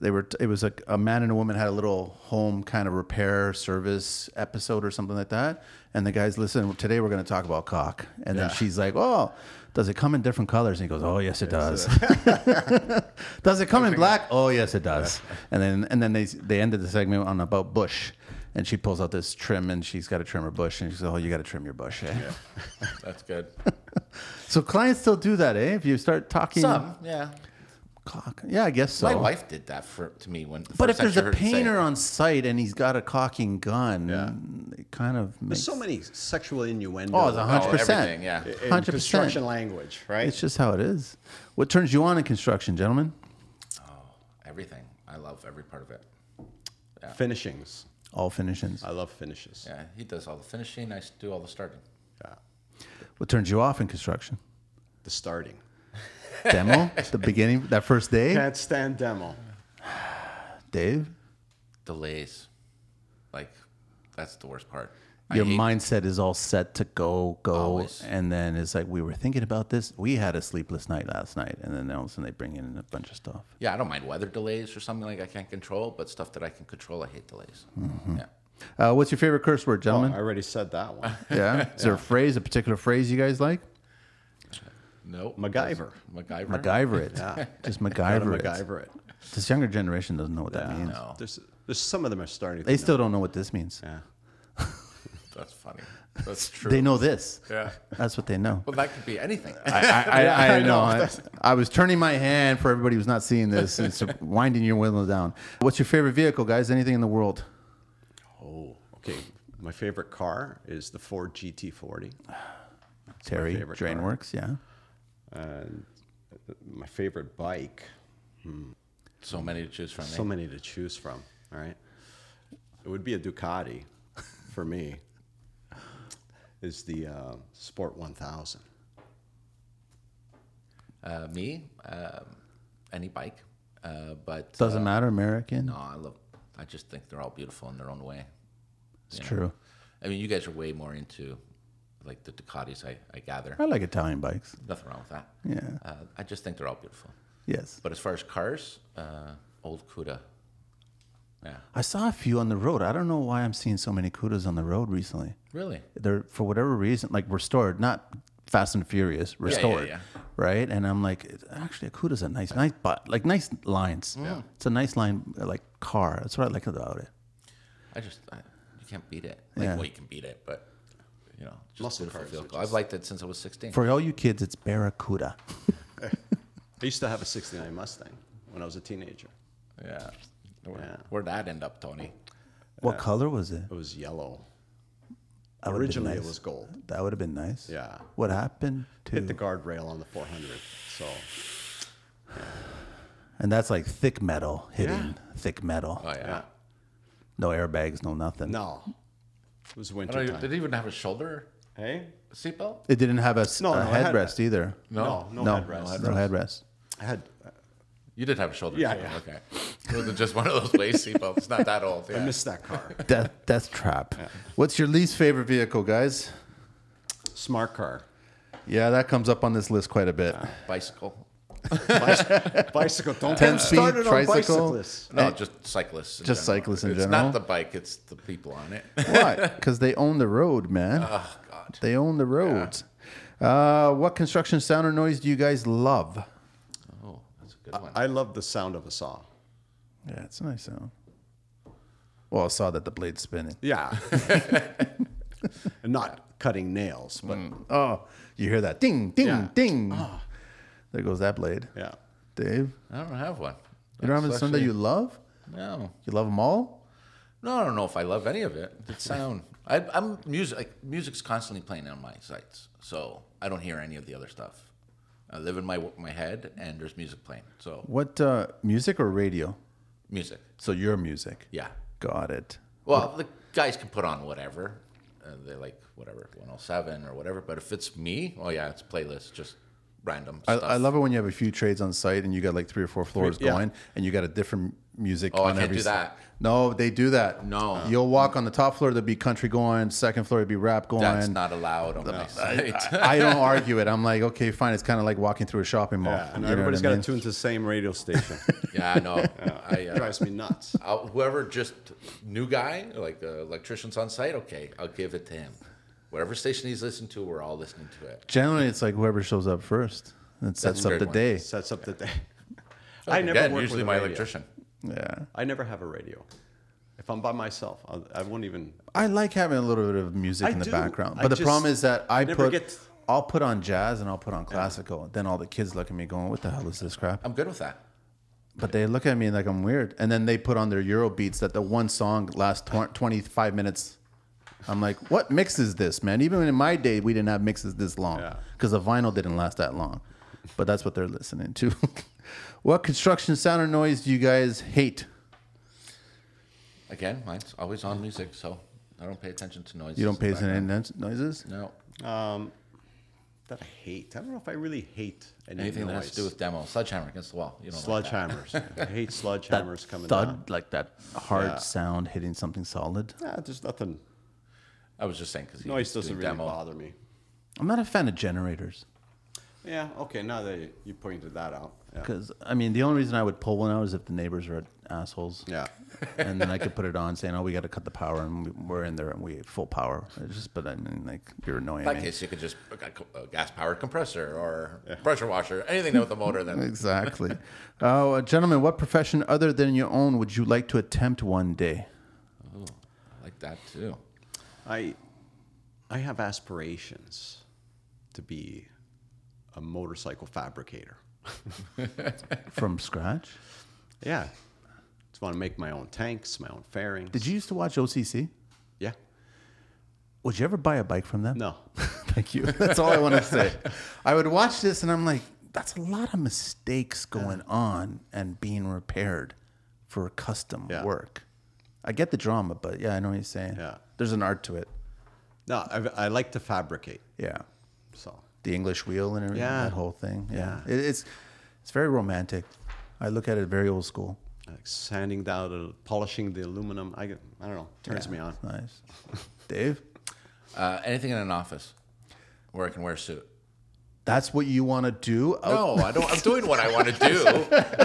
B: they were it was like a man and a woman had a little home kind of repair service episode or something like that and the guys listen today we're going to talk about cock and then she's like oh does it come in different colors and he goes oh yes it does does it come in black oh yes it does and then and then they they ended the segment on about bush and she pulls out this trim and she's got to trim her bush and she says oh you got to trim your bush eh?
C: That's good.
B: so clients still do that eh if you start talking
C: Some, yeah.
B: cock yeah i guess so
C: My wife did that for to me when. the
B: But if
C: first
B: there's
C: time
B: a
C: she heard it say
B: painter
C: it.
B: on site and he's got a cocking gun, it kind of makes
A: There's so many sexual innuendo.
B: Oh, it's a hundred
C: Oh,
B: percent.
C: everything, yeah.
A: in
B: 100%.
A: construction language, right?
B: It's just how it is. What turns you on in construction, gentlemen?
C: everything. I love every part of it.
A: Finishings.
B: All finishings.
A: I love finishes.
C: Yeah, he does all the finishing. I s- do all the starting.
A: Yeah.
B: What turns you off in construction?
A: The starting.
B: Demo, the beginning, that first day,
A: Can't stand demo.
B: Dave.
C: Delays, like that's the worst part. I
B: Your
C: hate-
B: mindset is all set to go, go,
C: Always.
B: and then it's like we were thinking about this. We had a sleepless night last night, and then all of a sudden they bring in a bunch of stuff.
C: Yeah, I don't mind weather delays or something like I can't control, but stuff that I can control, I hate delays. Yeah.
B: Uh, what's your favorite curse word,
A: Oh,
B: gentlemen?
A: I already said that one.
B: yeah, is there a phrase, a particular phrase you guys like?
C: No.
A: MacGyver.
C: MacGyver.
B: MacGyver it. Just
A: Gotta
B: MacGyver it.
A: MacGyver it.
B: This younger generation doesn't know what that means.
C: No,
A: There's, there's some of them are starting.
B: They
A: to
B: still don't know what this means.
A: know. Yeah.
C: that's funny. That's true.
B: They know this.
C: Yeah.
B: That's what they know.
C: Well, that could be anything.
B: I, I, I, I know. I, I was turning my hand for everybody who's not seeing this and it's winding your window down. What's your favorite vehicle, guys? Anything in the world?
A: Oh, okay. My favorite car is the Ford GT40.
B: Terry,
A: favorite car.
B: Drainworks, yeah.
A: And my favorite bike.
C: so many to choose from. eh?
A: So many to choose from. All right. It would be a Ducati for me. Is the uh, Sport 1000.
C: Uh, me, um, any bike, uh, but uh,
B: Doesn't matter, American.
C: no, I love. I just think they're all beautiful in their own way.
B: it's true.
C: I mean, you guys are way more into like the Ducatis, I, I gather.
B: I like Italian bikes.
C: Nothing wrong with that.
B: Yeah.
C: Uh, I just think they're all beautiful.
B: Yes.
C: But as far as cars, uh, old Cuda. Yeah.
B: I saw a few on the road. I don't know why I'm seeing so many Kudas on the road recently.
C: Really?
B: they're for whatever reason like restored not fast and furious restored
C: yeah.
B: right and i'm like it's- actually a cuda's a nice nice but like nice lines yeah. it's a nice line uh, like car that's what i like about it
C: I just, I, you can't beat it. Like,
B: Yeah.
C: well, you can beat it, but, you know, just
A: Muscle
C: beautiful
A: cars are
C: vehicle. I've liked it since I was 16.
B: for all you kids it's barracuda
A: I used to have a 69 Mustang when I was a teenager.
C: yeah. Where,
A: Yeah.
C: Where'd that end up, Tony?
B: what color was it
A: It was yellow.
B: That would've been
A: Originally,
B: nice.
A: it was gold.
B: that would have been nice
A: Yeah.
B: what happened to
A: Hit the guardrail on the 400. So
B: and that's like thick metal hitting thick metal
C: Oh, yeah.
A: yeah.
B: no airbags no nothing
A: No, it was
C: I don't
A: winter
C: even-
A: time.
C: did it even have a shoulder
A: Hey,
C: seatbelt?
B: it didn't have a, s-
A: No,
B: a
A: no, it had-
B: headrest either
A: no, no,
B: no
A: headrest.
B: no headrest
A: I had.
C: You did have a shoulder
A: Yeah,
C: seatbelt.
A: yeah.
C: Okay. It wasn't just one of those lace seatbelts. It's not that old.
A: I
C: Yeah.
A: missed that car.
B: death, death trap what's your least favorite vehicle guys
A: Smart car.
B: Yeah, that comes up on this list quite a bit.
C: Bicycle.
A: Bicycle. bicycle. Don't get
B: Ten
A: me
B: speed,
A: started on
B: tricycle.
A: bicyclists.
C: No, just cyclists.
B: Eh,
C: in
B: Just
C: general.
B: cyclists in
C: it's
B: general?
C: not the bike; it's the people on it.
B: Why? Because they own the road, man.
C: oh God!
B: They own the roads. Uh, what construction sound or noise do you guys love?
C: Oh, that's a good one.
A: I love the sound of a saw.
B: Yeah, it's a nice sound. Well, I saw that the blade's spinning.
A: Yeah. Not cutting nails,
C: Mm.
A: but
C: Hmm.
B: Oh, you hear that ding, ding,
A: Yeah.
B: ding.
C: Ah.
B: There goes that blade.
A: yeah.
B: Dave,
C: I don't have one.
B: you don't have a
C: That's
B: sound that you
C: actually-
B: love?
C: No,
B: You love them all?
C: no, I don't know if I love any of it. It's sound. I, I'm music. Like, music's constantly playing on my sites, so I don't hear any of the other stuff. I live in my my head, and there's music playing. So
B: What uh, music or radio?
C: music.
B: So your music.
C: Yeah.
B: Got it.
C: Well, the guys can put on whatever. oh, Uh, they like whatever 107 or whatever. But if it's me, oh yeah, it's playlist. Just random.
B: I,
C: stuff.
B: I love it when you have a few trades on site and you got like three or four floors
A: yeah.
B: going and you got a different music.
C: Oh, I
B: on
C: can't
B: every
C: do
B: s-
C: that.
B: No, they do that.
C: No.
B: You'll walk on the top floor, there'll be country going, second floor, it'd be rap going.
C: That's not allowed on my site.
B: I don't argue it. I'm like, okay, fine. It's kind of like walking through a shopping mall.
A: Yeah,
B: You
A: and
B: know what
A: everybody's
B: I
A: got to
B: mean?
A: tune to the same radio station.
C: yeah, I know. I, uh,
A: drives me nuts.
C: i whoever just new guy, like the electrician's on site, okay, I'll give it to him. Whatever station he's listening to, we're all listening to it.
B: Generally, it's like whoever shows up first and sets
C: a
B: up
C: great
B: the
C: one.
B: day.
A: Sets up the day. I never
C: Again,
A: work
C: usually
A: with a
C: my
A: radio.
C: electrician.
B: Yeah.
A: I never have a radio. If I'm by myself, I'll, I won't even.
B: I like having a little bit of music
A: I
B: in the
A: do.
B: background,
A: I
B: but the
A: just
B: problem is that I
A: never
B: put,
A: get-
B: I'll put on jazz and I'll put on classical. Then all the kids look at me going, "What the hell is this crap?"
C: I'm good with that.
B: But they look at me like I'm weird, and then they put on their Euro beats that the one song lasts tw- 25 minutes. I'm like, "What mix is this, man?" Even in my day, we didn't have mixes this long
A: Yeah.
B: because the vinyl didn't last that long. But that's what they're listening to. what construction sound or noise do you guys hate?
C: Again, mine's always on music, so I don't pay attention to noises.
B: You don't
C: in
B: pay
C: the background.
B: attention to noises.
C: No,
A: That I hate. I don't know if I really hate any
C: anything that
A: noise.
C: has to do with demo, sledgehammer against the wall. You don't like that.
A: sledgehammers. I hate sledgehammers coming
B: thud,
A: down.
B: like that hard
A: Yeah.
B: sound hitting something solid.
A: Nah, there's nothing.
C: I was just saying because
A: Noise doesn't really bother me.
B: I'm not a fan of generators
A: Yeah. Okay. Now that you- you pointed that out. Yeah.
B: because I mean the only reason I would pull one out is if the neighbors are assholes.
A: Yeah.
B: and then I could put it on saying, "Oh, we got to cut the power," and we- we're in there and we full power. It's just, but I mean, like you're annoying
C: In that
B: me.
C: case, you could just a gas powered compressor or pressure washer, anything with a motor. Then
B: Exactly. Oh, uh, gentlemen, what profession other than your own would you like to attempt one day?
C: I like that too.
A: I, I have aspirations, to be, a motorcycle fabricator.
B: From scratch?
A: Yeah. Just want to make my own tanks, my own fairings.
B: Did you used to watch OCC?
A: Yeah.
B: Would you ever buy a bike from them?
A: No.
B: Thank you. That's all I want to say. I would watch this and I'm like, that's a lot of mistakes going on and being repaired for custom
A: Yeah.
B: work. I get the drama, but yeah, I know what you're saying.
A: Yeah.
B: There's an art to it.
A: No. I, I like to fabricate.
B: Yeah.
A: So.
B: The English wheel and everything,
A: Yeah.
B: that whole thing. Yeah. It, it's it's very romantic. I look at it very old school.
A: like sanding down, the, polishing the aluminum. I, get- I don't know, turns me on.
B: It's nice. Dave,
C: Uh, anything in an office where I can wear a suit.
B: that's what you want to do? Oh,
C: No, I don't. I'm doing what I want to do.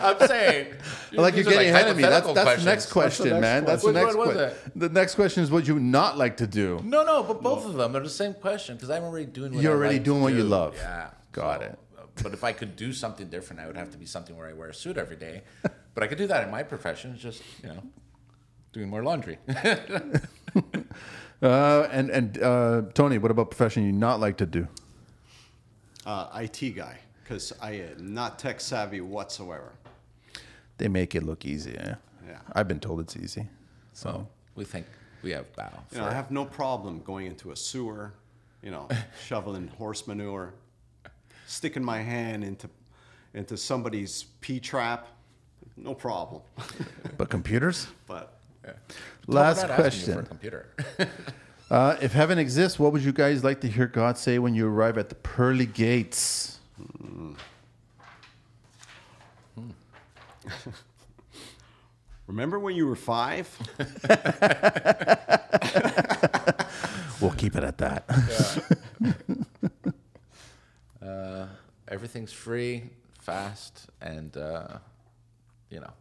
C: I'm saying,
B: like you're
C: these are,
B: getting ahead of me. That's,
C: hypothetical
B: that's the next
C: questions.
B: question, man. That's the
C: Which
B: next
C: one was
B: question. The next question is what you would not like to do.
C: No, no, but both of them are the same question because I'm already doing. What
B: You're
C: I
B: already
C: like to
B: doing what you
C: do.
B: love.
C: Yeah,
B: Got
C: So,
B: it.
C: uh, But if I could do something different, I would have to be something where I wear a suit every day. But I could do that in my profession, it's just you know, doing more laundry.
B: Uh, and and uh, Tony, what about profession you not like to do?
A: Uh, IT guy, because I am not tech savvy whatsoever.
B: They make it look easy. Yeah,
A: Yeah.
B: I've been told it's easy. So
C: we think we have bow.
A: You know, I have no problem going into a sewer, you know, shoveling horse manure, sticking my hand into into somebody's pee trap, no problem.
B: but computers.
A: But
B: Last
C: We're not asking you For a
B: question:
C: computer.
B: uh, If heaven exists, what would you guys like to hear God say when you arrive at the pearly gates?
A: remember when you were five?
B: We'll keep it at that.
C: uh, everything's free, fast, and uh, you know,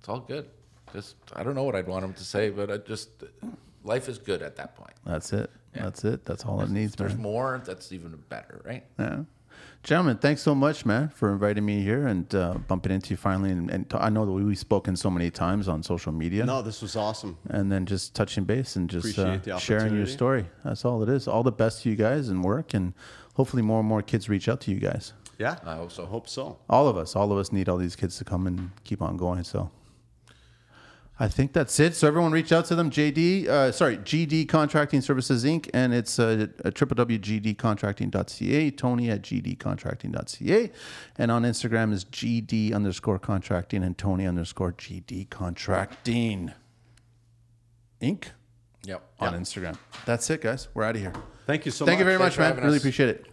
C: it's all good. Just I don't know what I'd want him to say, but I just life is good at that point.
B: That's it. That's it. That's all it needs,
C: There's
B: man.
C: more. That's even better, right?
B: Yeah. Gentlemen, thanks so much, man, for inviting me here and uh, bumping into you finally. And, and t- I know that we've spoken so many times on social media.
A: No, this was awesome.
B: and then just touching base and just uh,
A: Appreciate the
B: sharing your
A: opportunity.
B: story. That's all it is. All the best to you guys and work, and hopefully more and more kids reach out to you guys.
A: Yeah,
C: I hope so.
A: I hope so.
B: All of us, all of us need all these kids to come and keep on going. So. I think that's it. So everyone reach out to them. JD, uh, sorry, GD Contracting Services Inc. And it's uh, www.gdcontracting.ca, Tony at gdcontracting.ca. And on Instagram is GD underscore contracting and Tony underscore GD contracting Inc.
C: Yep.
B: on Instagram. That's it, guys. We're out of here.
A: Thank you so
B: Thank
A: much.
B: you very
C: Thanks
B: much,
C: for
B: man.
C: having
B: Really
C: us.
B: appreciate it.